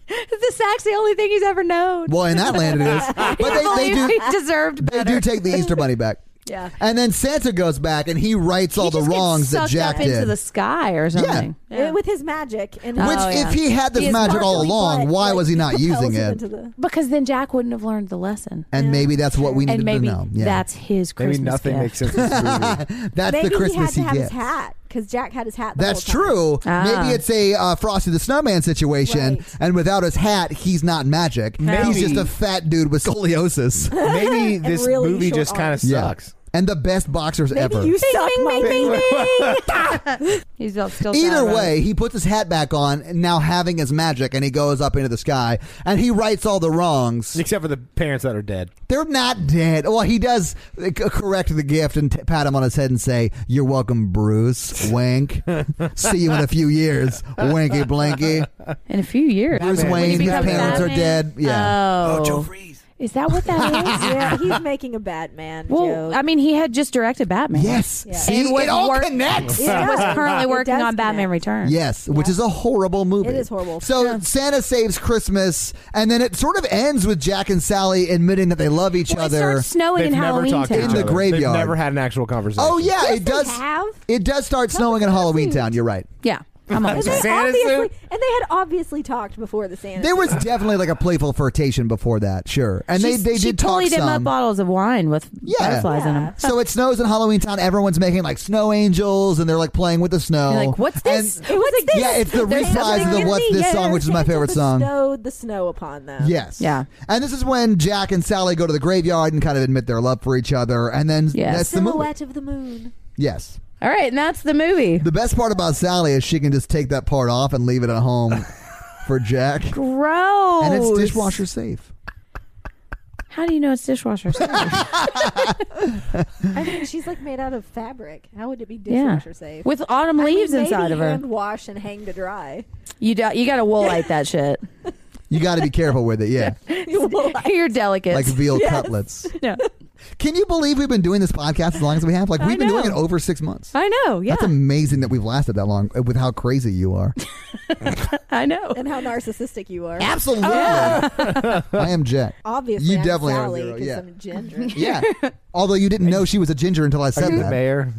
Speaker 2: the sack's the only thing he's ever known.
Speaker 1: Well, in that land it is. But they, they do
Speaker 2: [laughs] he deserved
Speaker 1: they
Speaker 2: better.
Speaker 1: do take the Easter Bunny back.
Speaker 2: yeah.
Speaker 1: And then Santa goes back and he rights all
Speaker 2: He
Speaker 1: the
Speaker 2: just gets
Speaker 1: wrongs that
Speaker 2: sucked
Speaker 1: Jack
Speaker 2: up
Speaker 1: did.
Speaker 2: into the sky or something.
Speaker 4: Uh, With his magic. And
Speaker 2: Oh,
Speaker 1: Which,
Speaker 2: yeah.
Speaker 1: if he had this
Speaker 2: He is
Speaker 1: magic all
Speaker 4: sparkly
Speaker 1: along,
Speaker 4: butt,
Speaker 1: why
Speaker 4: like,
Speaker 1: was he not using
Speaker 4: propels him
Speaker 1: it?
Speaker 4: into the-
Speaker 2: Because then Jack wouldn't have learned the lesson.
Speaker 1: And maybe that's what we needed
Speaker 2: and maybe
Speaker 1: to know. Yeah.
Speaker 2: that's his
Speaker 5: Maybe
Speaker 2: Christmas
Speaker 5: nothing
Speaker 2: gift.
Speaker 5: makes
Speaker 1: [laughs]
Speaker 5: sense. in this movie. [laughs]
Speaker 1: That's the
Speaker 4: Maybe he had
Speaker 1: Christmas
Speaker 4: to
Speaker 1: he,
Speaker 4: have his
Speaker 1: gets.
Speaker 4: hat because Jack had his hat. The
Speaker 1: That's
Speaker 4: whole time.
Speaker 1: true.
Speaker 2: Ah.
Speaker 1: Maybe it's a uh, Frosty the Snowman situation,
Speaker 4: Right.
Speaker 1: and without his hat, he's not magic. He's
Speaker 5: Maybe-
Speaker 1: just a fat dude with scoliosis.
Speaker 5: Maybe this
Speaker 4: really
Speaker 5: movie
Speaker 4: short
Speaker 5: just kind of
Speaker 4: arms.
Speaker 1: Yeah.
Speaker 5: [laughs] sucks.
Speaker 1: And the best boxers
Speaker 4: Maybe
Speaker 1: ever.
Speaker 4: you suck, my baby.
Speaker 2: [laughs] He's still sad
Speaker 1: Either
Speaker 2: about it.
Speaker 1: way, he puts his hat back on, now having his magic, and he goes up into the sky and he rights all the wrongs.
Speaker 5: Except for the parents that are dead.
Speaker 1: They're not dead. Well, he does uh, c- correct the gift and t- pat him on his head and say, "You're welcome, Bruce."
Speaker 5: [laughs]
Speaker 1: Wink. See you in a few years, Winky Blinky.
Speaker 2: in a few years,
Speaker 1: Bruce
Speaker 5: Batman.
Speaker 1: Wayne,
Speaker 5: When
Speaker 1: his
Speaker 5: he becomes
Speaker 1: parents are
Speaker 2: Batman?
Speaker 1: dead. Yeah.
Speaker 2: Oh,
Speaker 5: Freeze.
Speaker 2: is that
Speaker 1: [laughs]
Speaker 2: what that is?
Speaker 4: yeah, he's making a Batman
Speaker 2: well,
Speaker 4: joke.
Speaker 2: I mean, he had just directed Batman.
Speaker 1: yes.
Speaker 4: Yeah.
Speaker 1: See,
Speaker 2: And was
Speaker 1: it all
Speaker 2: work-
Speaker 1: connects.
Speaker 2: He was
Speaker 1: [laughs]
Speaker 2: currently
Speaker 4: It
Speaker 2: working
Speaker 4: does
Speaker 2: on Batman
Speaker 4: connect.
Speaker 2: Returns.
Speaker 1: Yes, which is a horrible movie.
Speaker 4: It is horrible.
Speaker 1: So
Speaker 4: Yeah.
Speaker 1: Santa saves Christmas, and then it sort of ends with Jack and Sally admitting that they love each
Speaker 2: Well, it
Speaker 1: other.
Speaker 2: starts snowing
Speaker 5: They've
Speaker 2: in
Speaker 5: never
Speaker 2: Halloween
Speaker 5: talked to
Speaker 2: Town.
Speaker 5: each
Speaker 1: In the
Speaker 5: other.
Speaker 1: graveyard.
Speaker 5: They've never had an actual conversation.
Speaker 1: oh yeah,
Speaker 4: Yes,
Speaker 1: it
Speaker 4: they
Speaker 1: does.
Speaker 4: have.
Speaker 1: It does start snowing in Halloween Town. You're right.
Speaker 2: Yeah, I'm on.
Speaker 4: And they,
Speaker 5: Santa
Speaker 4: obviously,
Speaker 5: suit?
Speaker 4: and they had obviously talked before the Santa.
Speaker 1: There was definitely like a playful flirtation before that, sure. And
Speaker 2: She-
Speaker 1: they, they
Speaker 2: she
Speaker 1: did talk
Speaker 2: pullied him up
Speaker 1: some.
Speaker 2: bottles of wine with
Speaker 1: Yeah.
Speaker 2: butterflies in
Speaker 4: Yeah.
Speaker 2: them.
Speaker 1: so it snows in Halloween Town. Everyone's making like snow angels, and they're like playing with the snow.
Speaker 2: You're like, what's this?
Speaker 1: And-
Speaker 4: It was a
Speaker 1: yeah, it's the
Speaker 2: There's
Speaker 1: reprise of the
Speaker 2: something in
Speaker 1: "What's
Speaker 2: me,
Speaker 1: This
Speaker 2: yeah.
Speaker 1: Song," which is my favorite song.
Speaker 4: Snowed the snow upon them.
Speaker 1: Yes.
Speaker 2: Yeah.
Speaker 1: And this is when Jack and Sally go to the graveyard and kind of admit their love for each other, and then
Speaker 2: Yes.
Speaker 1: that's the movie.
Speaker 4: Silhouette of the moon.
Speaker 1: Yes.
Speaker 2: All right, and that's the movie.
Speaker 1: The best part about Sally is she can just take that part off and leave it at home for Jack,
Speaker 2: Gross.
Speaker 1: and it's dishwasher safe.
Speaker 2: How do you know it's dishwasher?
Speaker 4: I mean, she's like made out of fabric. How would it be
Speaker 2: yeah,
Speaker 4: dishwasher safe?
Speaker 2: with autumn
Speaker 4: I mean,
Speaker 2: leaves
Speaker 4: maybe
Speaker 2: inside of her.
Speaker 4: Hand wash and hang to dry.
Speaker 2: You do, you got to wool like that
Speaker 1: [laughs]
Speaker 2: shit.
Speaker 1: You got to be careful with it. Yeah,
Speaker 2: [laughs] You're delicate.
Speaker 1: like veal cutlets.
Speaker 2: Yeah.
Speaker 1: Can you believe we've been doing this podcast as long as we have? Like we've been doing it
Speaker 2: know.
Speaker 1: over six months.
Speaker 2: I know. Yeah,
Speaker 1: That's amazing that we've lasted that long uh, with how crazy you are.
Speaker 2: I know.
Speaker 4: and how narcissistic you are.
Speaker 1: Absolutely. I am Jack.
Speaker 4: Obviously,
Speaker 1: You
Speaker 4: I'm
Speaker 1: definitely are
Speaker 4: Sally
Speaker 1: zero,
Speaker 4: because
Speaker 1: yeah.
Speaker 4: I'm ginger.
Speaker 1: Yeah. Although you didn't know she was a ginger until I
Speaker 5: Are
Speaker 1: said
Speaker 5: you the
Speaker 1: that.
Speaker 5: mayor?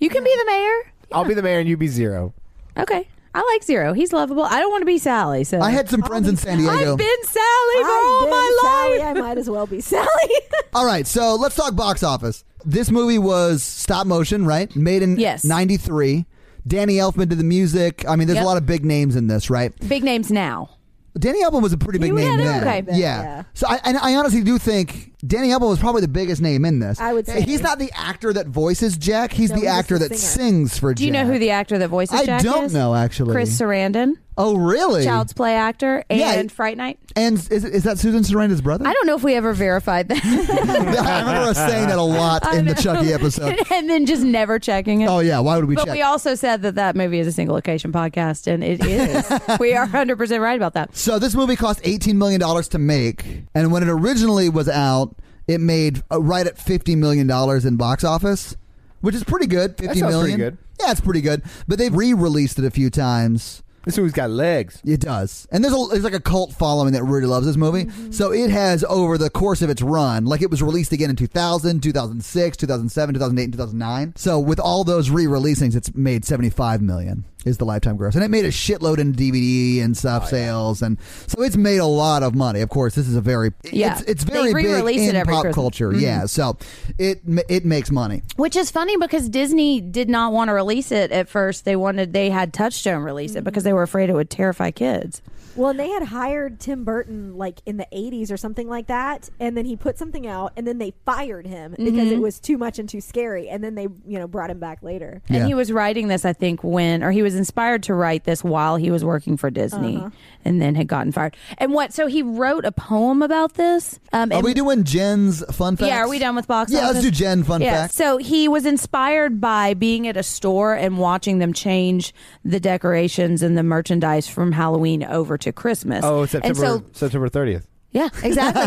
Speaker 2: You can be the mayor.
Speaker 5: I'll be the mayor and you be zero.
Speaker 2: Okay. I like Zero. He's lovable. I don't want to be Sally. So
Speaker 1: I had some friends in San Diego.
Speaker 2: I've been Sally for all
Speaker 4: I've
Speaker 2: my
Speaker 4: been Sally,
Speaker 2: life.
Speaker 4: I might as well be Sally. [laughs]
Speaker 1: All right, so let's talk box office. This movie was stop motion, right? Made in
Speaker 2: Yes.
Speaker 1: 93. Danny Elfman did the music. I mean, there's
Speaker 2: Yep.
Speaker 1: a lot of big names in this, right?
Speaker 2: Big names now.
Speaker 1: Danny Elfman was a pretty big
Speaker 2: was
Speaker 1: name
Speaker 2: a
Speaker 1: then.
Speaker 2: big
Speaker 1: Yeah.
Speaker 2: name
Speaker 4: then, yeah.
Speaker 1: So I and I honestly do think Danny Elba was probably the biggest name in this.
Speaker 4: I would say.
Speaker 1: he's not the actor that voices Jack. He's
Speaker 4: No,
Speaker 1: the
Speaker 4: he's just
Speaker 1: actor
Speaker 4: the
Speaker 1: that
Speaker 4: singer.
Speaker 1: sings for.
Speaker 2: Do you know who the actor that voices
Speaker 1: I
Speaker 2: Jack
Speaker 1: don't
Speaker 2: is?
Speaker 1: know actually.
Speaker 2: Chris Sarandon,
Speaker 1: oh really?
Speaker 2: Child's Play actor, and
Speaker 1: Yeah, he-
Speaker 2: Fright Night.
Speaker 1: And is, is that Susan Sarandon's brother?
Speaker 2: I don't know if we ever verified [laughs] that,
Speaker 1: [laughs] I remember us saying that a lot in the Chucky
Speaker 2: [laughs]
Speaker 1: episode.
Speaker 2: and then just never checking it.
Speaker 1: Oh yeah, why would we
Speaker 2: but
Speaker 1: check?
Speaker 2: we also said that that movie is a single location podcast, and
Speaker 1: [laughs]
Speaker 2: it is. we are 100% right about that.
Speaker 1: so this movie cost eighteen million dollars to make, and when it originally was out, it made uh, right at fifty million dollars in box office, which is pretty good. Fifty million.
Speaker 5: sounds pretty good.
Speaker 1: Yeah, it's pretty good. But they've re-released it a few times.
Speaker 5: This movie's got legs.
Speaker 1: It does, and there's a there's like a cult following that really loves this movie.
Speaker 2: Mm-hmm.
Speaker 1: So it has over the course of its run, like it was released again in 2000, 2006, 2007, 2008, and 2009. So with all those re-releasings, it's made 75 million is the lifetime gross, and it made a shitload in DVD and
Speaker 2: Oh,
Speaker 1: stuff sales, and so it's made a lot of money. Of course, this is a very
Speaker 2: Yeah.
Speaker 1: it's, it's
Speaker 2: They
Speaker 1: very big
Speaker 2: re-release it
Speaker 1: in
Speaker 2: every
Speaker 1: pop
Speaker 2: Christmas. Mm-hmm.
Speaker 1: culture, yeah. So it ma- it makes money.
Speaker 2: Which is funny because Disney did not want to release it at first. They wanted they had Touchstone release it because they were afraid it would terrify kids.
Speaker 4: Well, and they had hired Tim Burton like in the 80s or something like that, and then he put something out, and then they fired him because it was too much and too scary, and then they you know brought him back later.
Speaker 1: Yeah.
Speaker 2: And he was writing this, I think, when or he was inspired to write this while he was working for Disney,
Speaker 4: Uh-huh.
Speaker 2: and then had gotten fired. And what? So he wrote a poem about this. Um,
Speaker 1: Are
Speaker 2: and-
Speaker 1: we doing Jen's fun facts?
Speaker 2: Yeah, are we done with box
Speaker 1: Yeah, let's
Speaker 2: office?
Speaker 1: do Jen fun
Speaker 2: yeah.
Speaker 1: facts.
Speaker 2: So he was inspired by being at a store and watching them change the decorations and the merchandise from Halloween over to Christmas.
Speaker 5: Oh,
Speaker 2: And
Speaker 5: September
Speaker 2: so,
Speaker 5: September 30th.
Speaker 2: yeah, exactly.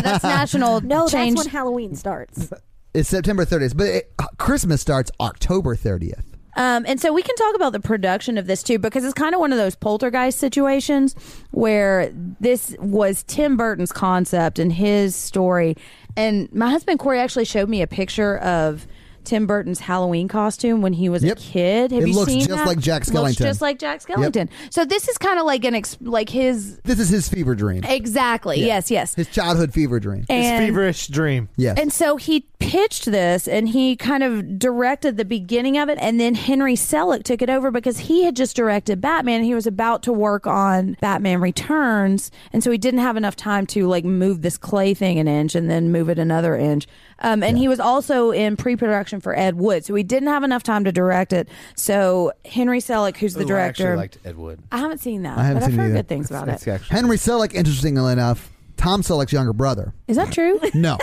Speaker 1: [laughs]
Speaker 2: That's national
Speaker 4: No,
Speaker 2: change.
Speaker 4: that's when Halloween starts.
Speaker 1: It's September 30th, but it, uh, Christmas starts October 30th.
Speaker 2: Um, and so we can talk about the production of this too, because it's kind of one of those poltergeist situations where this was Tim Burton's concept and his story. And my husband Corey actually showed me a picture of Tim Burton's Halloween costume when he was
Speaker 1: Yep.
Speaker 2: a kid. Have
Speaker 1: It
Speaker 2: you
Speaker 1: looks
Speaker 2: seen
Speaker 1: just
Speaker 2: that?
Speaker 1: like Jack
Speaker 2: Looks
Speaker 1: Skellington.
Speaker 2: just like Jack Skellington. So this is kind of like an ex- like his
Speaker 1: This is his fever dream.
Speaker 2: exactly. Yes, yes.
Speaker 1: His childhood fever dream.
Speaker 5: It's
Speaker 2: And-
Speaker 5: feverish dream.
Speaker 1: Yes.
Speaker 2: and so he pitched this and he kind of directed the beginning of it. And then Henry Selick took it over because he had just directed Batman. And he was about to work on Batman Returns. And so he didn't have enough time to like move this clay thing an inch and then move it another inch. Um, and he was also in pre production for Ed Wood. So he didn't have enough time to direct it. So Henry Selick, who's the
Speaker 5: Ooh, I actually
Speaker 2: director. I,
Speaker 5: liked Ed Wood.
Speaker 2: haven't seen that,
Speaker 1: I haven't
Speaker 2: but I've
Speaker 1: seen it
Speaker 2: heard
Speaker 1: either.
Speaker 2: good things about
Speaker 5: That's
Speaker 2: it.
Speaker 5: actually
Speaker 1: Henry Selick, interestingly enough, Tom Selleck's younger brother.
Speaker 2: Is
Speaker 1: [laughs]
Speaker 2: that true? [laughs]
Speaker 1: No.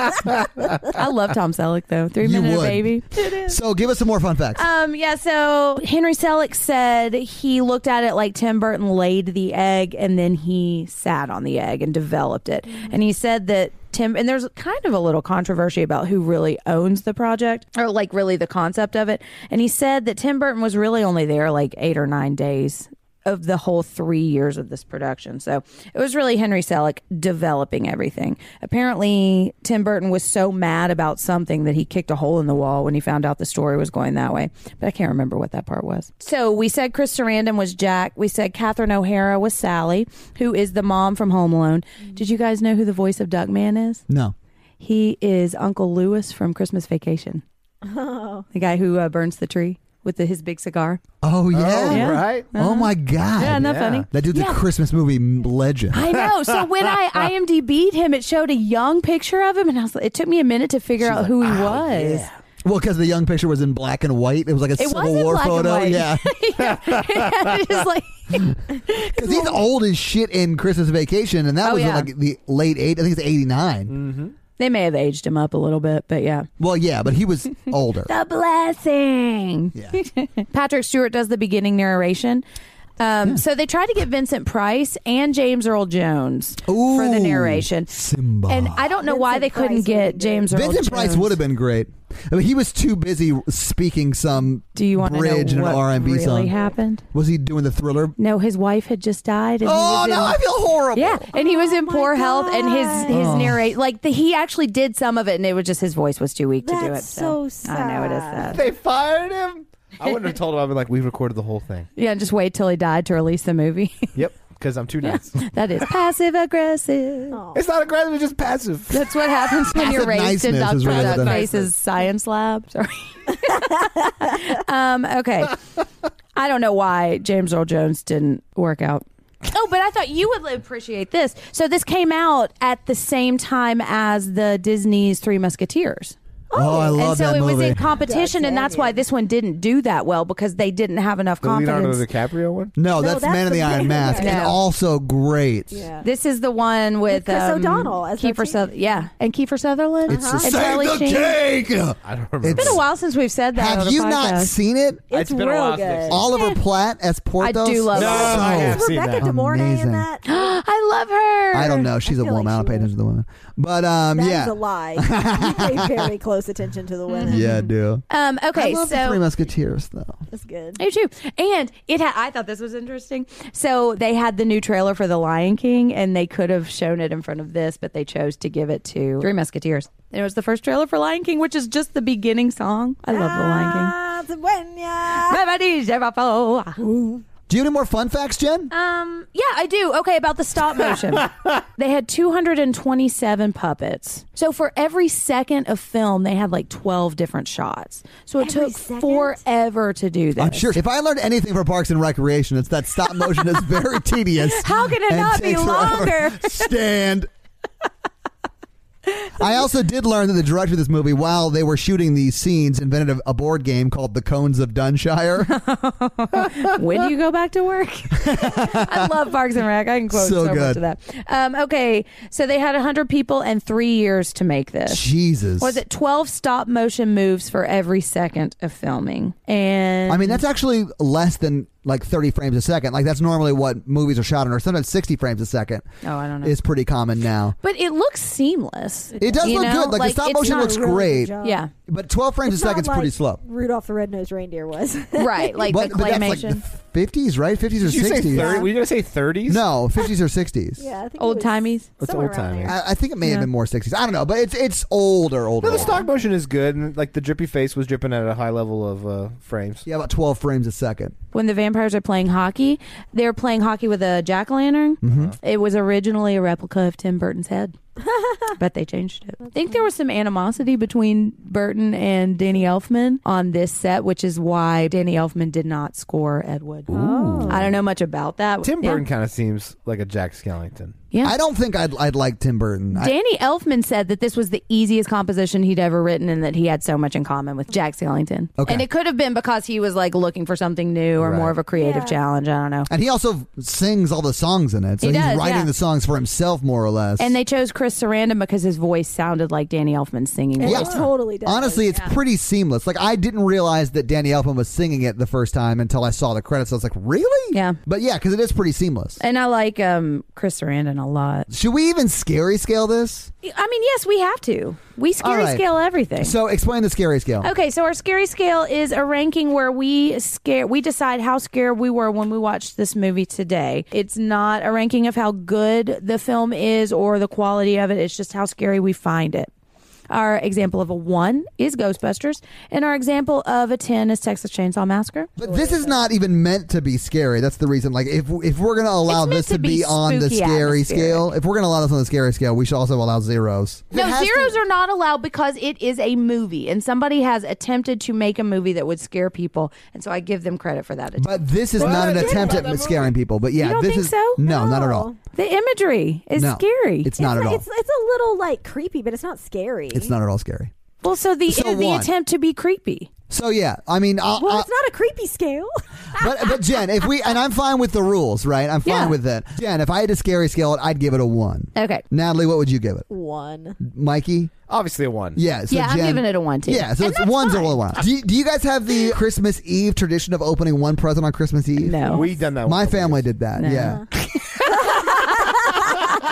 Speaker 2: I love Tom Selleck though. Three
Speaker 1: You
Speaker 2: minute
Speaker 1: would.
Speaker 2: baby.
Speaker 1: so give us some more fun facts.
Speaker 2: Um, yeah, so Henry Selick said he looked at it like Tim Burton laid the egg and then he sat on the egg and developed it. And he said that Tim, and there's kind of a little controversy about who really owns the project or like really the concept of it. And he said that Tim Burton was really only there like eight or nine days of the whole three years of this production. So it was really Henry Selick developing everything. Apparently, Tim Burton was so mad about something that he kicked a hole in the wall when he found out the story was going that way. But I can't remember what that part was. So we said Chris Sarandon was Jack. We said Catherine O'Hara was Sally, who is the mom from Home Alone. Did you guys know who the voice of Duckman is?
Speaker 1: no.
Speaker 2: He is Uncle Lewis from Christmas [laughs] Vacation. Oh. The guy who uh, burns the tree with the, his big cigar.
Speaker 1: Oh, yeah.
Speaker 5: Oh,
Speaker 2: Yeah. Uh-huh.
Speaker 5: right.
Speaker 1: Oh, my God.
Speaker 2: Yeah, isn't that
Speaker 5: Yeah.
Speaker 2: funny?
Speaker 1: That dude's
Speaker 2: Yeah.
Speaker 1: a Christmas movie m- legend.
Speaker 2: I know. So when
Speaker 1: [laughs]
Speaker 2: I IMDb'd him, it showed a young picture of him, and I was. It took me a minute to figure out who
Speaker 1: "Oh,
Speaker 2: he was. [laughs]
Speaker 1: well, because the young picture was in black and white. It was like a
Speaker 2: It was
Speaker 1: Civil
Speaker 2: in
Speaker 1: War
Speaker 2: black and
Speaker 1: photo.
Speaker 2: white. [laughs]
Speaker 1: Yeah.
Speaker 2: Just like
Speaker 1: Because he's old as shit in Christmas Vacation, and that
Speaker 2: Oh,
Speaker 1: was in,
Speaker 2: yeah.
Speaker 1: like the late eight. I think it's 89.
Speaker 5: Mm.
Speaker 2: they may have aged him up a little bit, but yeah.
Speaker 1: Well, yeah, but he
Speaker 2: [laughs]
Speaker 1: was older.
Speaker 2: The blessing.
Speaker 1: yeah. [laughs]
Speaker 2: Patrick Stewart does the beginning narration. Um, So they tried to get Vincent Price and James Earl Jones for the
Speaker 1: Ooh,
Speaker 2: narration,
Speaker 1: Simba.
Speaker 2: and I don't know why
Speaker 4: Vincent
Speaker 2: they couldn't
Speaker 4: Price
Speaker 2: get
Speaker 4: would've been
Speaker 2: James Earl.
Speaker 1: Vincent Price
Speaker 2: Jones.
Speaker 1: would have been great. I mean, he was too busy speaking some
Speaker 2: Do you want to know
Speaker 1: bridge in
Speaker 2: what
Speaker 1: an R&B
Speaker 2: really
Speaker 1: song.
Speaker 2: happened?
Speaker 1: Was he doing the thriller?
Speaker 2: No, his wife had just died. And he
Speaker 1: Oh
Speaker 2: was
Speaker 1: no,
Speaker 2: in-
Speaker 1: I feel horrible.
Speaker 2: Yeah, and he was in
Speaker 4: my
Speaker 2: poor health, and his his
Speaker 1: Oh.
Speaker 2: narrate like the, he actually did some of it, and it was just his voice was too weak to do it.
Speaker 4: That's
Speaker 2: So,
Speaker 4: so
Speaker 2: I know it is sad.
Speaker 4: sad.
Speaker 5: They fired him. I wouldn't have told him. I'd be like, we recorded the whole thing.
Speaker 2: Yeah, just wait till he died to release the movie. [laughs]
Speaker 5: Yep, because I'm too nice.
Speaker 2: that is passive aggressive.
Speaker 4: Aw.
Speaker 5: [laughs] it's not aggressive. It's just passive.
Speaker 2: That's what happens when you're raised in
Speaker 1: niceness
Speaker 2: Dr.
Speaker 1: is rather than-
Speaker 2: Duckface's science lab. Sorry. [laughs] um, okay. I don't know why James Earl Jones didn't work out. Oh, but I thought you would appreciate this. So this came out at the same time as the Disney's Three Musketeers.
Speaker 1: Oh, I love
Speaker 2: and so
Speaker 1: that
Speaker 2: it
Speaker 1: movie.
Speaker 2: was in competition, and that's why this one didn't do that well because they didn't have enough confidence.
Speaker 5: DiCaprio one.
Speaker 1: no, that's,
Speaker 4: that's
Speaker 1: Man in
Speaker 4: the
Speaker 1: the
Speaker 4: Man
Speaker 1: Iron
Speaker 4: in the
Speaker 1: Mask,
Speaker 4: Iron
Speaker 1: and
Speaker 2: Mask.
Speaker 1: also great.
Speaker 4: Yeah.
Speaker 2: This is the one with,
Speaker 4: Chris
Speaker 2: um,
Speaker 4: O'Donnell as their
Speaker 2: Kiefer
Speaker 4: team.
Speaker 2: Suth- yeah, and Kiefer Sutherland.
Speaker 1: It's the
Speaker 2: Uh-huh. And
Speaker 1: save
Speaker 2: Charlie
Speaker 1: the
Speaker 2: Sheen.
Speaker 1: cake.
Speaker 5: I don't remember.
Speaker 2: It's been a while since we've said that. on
Speaker 1: Have
Speaker 2: a
Speaker 1: you not
Speaker 2: podcast.
Speaker 1: seen it?
Speaker 5: It's
Speaker 4: It's,
Speaker 5: been a
Speaker 4: real
Speaker 5: while
Speaker 4: good.
Speaker 5: since I've seen
Speaker 1: Oliver Platt as Porthos.
Speaker 2: do love
Speaker 1: So-
Speaker 5: No, I have
Speaker 4: Is
Speaker 5: seen
Speaker 4: Rebecca
Speaker 5: that.
Speaker 4: De Mornay
Speaker 1: Amazing.
Speaker 4: in that? That
Speaker 2: I love her.
Speaker 1: I don't know. She's a
Speaker 4: feel like
Speaker 1: woman. I don't
Speaker 4: she
Speaker 1: pay attention to the women. But um,
Speaker 4: is
Speaker 1: yeah,
Speaker 4: a lie. you pay very close attention to the women.
Speaker 1: yeah, I do.
Speaker 2: Um, okay,
Speaker 1: I love the
Speaker 2: so
Speaker 1: Three Musketeers though.
Speaker 4: That's good.
Speaker 2: I do too. And it had, I thought this was interesting. So they had the new trailer for The Lion King and they could have shown it in front of this, but they chose to give it to Three Musketeers. And it was the first trailer for Lion King, which is just the beginning song. I love The Lion King.
Speaker 4: That's when ya-
Speaker 2: Everybody's ever fall.
Speaker 1: Do you have any more fun facts, Jen?
Speaker 2: [laughs] Um, yeah, I do. Okay, about the
Speaker 1: [laughs]
Speaker 2: stop motion. they had 227 puppets. So for every second of film, they had like 12 different shots. So it
Speaker 4: Every
Speaker 2: took
Speaker 4: second?
Speaker 2: forever to do this.
Speaker 1: I'm sure. If I learned anything from Parks and Recreation, it's that stop motion is
Speaker 2: [laughs]
Speaker 1: very tedious.
Speaker 2: How can it
Speaker 1: and
Speaker 2: not be
Speaker 1: takes forever.
Speaker 2: longer? [laughs]
Speaker 1: Stand. I also did learn that the director of this movie, while they were shooting these scenes, invented a, a board game called The Cones of Dunshire.
Speaker 2: [laughs] when do you go back to
Speaker 1: [laughs]
Speaker 2: work? I love Parks and Rec. I can quote
Speaker 1: So
Speaker 2: so, much
Speaker 1: good.
Speaker 2: of that. Um, okay, so they had 100 people and three years to make this.
Speaker 1: Jesus.
Speaker 2: Was it 12 stop motion moves for every second of filming? And
Speaker 1: I mean, that's actually less than like 30 frames a second. Like, that's normally what movies are shot in, or sometimes 60 frames a second
Speaker 2: oh, I don't know.
Speaker 1: is pretty common now.
Speaker 2: But it looks seamless.
Speaker 1: It does
Speaker 2: You
Speaker 1: look
Speaker 2: know,
Speaker 1: good. Like, the stop
Speaker 2: it's
Speaker 1: motion
Speaker 2: not-
Speaker 1: Oh, looks
Speaker 4: really good
Speaker 1: great,
Speaker 2: [laughs]
Speaker 4: job.
Speaker 2: Yeah,
Speaker 1: but 12 frames
Speaker 4: It's
Speaker 1: a
Speaker 4: not
Speaker 1: second's pretty
Speaker 4: like
Speaker 1: slow.
Speaker 4: Rudolph the Red-Nosed Reindeer was. [laughs]
Speaker 2: right. Like
Speaker 1: but,
Speaker 2: the
Speaker 1: but that's like
Speaker 2: claymation,
Speaker 1: the 50s, right? 50s or
Speaker 5: Did you say
Speaker 1: 60s?
Speaker 5: 30? Were you going to say 30s?
Speaker 1: No, 50s or 60s.
Speaker 4: yeah, I think it
Speaker 2: old
Speaker 4: was
Speaker 2: timeys.
Speaker 5: It's
Speaker 4: somewhere
Speaker 5: old
Speaker 4: around
Speaker 5: timey.
Speaker 4: there.
Speaker 1: I, I think it may have been more 60s. I don't know, but it's it's older, older.
Speaker 5: No, the
Speaker 1: older.
Speaker 5: stock motion is good, and like the drippy face was dripping at a high level of uh, frames.
Speaker 1: Yeah, about 12 frames a second.
Speaker 2: When the vampires are playing hockey, they're playing hockey with a jack o' lantern.
Speaker 1: Mm-hmm.
Speaker 2: It was originally a replica of Tim Burton's [laughs] head, but they changed it. I think there was some animosity between Burton and Danny Elfman on this set, which is why Danny Elfman did not score Ed Wood. I don't know much about that.
Speaker 5: Tim
Speaker 2: Yeah.
Speaker 5: Burton kind of seems like a Jack Skellington.
Speaker 2: Yeah.
Speaker 1: I don't think I'd, I'd like Tim Burton. I,
Speaker 2: Danny Elfman said that this was the easiest composition he'd ever written and that he had so much in common with Jack Skellington.
Speaker 1: Okay.
Speaker 2: And it could have been because he was like looking for something new or
Speaker 5: Right.
Speaker 2: more of a creative
Speaker 4: Yeah.
Speaker 2: challenge. I don't know.
Speaker 1: and he also sings all the songs in it. So
Speaker 2: He
Speaker 1: he's
Speaker 2: does,
Speaker 1: writing
Speaker 2: yeah.
Speaker 1: the songs for himself, more or less.
Speaker 2: And they chose Chris Sarandon because his voice sounded like Danny Elfman's singing.
Speaker 4: It
Speaker 1: Yeah.
Speaker 4: totally does.
Speaker 1: Honestly, it's pretty seamless. Like I didn't realize that Danny Elfman was singing it the first time until I saw the credits. I was like, "Really?"
Speaker 2: Yeah.
Speaker 1: But yeah, because it is pretty seamless.
Speaker 2: And I like um, Chris Sarandon a lot.
Speaker 1: Should we even scary scale this?
Speaker 2: I mean, yes, we have to. We scary
Speaker 1: right.
Speaker 2: scale everything.
Speaker 1: So explain the scary scale.
Speaker 2: Okay, so our scary scale is a ranking where we scare we decide how scared we were when we watched this movie today. It's not a ranking of how good the film is or the quality of it. It's just how scary we find it. Our example of a one is Ghostbusters, and our example of a ten is Texas Chainsaw Massacre.
Speaker 1: But this is not even meant to be scary. That's the reason. Like if if we're gonna allow
Speaker 2: It's meant
Speaker 1: this to,
Speaker 2: to
Speaker 1: be,
Speaker 2: be
Speaker 1: on the
Speaker 2: spooky
Speaker 1: scary
Speaker 2: atmosphere.
Speaker 1: scale, if we're gonna allow this on the scary scale, we should also allow zeros. It
Speaker 2: No,
Speaker 1: has
Speaker 2: zeros are not allowed because it is a movie, and somebody has attempted to make a movie that would scare people, and so I give them credit for that.
Speaker 1: to- but this is not an
Speaker 5: I did
Speaker 1: attempt
Speaker 5: love that
Speaker 1: at scaring people. But yeah,
Speaker 2: You don't
Speaker 1: this
Speaker 2: think
Speaker 1: is
Speaker 2: so?
Speaker 1: no, not at
Speaker 4: No.
Speaker 1: all.
Speaker 2: The imagery is
Speaker 1: no,
Speaker 2: scary.
Speaker 1: It's not at all.
Speaker 4: It's, it's a little like creepy, but it's not scary.
Speaker 1: It's not at all scary.
Speaker 2: well, so the
Speaker 1: So
Speaker 2: the
Speaker 1: one.
Speaker 2: attempt to be creepy.
Speaker 1: So yeah, I mean, I,
Speaker 4: Well,
Speaker 1: I,
Speaker 4: it's not a
Speaker 1: [laughs]
Speaker 4: creepy scale.
Speaker 1: but but Jen, if we and I'm fine with the rules, right? I'm fine
Speaker 2: Yeah.
Speaker 1: with it. Jen, if I had to scary scale it, I'd give it a one.
Speaker 2: Okay.
Speaker 1: Natalie, what would you give it?
Speaker 4: One.
Speaker 1: Mikey?
Speaker 5: Obviously, a one.
Speaker 1: Yeah. So
Speaker 2: yeah,
Speaker 1: Jen,
Speaker 2: I'm giving it a one too.
Speaker 1: Yeah, so it's one's a little one. Do you, do you guys have
Speaker 2: [laughs]
Speaker 1: the Christmas Eve tradition of opening one present on Christmas Eve?
Speaker 2: No.
Speaker 5: we done that.
Speaker 1: My
Speaker 5: one.
Speaker 1: family did that.
Speaker 2: No.
Speaker 1: Yeah. [laughs]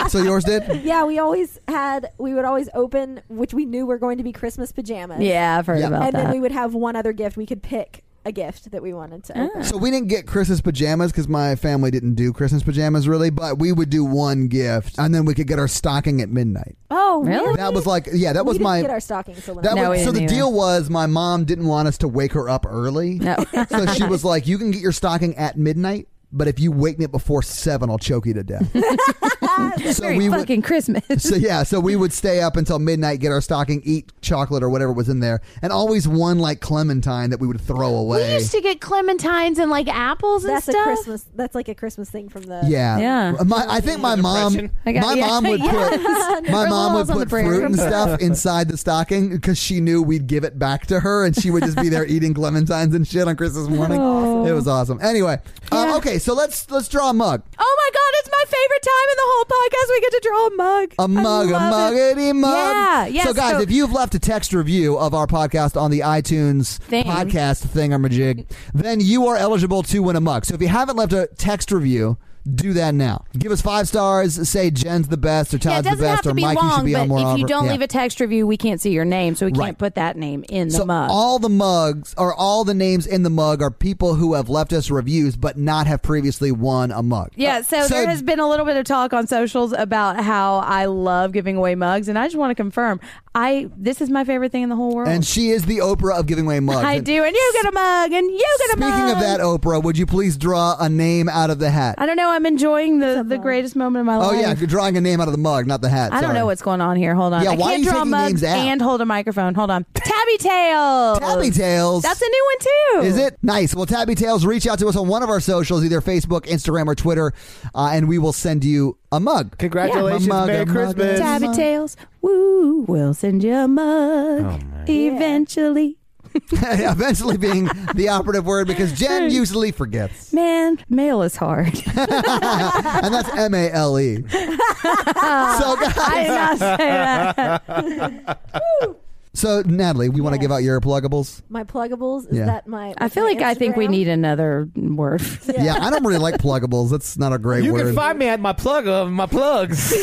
Speaker 1: so yours did?
Speaker 4: Yeah, we always had. We would always open, which we knew were going to be Christmas pajamas.
Speaker 2: yeah, I've heard
Speaker 1: Yeah.
Speaker 2: about
Speaker 4: and
Speaker 2: that.
Speaker 4: then we would have one other gift. We could pick a gift that we wanted to.
Speaker 2: Oh.
Speaker 4: open.
Speaker 1: So we didn't get Christmas pajamas because my family didn't do Christmas pajamas really, but we would do one gift and then we could get our stocking at midnight.
Speaker 4: Oh,
Speaker 2: Really?
Speaker 4: really?
Speaker 1: That was like, yeah, that
Speaker 4: we
Speaker 1: was
Speaker 4: didn't
Speaker 1: my
Speaker 4: get our stocking so
Speaker 1: That
Speaker 2: No,
Speaker 1: was,
Speaker 2: we
Speaker 1: so the
Speaker 2: didn't either.
Speaker 1: deal was my mom didn't want us to wake her up early.
Speaker 2: [laughs] No.
Speaker 1: so she was like, "You can get your stocking at midnight." but if you wake me up before seven, I'll choke you to
Speaker 2: [laughs]
Speaker 1: death. so
Speaker 2: Merry
Speaker 1: we would,
Speaker 2: fucking Christmas.
Speaker 1: so yeah, so we would stay up until midnight, get our stocking, eat chocolate or whatever was in there, and always one like clementine that we would throw
Speaker 2: We
Speaker 1: away.
Speaker 2: used to get clementines and like apples and
Speaker 4: That's
Speaker 2: stuff.
Speaker 4: a Christmas. That's like a Christmas thing from the
Speaker 1: yeah,
Speaker 2: Yeah.
Speaker 1: My, I think my mom,
Speaker 5: Depression.
Speaker 2: I got-
Speaker 1: my
Speaker 2: [laughs] yeah,
Speaker 1: mom would put, my mom
Speaker 2: Little
Speaker 1: would
Speaker 2: House on the
Speaker 1: put
Speaker 2: Prairie.
Speaker 1: fruit
Speaker 2: [laughs]
Speaker 1: and stuff inside the stocking because she knew we'd give it back to her, and she would just be
Speaker 2: [laughs]
Speaker 1: there eating clementines and shit on Christmas morning. It was awesome. Anyway, uh, okay, so let's let's draw a mug.
Speaker 2: Oh my god, it's my favorite time in the whole podcast. We get to draw a mug.
Speaker 1: A mug, a
Speaker 2: love it.
Speaker 1: muggity mug.
Speaker 2: Yeah, yeah,
Speaker 1: So, guys,
Speaker 2: so-
Speaker 1: if you've left a text review of our podcast on the iTunes
Speaker 2: Thing.
Speaker 1: podcast thingamajig, then you are eligible to win a mug. So, if you haven't left a text review, do that now. Give us five stars. Say Jen's the best, or
Speaker 2: Yeah, it
Speaker 1: Todd's the
Speaker 2: doesn't have
Speaker 1: best,
Speaker 2: to
Speaker 1: or
Speaker 2: be
Speaker 1: Mikey should
Speaker 2: long,
Speaker 1: be
Speaker 2: but
Speaker 1: on more.
Speaker 2: if you
Speaker 1: often.
Speaker 2: don't
Speaker 1: Yeah.
Speaker 2: leave a text review, we can't see your name, so we
Speaker 1: Right.
Speaker 2: can't put that name in
Speaker 1: so
Speaker 2: the mug.
Speaker 1: all the mugs or all the names in the mug are people who have left us reviews but not have previously won a mug.
Speaker 2: yeah, so, there has been a little bit of talk on socials about how I love giving away mugs, and I just want to confirm, I this is my favorite thing in the whole world.
Speaker 1: and she is the Oprah of giving away mugs.
Speaker 2: I
Speaker 1: And
Speaker 2: do, and you get a mug, and you get a
Speaker 1: Speaking
Speaker 2: mug.
Speaker 1: of that, Oprah, would you please draw a name out of the hat?
Speaker 2: I don't know. I'm enjoying the, the
Speaker 4: mug.
Speaker 2: greatest moment of my
Speaker 1: Oh
Speaker 2: life.
Speaker 1: yeah, you're drawing a name out of the mug, not the hat.
Speaker 2: I don't
Speaker 1: Sorry.
Speaker 2: know what's going on here. Hold on.
Speaker 1: Yeah,
Speaker 2: I
Speaker 1: why are
Speaker 2: can't
Speaker 1: you
Speaker 2: draw
Speaker 1: taking
Speaker 2: mugs
Speaker 1: names out?
Speaker 2: and hold a microphone.
Speaker 1: [laughs]
Speaker 2: Hold on. Tabby Tail.
Speaker 1: Tabby Tails.
Speaker 2: That's a new one too.
Speaker 1: Is it nice? Well, Tabby Tails, reach out to us on one of our socials, either Facebook, Instagram, or Twitter, uh, and we will send you a mug. [laughs]
Speaker 5: Congratulations,
Speaker 1: Yeah.
Speaker 5: Merry
Speaker 1: Mugga, mugga.
Speaker 5: Christmas.
Speaker 1: Tab-
Speaker 2: Tabby
Speaker 1: mug.
Speaker 2: Tails. Woo. We'll send you a mug
Speaker 1: Oh,
Speaker 2: eventually.
Speaker 1: Eventually, being the
Speaker 5: [laughs]
Speaker 1: operative word because Jen usually forgets, [laughs]
Speaker 2: Man, mail is hard. [laughs]
Speaker 1: and that's M A L E.
Speaker 2: [laughs]
Speaker 1: So, guys,
Speaker 2: I did not say that.
Speaker 1: so Natalie, we want to give out your pluggables.
Speaker 4: my pluggables. Is
Speaker 1: Yeah.
Speaker 4: that my?
Speaker 2: I feel
Speaker 4: my
Speaker 2: like I think we
Speaker 4: Instagram?
Speaker 2: need another word. for that.
Speaker 1: Yeah. I don't really like pluggables. That's not a great
Speaker 5: You
Speaker 1: word.
Speaker 5: can find me at my plug of
Speaker 1: [laughs]
Speaker 5: my plugs.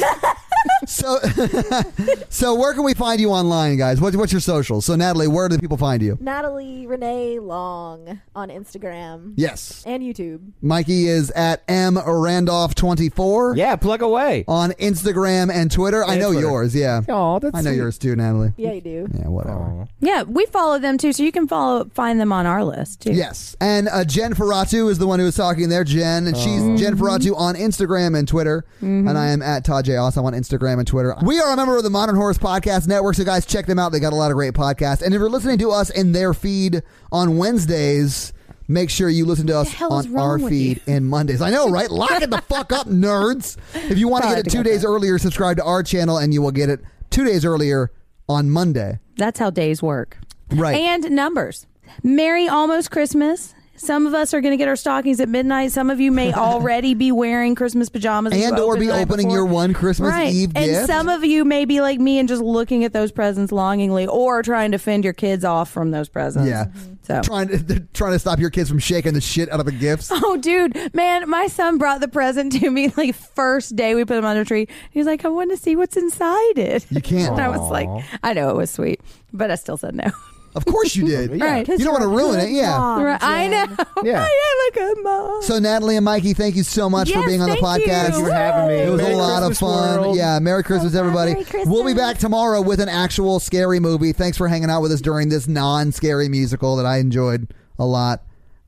Speaker 1: so, [laughs] so where can we find you online, guys? What, what's your socials? So, Natalie, where do people find you?
Speaker 4: Natalie Renee Long on Instagram
Speaker 1: Yes.
Speaker 4: and YouTube.
Speaker 1: Mikey is at M Randolph twenty four
Speaker 5: yeah, plug away.
Speaker 1: on Instagram and Twitter. I
Speaker 5: And
Speaker 1: know
Speaker 5: Twitter.
Speaker 1: yours, yeah.
Speaker 5: Oh, that's
Speaker 1: I know yours too, Natalie.
Speaker 4: Yeah, you do.
Speaker 1: Yeah, whatever.
Speaker 2: yeah, we follow them too, so you can follow find them on our list too.
Speaker 1: Yes, and uh, Jen Ferratu is the one who was talking there. Jen, and she's
Speaker 2: Oh.
Speaker 1: Jen
Speaker 2: Mm-hmm.
Speaker 1: Ferratu on Instagram and Twitter, and I am at Todd J. Also on Instagram and Twitter. We are a member of the Modern Horse Podcast Network, so guys, check them out. They got a lot of great podcasts, and if you're listening to us in their feed on Wednesdays. Make sure you listen to us
Speaker 2: hell is
Speaker 1: on
Speaker 2: wrong
Speaker 1: our
Speaker 2: with
Speaker 1: feed and Mondays. I
Speaker 2: [laughs]
Speaker 1: know, right? Lock it the fuck up, nerds. If you want to
Speaker 2: Sorry
Speaker 1: get it
Speaker 2: to
Speaker 1: two
Speaker 2: get
Speaker 1: days
Speaker 2: that.
Speaker 1: earlier, subscribe to our channel and you will get it two days earlier on Monday.
Speaker 2: That's how days work.
Speaker 1: Right.
Speaker 2: And numbers. Merry almost Christmas. Some of us are going to get our stockings at midnight. Some of you
Speaker 1: [laughs]
Speaker 2: may already be wearing Christmas pajamas you
Speaker 1: and or
Speaker 2: opened
Speaker 1: be
Speaker 2: the night
Speaker 1: opening
Speaker 2: before.
Speaker 1: your one Christmas
Speaker 2: right.
Speaker 1: Eve
Speaker 2: and
Speaker 1: gift.
Speaker 2: some of you may be like me and just looking at those presents longingly, or trying to fend your kids off from those presents.
Speaker 1: Yeah.
Speaker 2: So.
Speaker 1: trying to [laughs] they're trying to stop your kids from shaking the shit out of the gifts.
Speaker 2: [laughs] Oh, dude, man, my son brought the present to me like first day we put him under the tree. He's like, I want to see what's inside it.
Speaker 1: You can't.
Speaker 2: And [laughs] I was like, I know it was sweet, but I still said no.
Speaker 1: Of course you
Speaker 5: [laughs]
Speaker 1: did.
Speaker 2: Right.
Speaker 1: You don't want to ruin it. Yeah.
Speaker 4: Oh,
Speaker 2: Right. I know. [laughs]
Speaker 5: Yeah.
Speaker 2: I am a good mom.
Speaker 1: So Natalie and Mikey, thank you so much for
Speaker 2: Yes,
Speaker 1: being on the
Speaker 2: thank you. Oh,
Speaker 1: podcast.
Speaker 2: Thanks for
Speaker 5: having me.
Speaker 1: It was
Speaker 5: Merry
Speaker 1: a lot
Speaker 5: Christmas,
Speaker 1: of fun.
Speaker 5: world.
Speaker 1: Yeah, Merry Christmas, everybody.
Speaker 4: Merry Christmas.
Speaker 1: We'll be back tomorrow with an actual scary movie. Thanks for hanging out with us during this non-scary musical that I enjoyed a lot,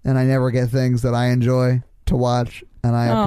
Speaker 1: and I never get things that I enjoy to watch, and I
Speaker 2: Oh,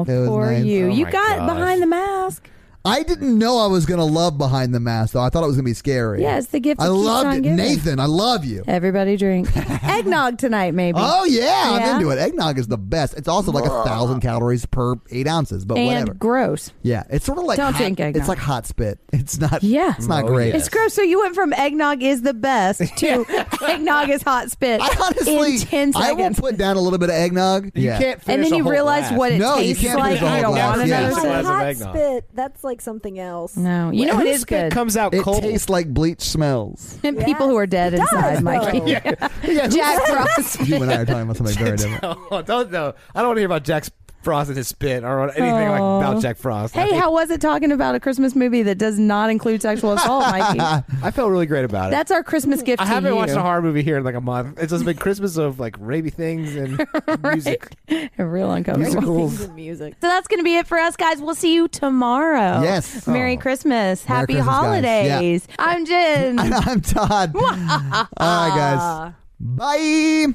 Speaker 1: appreciate it. It was
Speaker 2: poor
Speaker 1: nice.
Speaker 2: you.
Speaker 5: Oh
Speaker 2: you
Speaker 5: my
Speaker 2: got
Speaker 5: gosh.
Speaker 2: behind the mask.
Speaker 1: I didn't know I was gonna love Behind the Mask, though. I thought it was gonna be scary.
Speaker 2: Yeah, it's the gift
Speaker 1: I
Speaker 2: that keeps
Speaker 1: loved
Speaker 2: on
Speaker 1: it,
Speaker 2: giving.
Speaker 1: Nathan. I love you.
Speaker 2: Everybody drink
Speaker 1: [laughs]
Speaker 2: eggnog tonight, maybe.
Speaker 1: Oh yeah,
Speaker 2: Yeah.
Speaker 1: I'm into it. Eggnog is the best. It's also like a thousand calories per eight ounces, but
Speaker 2: and
Speaker 1: whatever.
Speaker 2: gross.
Speaker 1: Yeah, it's sort of like
Speaker 2: Don't
Speaker 1: hot,
Speaker 2: drink eggnog.
Speaker 1: It's like hot spit. [laughs] It's not.
Speaker 2: Yeah.
Speaker 1: it's not
Speaker 5: Oh,
Speaker 1: great.
Speaker 5: yeah.
Speaker 2: It's gross. So you went from eggnog is
Speaker 1: [laughs]
Speaker 2: the best to eggnog is hot spit.
Speaker 1: I honestly,
Speaker 2: in ten
Speaker 1: I will
Speaker 2: seconds.
Speaker 1: put down a little bit of eggnog.
Speaker 5: You
Speaker 1: yeah.
Speaker 5: can't
Speaker 2: and
Speaker 5: finish
Speaker 2: then
Speaker 5: a
Speaker 2: you
Speaker 5: whole
Speaker 2: realize
Speaker 5: glass.
Speaker 2: what it
Speaker 1: No, you
Speaker 2: tastes
Speaker 1: can't
Speaker 2: like.
Speaker 1: finish a
Speaker 2: You
Speaker 1: whole
Speaker 2: don't
Speaker 1: glass,
Speaker 2: want
Speaker 1: yeah.
Speaker 2: another
Speaker 1: That's
Speaker 4: My
Speaker 2: sip.
Speaker 5: of
Speaker 4: hot
Speaker 5: eggnog.
Speaker 4: spit. That's like something else.
Speaker 2: No, you know
Speaker 5: Whose
Speaker 2: what is
Speaker 5: spit
Speaker 2: good. [laughs]
Speaker 5: comes out
Speaker 1: It
Speaker 5: cold. [laughs]
Speaker 1: tastes like bleach smells.
Speaker 2: People who are dead inside, [laughs] Mikey.
Speaker 4: though.
Speaker 2: Jack Frost.
Speaker 1: you and I are talking about something
Speaker 2: [laughs]
Speaker 1: very different.
Speaker 5: [laughs] no, Oh, don't know. I don't want to hear about Jack Frost and his spit or anything like
Speaker 2: Aw.
Speaker 5: about Jack Frost. I,
Speaker 2: Hey,
Speaker 5: think-
Speaker 2: how was it talking about a Christmas movie that does not include sexual assault, [laughs] Mikey?
Speaker 5: I felt really great about it.
Speaker 2: That's our Christmas gift
Speaker 5: I
Speaker 2: to
Speaker 5: haven't
Speaker 2: you.
Speaker 5: watched a horror movie here in like a month. It's just been Christmas of like rapey
Speaker 2: [laughs]
Speaker 5: things and music.
Speaker 2: [laughs] Real uncomfortable.
Speaker 5: Musicals.
Speaker 4: Things and music.
Speaker 2: So that's going to be it for us, guys. We'll see you tomorrow. [laughs]
Speaker 1: Yes. [laughs]
Speaker 2: Oh. Merry Christmas.
Speaker 1: Merry
Speaker 2: Happy
Speaker 1: Christmas, guys.
Speaker 2: holidays. I'm Jen. [laughs]
Speaker 1: And I'm Todd. All right, guys. Bye.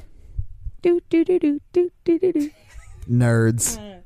Speaker 2: do, do, do, do, do, do, do.
Speaker 1: Nerds.